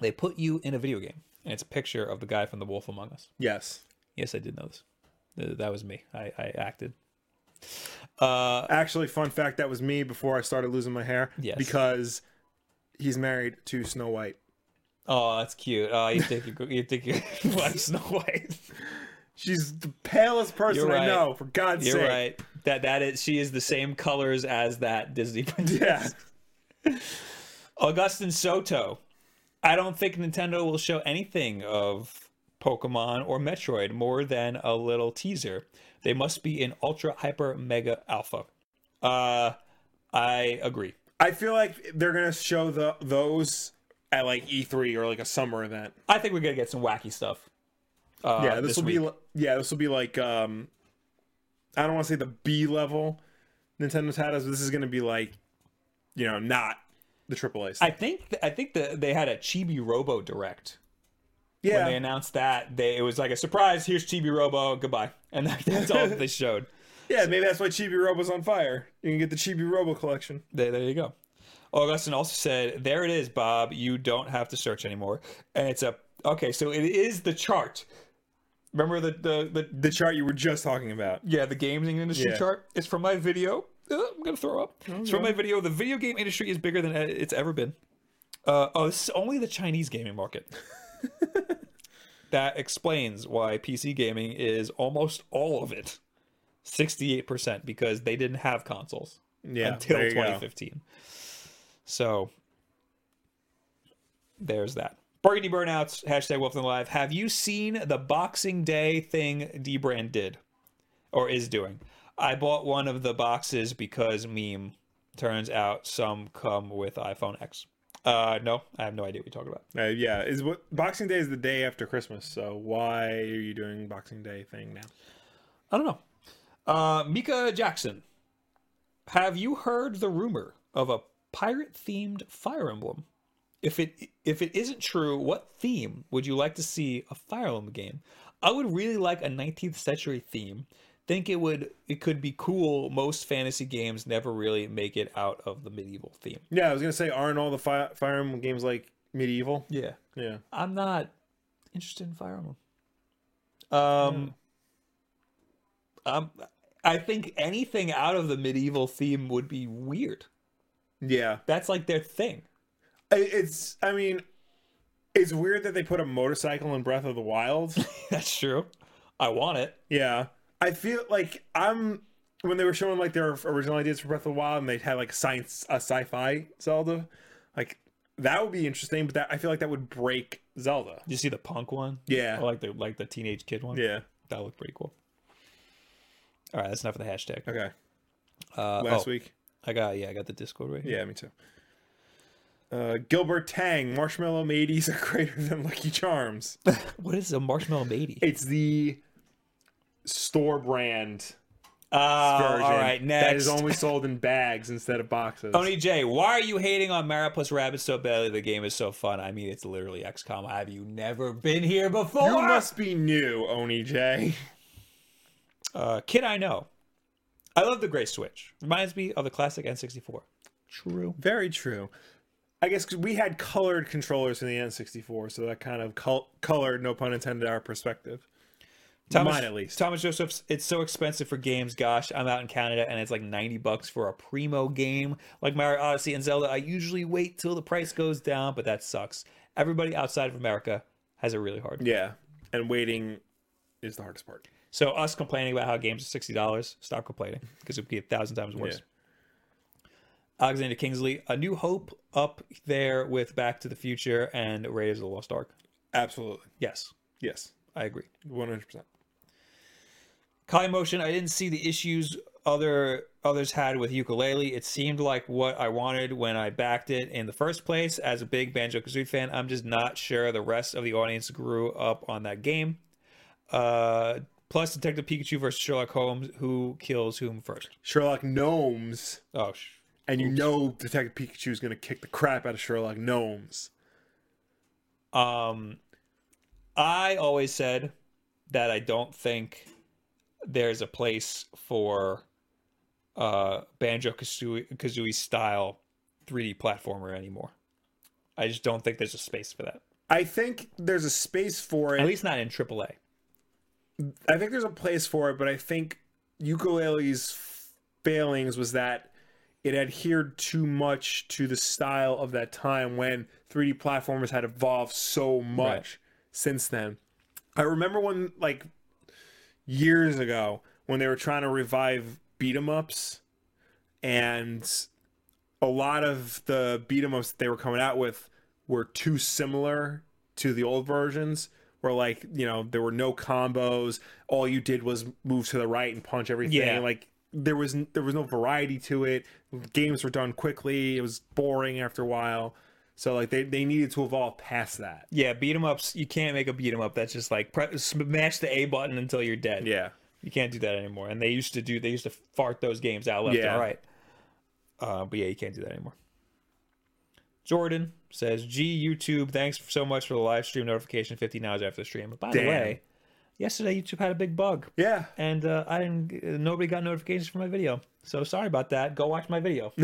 Speaker 1: they put you in a video game and it's a picture of the guy from The Wolf Among Us.
Speaker 2: Yes.
Speaker 1: Yes, I did know this. Th- That was me. I, I acted. Uh,
Speaker 2: Actually, fun fact that was me before I started losing my hair.
Speaker 1: Yes.
Speaker 2: Because he's married to Snow White.
Speaker 1: Oh, that's cute. Oh, you think you you think you like Snow White?
Speaker 2: She's the palest person
Speaker 1: You're
Speaker 2: I
Speaker 1: right.
Speaker 2: know. For God's
Speaker 1: You're
Speaker 2: sake.
Speaker 1: right. That that is she is the same colors as that Disney princess.
Speaker 2: Yeah.
Speaker 1: Augustin Soto. I don't think Nintendo will show anything of Pokemon or Metroid more than a little teaser. They must be in ultra hyper mega alpha. Uh I agree.
Speaker 2: I feel like they're gonna show the those at like E3 or like a summer event.
Speaker 1: I think we're gonna get some wacky stuff. Uh,
Speaker 2: yeah, this, will
Speaker 1: week.
Speaker 2: be li- yeah, this will be like um I don't want to say the B level Nintendo's had us, but this is gonna be like you know, not the triple A.
Speaker 1: I think I think that they had a Chibi Robo direct. When they
Speaker 2: Yeah.
Speaker 1: announced that, they it was like a surprise. Here's Chibi Robo. Goodbye, and that, that's all that they showed.
Speaker 2: Yeah, maybe that's why Chibi Robo's on fire. You can get the Chibi Robo collection.
Speaker 1: There, there you go. Augustin also said, "There it is, Bob. You don't have to search anymore." And it's a okay. So it is the chart. Remember the the, the
Speaker 2: The chart you were just talking about.
Speaker 1: yeah the games industry
Speaker 2: Yeah.
Speaker 1: chart. It's from my video. Uh, I'm gonna throw up. It's from my video. The video game industry is bigger than it's ever been. Uh, oh, this is only the Chinese gaming market. that explains why PC gaming is almost all of it, sixty-eight percent, because they didn't have consoles
Speaker 2: Yeah.
Speaker 1: until
Speaker 2: there you go.
Speaker 1: 2015. So there's that. Burgundy Burnouts, hashtag Wolf and Live. Have you seen the Boxing Day thing D Brand did or is doing? I bought one of the boxes because meme. Turns out some come with iPhone X. Uh, no, I have no idea what you're talking about.
Speaker 2: Uh, yeah, is what Boxing Day is the day after Christmas, so why are you doing Boxing Day thing now?
Speaker 1: I don't know. Uh, Mika Jackson, have you heard the rumor of a pirate-themed Fire Emblem? If it if it isn't true, what theme would you like to see a Fire Emblem game? I would really like a 19th century theme. Think it would it could be cool. Most fantasy games never really make it out of the medieval theme.
Speaker 2: Yeah, I was gonna say, aren't all the fi- Fire Emblem games like medieval?
Speaker 1: Yeah,
Speaker 2: Yeah,
Speaker 1: I'm not interested in Fire Emblem. Um, um, I think anything out of the medieval theme would be weird.
Speaker 2: yeah.
Speaker 1: That's like their thing.
Speaker 2: I- It's, I mean, it's weird that they put a motorcycle in Breath of the Wild.
Speaker 1: That's true. I want it.
Speaker 2: yeah, I feel like I'm when they were showing like their original ideas for Breath of the Wild, and they had like science, a sci-fi Zelda, like that would be interesting. But that I feel like that would break Zelda.
Speaker 1: You see the punk one?
Speaker 2: Yeah.
Speaker 1: Or like the like the teenage kid one.
Speaker 2: Yeah.
Speaker 1: that looked pretty cool. All right, that's enough of the hashtag.
Speaker 2: Okay.
Speaker 1: Uh,
Speaker 2: Last
Speaker 1: oh,
Speaker 2: week.
Speaker 1: I got yeah, I got the Discord right. here.
Speaker 2: Yeah, me too. Uh, Gilbert Tang, marshmallow mateys are greater than Lucky Charms.
Speaker 1: What is a marshmallow matey?
Speaker 2: It's the store brand
Speaker 1: Uh, all
Speaker 2: version
Speaker 1: right, next.
Speaker 2: that is only sold in bags instead of boxes.
Speaker 1: Tony J, why are you hating on Mario plus Rabbit so badly? The game is so fun. I mean, it's literally XCOM. Have you never been here before?
Speaker 2: you must be new, Oni J.
Speaker 1: Uh, kid, I know. I love the gray switch. Reminds me of the classic N64. True.
Speaker 2: Very true. I guess 'cause we had colored controllers in the N64, so that kind of col- colored, no pun intended, our perspective.
Speaker 1: Thomas,
Speaker 2: Mine, at least.
Speaker 1: Thomas Joseph's. It's so expensive for games. Gosh, I'm out in Canada and it's like 90 bucks for a primo game like Mario Odyssey and Zelda. I usually wait till the price goes down, but that sucks. Everybody outside of America has it really hard.
Speaker 2: Yeah, and waiting is the hardest part.
Speaker 1: So us complaining about how games are sixty dollars, stop complaining because it would be a thousand times worse. Alexander Kingsley, A New Hope up there with Back to the Future and Raiders of the Lost Ark.
Speaker 2: Absolutely.
Speaker 1: Yes,
Speaker 2: Yes,
Speaker 1: I agree.
Speaker 2: 100%.
Speaker 1: Kai Motion, I didn't see the issues other others had with ukulele. It seemed like what I wanted when I backed it in the first place. As a big Banjo Kazooie fan, I'm just not sure the rest of the audience grew up on that game. Uh, plus, Detective Pikachu versus Sherlock Holmes, who kills whom first?
Speaker 2: Sherlock Gnomes.
Speaker 1: Oh, sh-
Speaker 2: And you know Detective Pikachu is going to kick the crap out of Sherlock Gnomes.
Speaker 1: um, I always said that I don't think there's a place for uh Banjo Kazooie style 3D platformer anymore. I just don't think there's a space for that.
Speaker 2: I think there's a space for
Speaker 1: At
Speaker 2: it.
Speaker 1: least not in AAA.
Speaker 2: I think there's a place for it, but I think ukulele's failings was that it adhered too much to the style of that time when 3D platformers had evolved so much
Speaker 1: Right.
Speaker 2: since then. I remember when like years ago when they were trying to revive beat 'em ups and a lot of the beat 'em ups that they were coming out with were too similar to the old versions where like you know there were no combos all you did was move to the right and punch everything
Speaker 1: Yeah.
Speaker 2: like there was there was no variety to it games were done quickly it was boring after a while so like they, they needed to evolve past that
Speaker 1: Yeah, beat 'em ups. You can't make a beat 'em up. That's just like pre- smash the A button until you're dead.
Speaker 2: yeah
Speaker 1: you can't do that anymore. And they used to do. They used to fart those games out left
Speaker 2: Yeah.
Speaker 1: and right. Uh, but yeah, you can't do that anymore. Jordan says, "Gee, YouTube, thanks so much for the live stream notification. 15 hours after the stream. By the
Speaker 2: Damn.
Speaker 1: way, yesterday YouTube had a big bug,
Speaker 2: yeah
Speaker 1: and uh, I didn't. Uh, nobody got notifications for my video. So sorry about that. Go watch my video.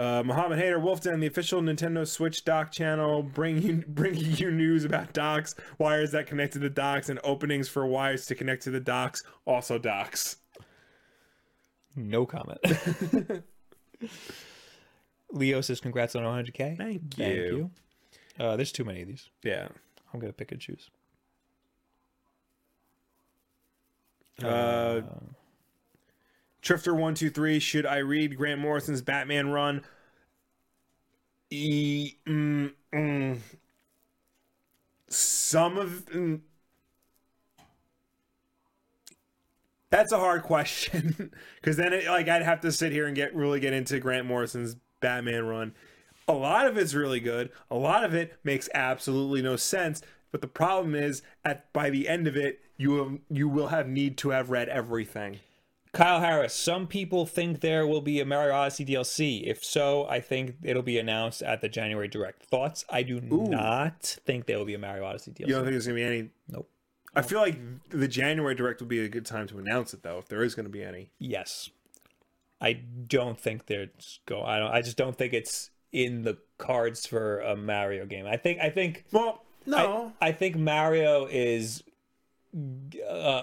Speaker 2: Uh, Muhammad Hader, Wolfden, the official Nintendo Switch dock channel, bring you, bringing you news about docks, wires that connect to the docks, and openings for wires to connect to the docks, also docks.
Speaker 1: No comment. Leo says, "Congrats on 100k.
Speaker 2: Thank
Speaker 1: Thank
Speaker 2: you.
Speaker 1: you. Uh, there's too many of these.
Speaker 2: Yeah.
Speaker 1: I'm gonna pick and choose.
Speaker 2: Uh, Trifter123, should I read Grant Morrison's Batman run? E- mm, mm. Some of. mm. That's a hard question because then it, like I'd have to sit here and get really get into Grant Morrison's Batman run. A lot of it's really good. A lot of it makes absolutely no sense. But the problem is, at by the end of it, you will, you will have need to have read everything.
Speaker 1: Kyle Harris. Some people think there will be a Mario Odyssey DLC. If so, I think it'll be announced at the January Direct. Thoughts? I do not think there will be a Mario Odyssey DLC.
Speaker 2: You don't think there's gonna be any?
Speaker 1: Nope.
Speaker 2: I feel like the January direct would be a good time to announce it, though, if there is gonna be any.
Speaker 1: Yes, I don't think there's go. I don't. I just don't think it's in the cards for a Mario game. I think. I think.
Speaker 2: Well, no.
Speaker 1: I think Mario is, uh,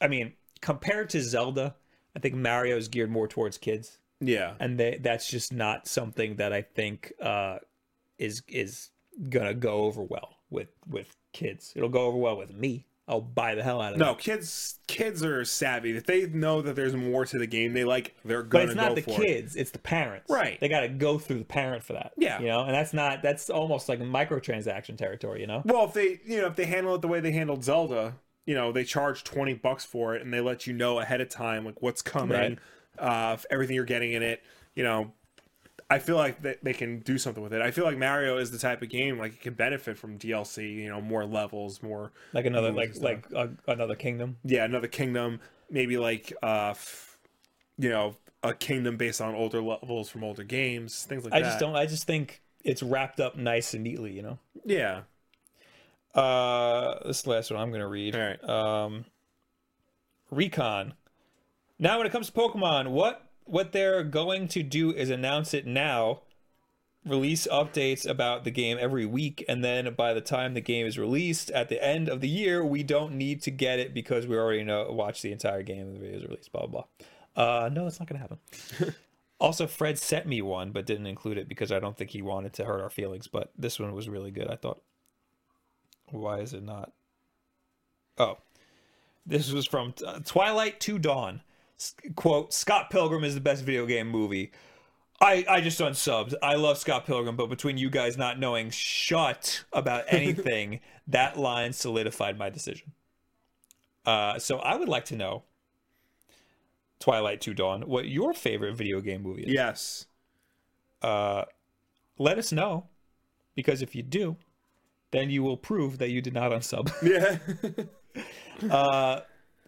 Speaker 1: I mean, compared to Zelda, I think Mario is geared more towards kids,
Speaker 2: yeah.
Speaker 1: and they, that's just not something that I think uh, is is gonna go over well with with kids. It'll go over well with me. I'll buy the hell out of it.
Speaker 2: No, kids. Kids are savvy. If they know that there's more to the game, they like. They're
Speaker 1: But
Speaker 2: gonna
Speaker 1: it's not
Speaker 2: go
Speaker 1: the
Speaker 2: for it.
Speaker 1: kids; it's the parents.
Speaker 2: Right.
Speaker 1: They got to go through the parent for that.
Speaker 2: Yeah.
Speaker 1: You know, and that's not that's almost like microtransaction territory. You know.
Speaker 2: Well, if they, you know, if they handle it the way they handled Zelda, you know, they charge twenty bucks for it, and they let you know ahead of time like what's coming, uh, f- everything you're getting in it. You know, I feel like they, they can do something with it. I feel like Mario is the type of game like it can benefit from DLC. You know, more levels, more
Speaker 1: Like another,
Speaker 2: Ooh,
Speaker 1: like
Speaker 2: stuff.
Speaker 1: like uh, another kingdom.
Speaker 2: yeah, another kingdom, maybe like uh, f- you know, a kingdom based on older levels from older games, things like
Speaker 1: I
Speaker 2: that.
Speaker 1: just don't. I just think it's wrapped up nice and neatly. You know.
Speaker 2: Yeah,
Speaker 1: Uh, this is the last one I'm gonna read.
Speaker 2: All right.
Speaker 1: Um, Recon. Now, when it comes to Pokemon, what what they're going to do is announce it now, release updates about the game every week, and then by the time the game is released at the end of the year, we don't need to get it because we already know watch the entire game and the video is released. Blah blah. blah. Uh, no, it's not gonna happen. Also, Fred sent me one, but didn't include it because I don't think he wanted to hurt our feelings. But this one was really good, I thought. Why is it not? Oh, this was from uh, Twilight to Dawn. S- quote: Scott Pilgrim is the best video game movie. I I just unsubbed. I love Scott Pilgrim, but between you guys not knowing shut about anything, that line solidified my decision. Uh, so I would like to know, Twilight to Dawn, what your favorite video game movie is
Speaker 2: yes,
Speaker 1: uh, let us know because if you do, then you will prove that you did not unsub.
Speaker 2: yeah.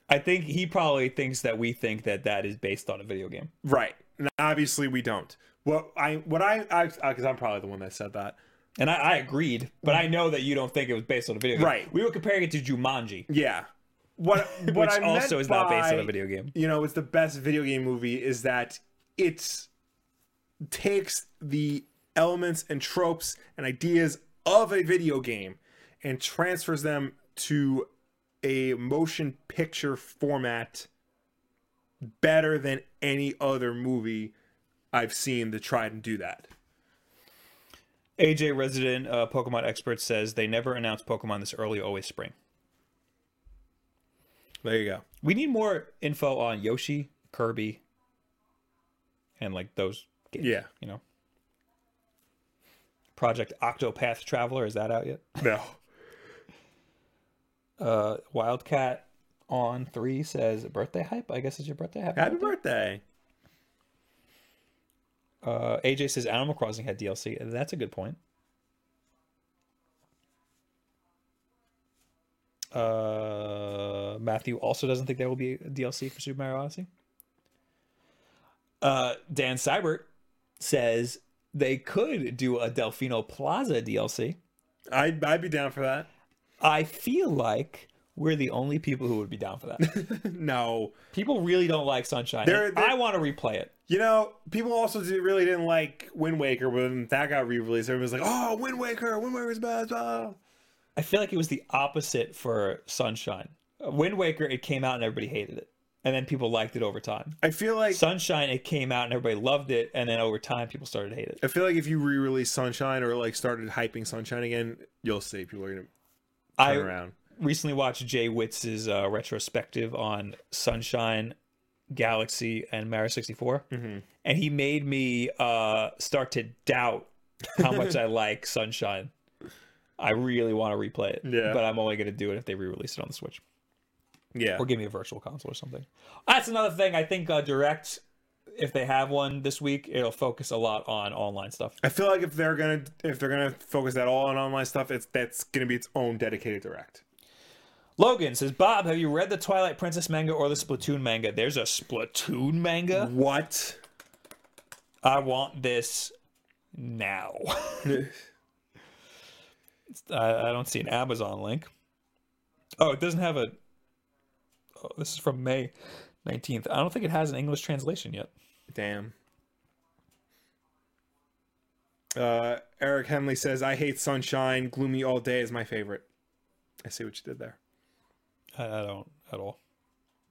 Speaker 1: I think he probably thinks that we think that that is based on a video game.
Speaker 2: Right. And obviously, we don't. Well, I what I I because I'm probably the one that said that.
Speaker 1: And I, I agreed, but I know that you don't think it was based on a video game.
Speaker 2: Right.
Speaker 1: We were comparing it to Jumanji,
Speaker 2: Yeah. What what
Speaker 1: which
Speaker 2: I meant
Speaker 1: also is not based on
Speaker 2: by,
Speaker 1: a video game.
Speaker 2: You know, it's the best video game movie is that it's takes the elements and tropes and ideas of a video game and transfers them to a motion picture format better than any other movie I've seen that tried and do that.
Speaker 1: AJ, resident uh, Pokemon expert, says they never announce Pokemon this early, always spring.
Speaker 2: There you go.
Speaker 1: We need more info on Yoshi, Kirby, and like those games.
Speaker 2: Yeah.
Speaker 1: You know? Project Octopath Traveler, is that out yet?
Speaker 2: No.
Speaker 1: Uh, Wildcat on three says birthday hype. I guess it's your birthday. Happy
Speaker 2: Happy birthday.
Speaker 1: Uh, AJ says Animal Crossing had DLC. That's a good point. Uh, Matthew also doesn't think there will be a DLC for Super Mario Odyssey. Uh, Dan Seibert says they could do a Delfino Plaza DLC.
Speaker 2: I'd, I'd be down for that.
Speaker 1: I feel like we're the only people who would be down for that.
Speaker 2: no.
Speaker 1: people really don't like Sunshine.
Speaker 2: They're-
Speaker 1: and
Speaker 2: they're-
Speaker 1: I want to replay it.
Speaker 2: You know, people also did, really didn't like Wind Waker when that got re released. Everyone was like, oh, Wind Waker, Wind Waker's bad. blah."
Speaker 1: I feel like it was the opposite for Sunshine. Wind Waker, it came out and everybody hated it. And then people liked it over time.
Speaker 2: I feel like.
Speaker 1: Sunshine, it came out and everybody loved it. And then over time, people started to hate it.
Speaker 2: I feel like if you re-release Sunshine or like started hyping Sunshine again, you'll see people are gonna turn
Speaker 1: I
Speaker 2: around.
Speaker 1: recently watched Jay Witz's uh, retrospective on Sunshine, Galaxy, and Mario 64. And he made me uh, start to doubt how much I like Sunshine. I really want to replay it.
Speaker 2: Yeah.
Speaker 1: But I'm only going to do it if they re release it on the Switch.
Speaker 2: Yeah,
Speaker 1: or give me a virtual console or something. That's another thing. I think uh, Direct, if they have one this week, it'll focus a lot on online stuff.
Speaker 2: I feel like if they're gonna if they're gonna focus that all on online stuff, it's that's gonna be its own dedicated direct.
Speaker 1: Logan says, Bob, have you read the Twilight Princess manga or the Splatoon manga? There's a Splatoon manga.
Speaker 2: What?
Speaker 1: I want this now. I, I don't see an Amazon link. Oh, it doesn't have a. Oh, this is from May 19th. I don't think it has an English translation yet.
Speaker 2: Damn. Uh, Eric Henley says, "I hate sunshine. Gloomy all day is my favorite." I see what you did there.
Speaker 1: I, I don't at all.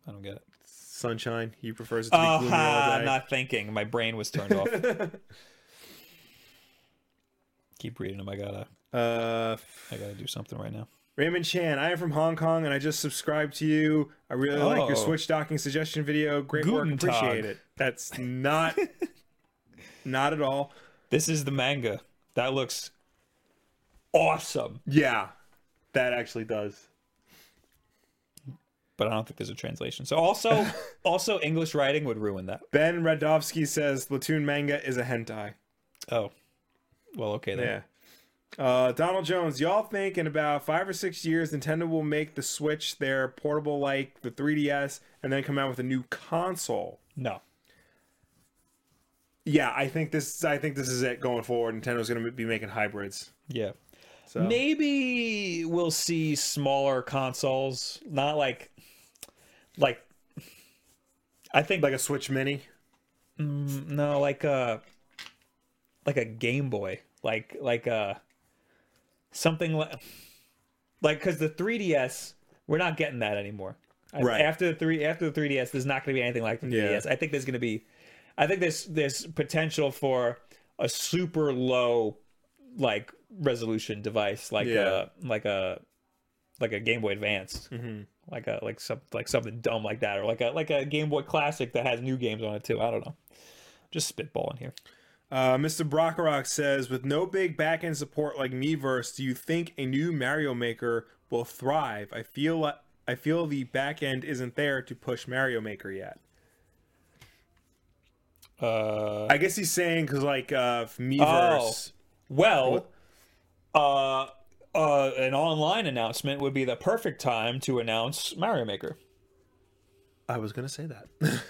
Speaker 1: I don't get it.
Speaker 2: Sunshine. He prefers it to be gloomy all
Speaker 1: ha,
Speaker 2: day.
Speaker 1: Oh, not thinking. My brain was turned off. Keep reading them. I gotta,
Speaker 2: uh,
Speaker 1: I gotta do something right now.
Speaker 2: Raymond Chan, I am from Hong Kong and I just subscribed to you. I really like your
Speaker 1: Oh.
Speaker 2: Switch docking suggestion video. Great work,
Speaker 1: Guten Tag.
Speaker 2: appreciate it. That's not not at all.
Speaker 1: This is the manga that looks awesome,
Speaker 2: Yeah. That actually does.
Speaker 1: but I don't think there's a translation. So also, also English writing would ruin that.
Speaker 2: Ben Radovsky says Platoon manga is a hentai.
Speaker 1: Oh, well, okay then.
Speaker 2: Yeah. Uh, Donald Jones, y'all think in about five or six years Nintendo will make the Switch their portable like the 3DS and then come out with a new console.
Speaker 1: No,
Speaker 2: Yeah, I think this I think this is it going forward. Nintendo's gonna be making hybrids.
Speaker 1: yeah.
Speaker 2: So
Speaker 1: Maybe we'll see smaller consoles, not like, like. I think
Speaker 2: like a Switch Mini.
Speaker 1: Mm, No, like a like a Game Boy, like like a something like like because the 3DS, we're not getting that anymore. I-
Speaker 2: Right.
Speaker 1: after the three after the 3DS, there's not going to be anything like the
Speaker 2: Yeah.
Speaker 1: 3DS. I think there's going to be, I think there's there's potential for a super low like resolution device, like
Speaker 2: Yeah.
Speaker 1: a like a like a Game Boy Advance, like a like some like something dumb like that, or like a like a Game Boy Classic that has new games on it too. I don't know. Just spitballing here.
Speaker 2: Uh, Mr. Brockrock says, with no big backend support like Miiverse, do you think a new Mario Maker will thrive? I feel like I feel the backend isn't there to push Mario Maker yet.
Speaker 1: Uh,
Speaker 2: I guess he's saying because like uh, Miiverse,
Speaker 1: well, uh, uh, an online announcement would be the perfect time to announce Mario Maker.
Speaker 2: I was gonna say that.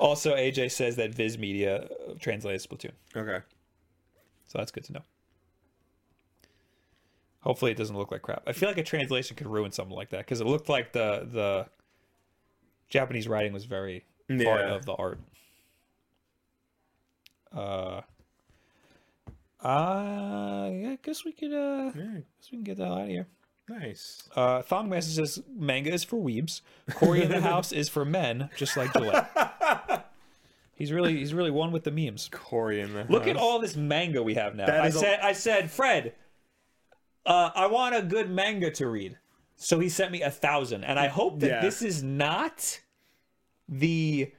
Speaker 1: Also, AJ says that Viz Media uh, translates Splatoon,
Speaker 2: okay.
Speaker 1: so that's good to know. Hopefully, it doesn't look like crap. I feel like a translation could ruin something like that because it looked like the the Japanese writing was very part
Speaker 2: Yeah.
Speaker 1: of the art. Uh, uh, yeah, I guess we could uh, guess we can get that out of here.
Speaker 3: Nice.
Speaker 1: Uh, Thong messages manga is for weebs. Corey in the house is for men, just like Gillette. He's really he's really one with the memes.
Speaker 3: Corey in the
Speaker 1: Look at
Speaker 3: house.
Speaker 1: all this manga we have now.
Speaker 2: That
Speaker 1: I
Speaker 2: is a-
Speaker 1: said I said Fred, uh, I want a good manga to read. So he sent me a thousand, and I hope that
Speaker 2: Yeah.
Speaker 1: this is not the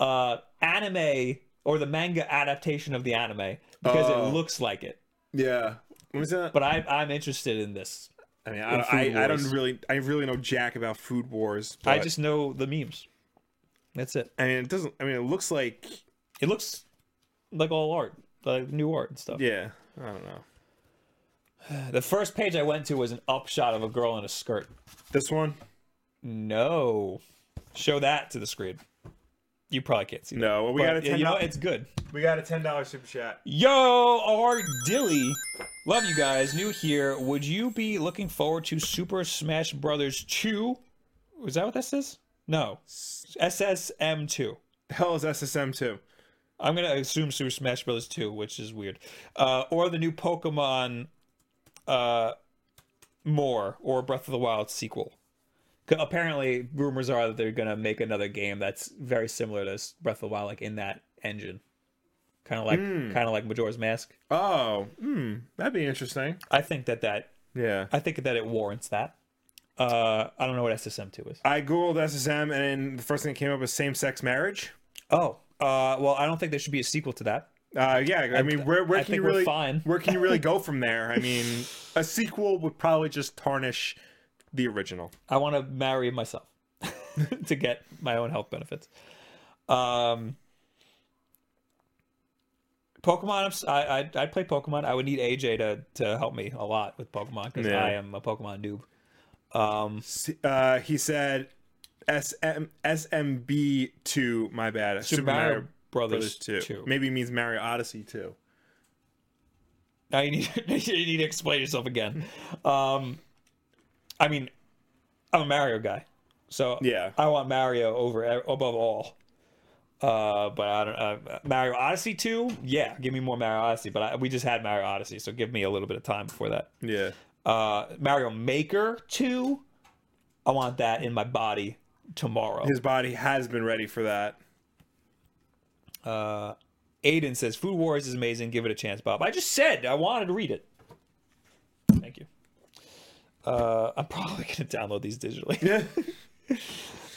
Speaker 1: uh, anime or the manga adaptation of the anime because
Speaker 2: Oh.
Speaker 1: it looks like it.
Speaker 2: Yeah. What was that?
Speaker 1: But I, I'm interested in this.
Speaker 2: I mean,
Speaker 3: In
Speaker 2: I,
Speaker 3: Food
Speaker 2: I, I don't
Speaker 3: Wars.
Speaker 2: really, I really know jack about Food Wars.
Speaker 1: I
Speaker 2: but,
Speaker 1: just know the memes. That's it.
Speaker 2: I mean, it doesn't. I mean, it looks like,
Speaker 1: It looks like all art, like new art and stuff.
Speaker 2: yeah. I don't know.
Speaker 1: The first page I went to was an upshot of a girl in a skirt.
Speaker 2: This one?
Speaker 1: No, show that to the screen. You probably can't see.
Speaker 2: No. Well, we
Speaker 1: that.
Speaker 2: got a
Speaker 1: But,
Speaker 2: ten.
Speaker 1: you know, it's good.
Speaker 2: we got a ten dollar super chat.
Speaker 1: Yo, R Dilly, love you guys. New here. Would you be looking forward to Super Smash Brothers Two? Was that what that says? No, SSM Two.
Speaker 2: Hell is SSM too.
Speaker 1: I'm gonna assume Super Smash Bros. 2, which is weird, uh, or the new Pokemon, uh, more or Breath of the Wild sequel. 'Cause Apparently, rumors are that they're gonna make another game that's very similar to s- Breath of the Wild, like in that engine, kind of like kind of like Majora's Mask.
Speaker 2: Oh, hmm, that'd be interesting.
Speaker 1: I think that that
Speaker 2: Yeah.
Speaker 1: I think that it warrants that. Uh, I don't know what SSM two is.
Speaker 2: I googled SSM, and the first thing that came up was same-sex marriage.
Speaker 1: Oh, uh, well, I don't think there should be a sequel to that.
Speaker 2: Uh, yeah, I mean, where, where
Speaker 1: I
Speaker 2: can you
Speaker 1: think we're
Speaker 2: really,
Speaker 1: fine.
Speaker 2: where can you really go from there? I mean, a sequel would probably just tarnish the original.
Speaker 1: I want to marry myself to get my own health benefits. Um, Pokemon, I'm, s- I, I I'd play Pokemon. I would need AJ to to help me a lot with Pokemon because
Speaker 2: Yeah.
Speaker 1: I am a Pokemon noob.
Speaker 2: S- Uh, he said, SM, SMB two. My bad.
Speaker 1: Super Mario Brothers 2.
Speaker 2: Maybe it means Mario Odyssey two.
Speaker 1: Now you need you need to explain yourself again. Um, I mean, I'm a Mario guy, so
Speaker 2: Yeah.
Speaker 1: I want Mario over e- above all. Uh, but I don't uh, Mario Odyssey two. Yeah, give me more Mario Odyssey. But I, we just had Mario Odyssey, so give me a little bit of time before that.
Speaker 2: Yeah.
Speaker 1: Uh, Mario Maker two. I want that in my body tomorrow.
Speaker 2: His body has been ready for that.
Speaker 1: Uh, Aiden says Food Wars is amazing. Give it a chance, Bob. I just said I wanted to read it. Thank you. Uh, I'm probably gonna download these digitally.
Speaker 2: Yeah.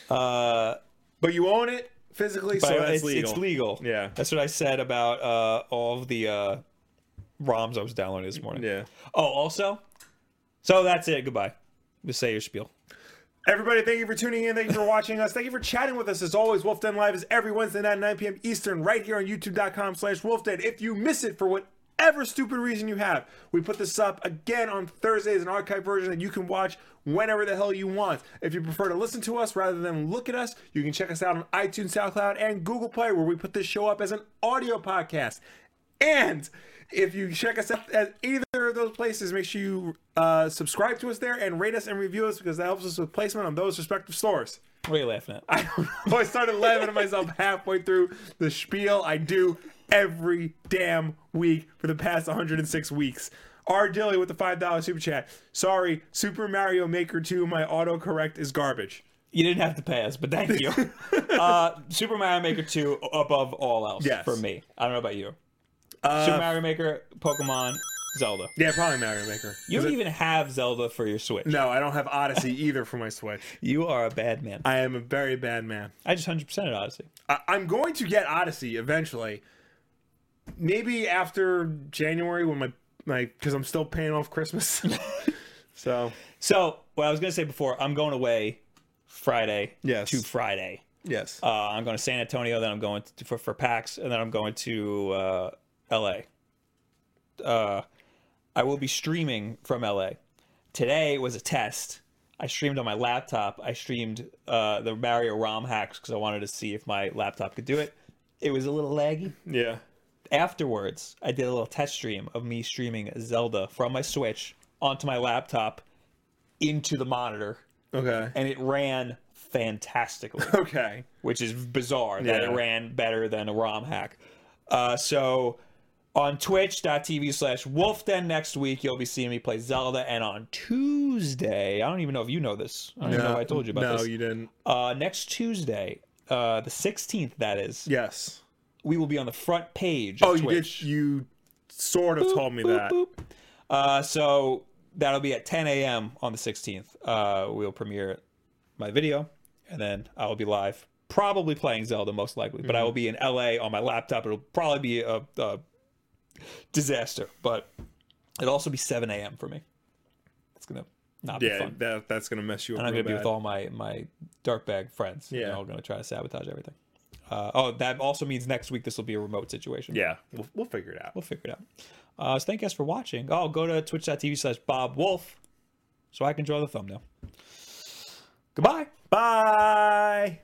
Speaker 1: Uh,
Speaker 2: but you own it physically,
Speaker 1: but
Speaker 2: so that's
Speaker 1: it's,
Speaker 2: legal.
Speaker 1: it's legal.
Speaker 2: Yeah.
Speaker 1: that's what I said about uh, all of the uh, ROMs I was downloading this morning.
Speaker 2: Yeah.
Speaker 1: Oh, also, so that's it. Goodbye. Just say your spiel.
Speaker 2: Everybody, thank you for tuning in. Thank you for watching us. Thank you for chatting with us. As always, Wolf Den Live is every Wednesday night at 9 p.m. Eastern right here on youtube.com slash wolfden. If you miss it for whatever stupid reason you have, we put this up again on Thursdays, an archive version that you can watch whenever the hell you want. If you prefer to listen to us rather than look at us, you can check us out on iTunes, SoundCloud, and Google Play, where we put this show up as an audio podcast. And if you check us out at either of those places, make sure you uh, subscribe to us there and rate us and review us because that helps us with placement on those respective stores.
Speaker 1: What are you laughing at?
Speaker 2: I don't know. I started laughing at myself halfway through the spiel I do every damn week for the past 106 weeks. R. Dilly with the $5 super chat. Sorry, Super Mario Maker 2, my autocorrect is garbage.
Speaker 1: You didn't have to pay us, but thank you. uh, Super Mario Maker 2 above all else
Speaker 2: Yes. Uh,
Speaker 1: for me. I don't know about you. Super Mario Maker, Pokemon, Zelda.
Speaker 2: Yeah, probably Mario Maker.
Speaker 1: You
Speaker 2: Is
Speaker 1: don't
Speaker 2: it-
Speaker 1: even have Zelda for your Switch.
Speaker 2: no, I don't have Odyssey either for my Switch.
Speaker 1: You are a bad man. I,
Speaker 2: I am a very bad man.
Speaker 1: just 100% it, honestly.
Speaker 2: I- I'm going to get Odyssey eventually. Maybe after January when my my because I'm still paying off Christmas. so
Speaker 1: So, what I was going to say before, I'm going away Friday
Speaker 2: Yes.
Speaker 1: to Friday.
Speaker 2: yes,
Speaker 1: Uh, I'm going to San Antonio, then I'm going to, for, for PAX, and then I'm going to uh, LA. Uh, I will be streaming from LA. Today was a test. I streamed on my laptop. I streamed uh, the Mario ROM hacks because I wanted to see if my laptop could do it. It was a little laggy.
Speaker 2: yeah,
Speaker 1: Afterwards, I did a little test stream of me streaming Zelda from my Switch onto my laptop into the monitor,
Speaker 2: okay,
Speaker 1: and it ran fantastically
Speaker 2: okay.
Speaker 1: which is bizarre that it
Speaker 2: Yeah.
Speaker 1: ran better than a ROM hack. Uh, so on twitch.tv slash wolfden next week you'll be seeing me play zelda and on tuesday i don't even know if you know this i don't even know if i told you about
Speaker 2: no,
Speaker 1: this
Speaker 2: you didn't.
Speaker 1: uh, next tuesday uh, the 16th that is
Speaker 2: Yes.
Speaker 1: we will be on the front page of
Speaker 2: Oh, you
Speaker 1: Uh, twitch
Speaker 2: did. You sort of told me
Speaker 1: Boop,
Speaker 2: that.
Speaker 1: boop. Uh, so that'll be at 10 a.m on the 16th uh, we'll premiere my video and then i'll be live probably playing zelda most likely but i will be in la on my laptop it'll probably be a, a disaster but it'll also be 7 a.m for me it's gonna not be
Speaker 2: Yeah,
Speaker 1: fun
Speaker 2: that that's gonna mess you up.
Speaker 1: and i'm
Speaker 2: real
Speaker 1: gonna be with
Speaker 2: bad.
Speaker 1: all my my dartbag friends yeah
Speaker 2: Yeah.
Speaker 1: they're all gonna try to sabotage everything uh, oh that also means next week this will be a remote situation
Speaker 2: Yeah, we'll, we'll figure it out.
Speaker 1: we'll figure it out. Uh, so thank you guys for watching. Oh, go to twitch.tv slash Bob Wolf so I can draw the thumbnail. Goodbye.
Speaker 2: Bye.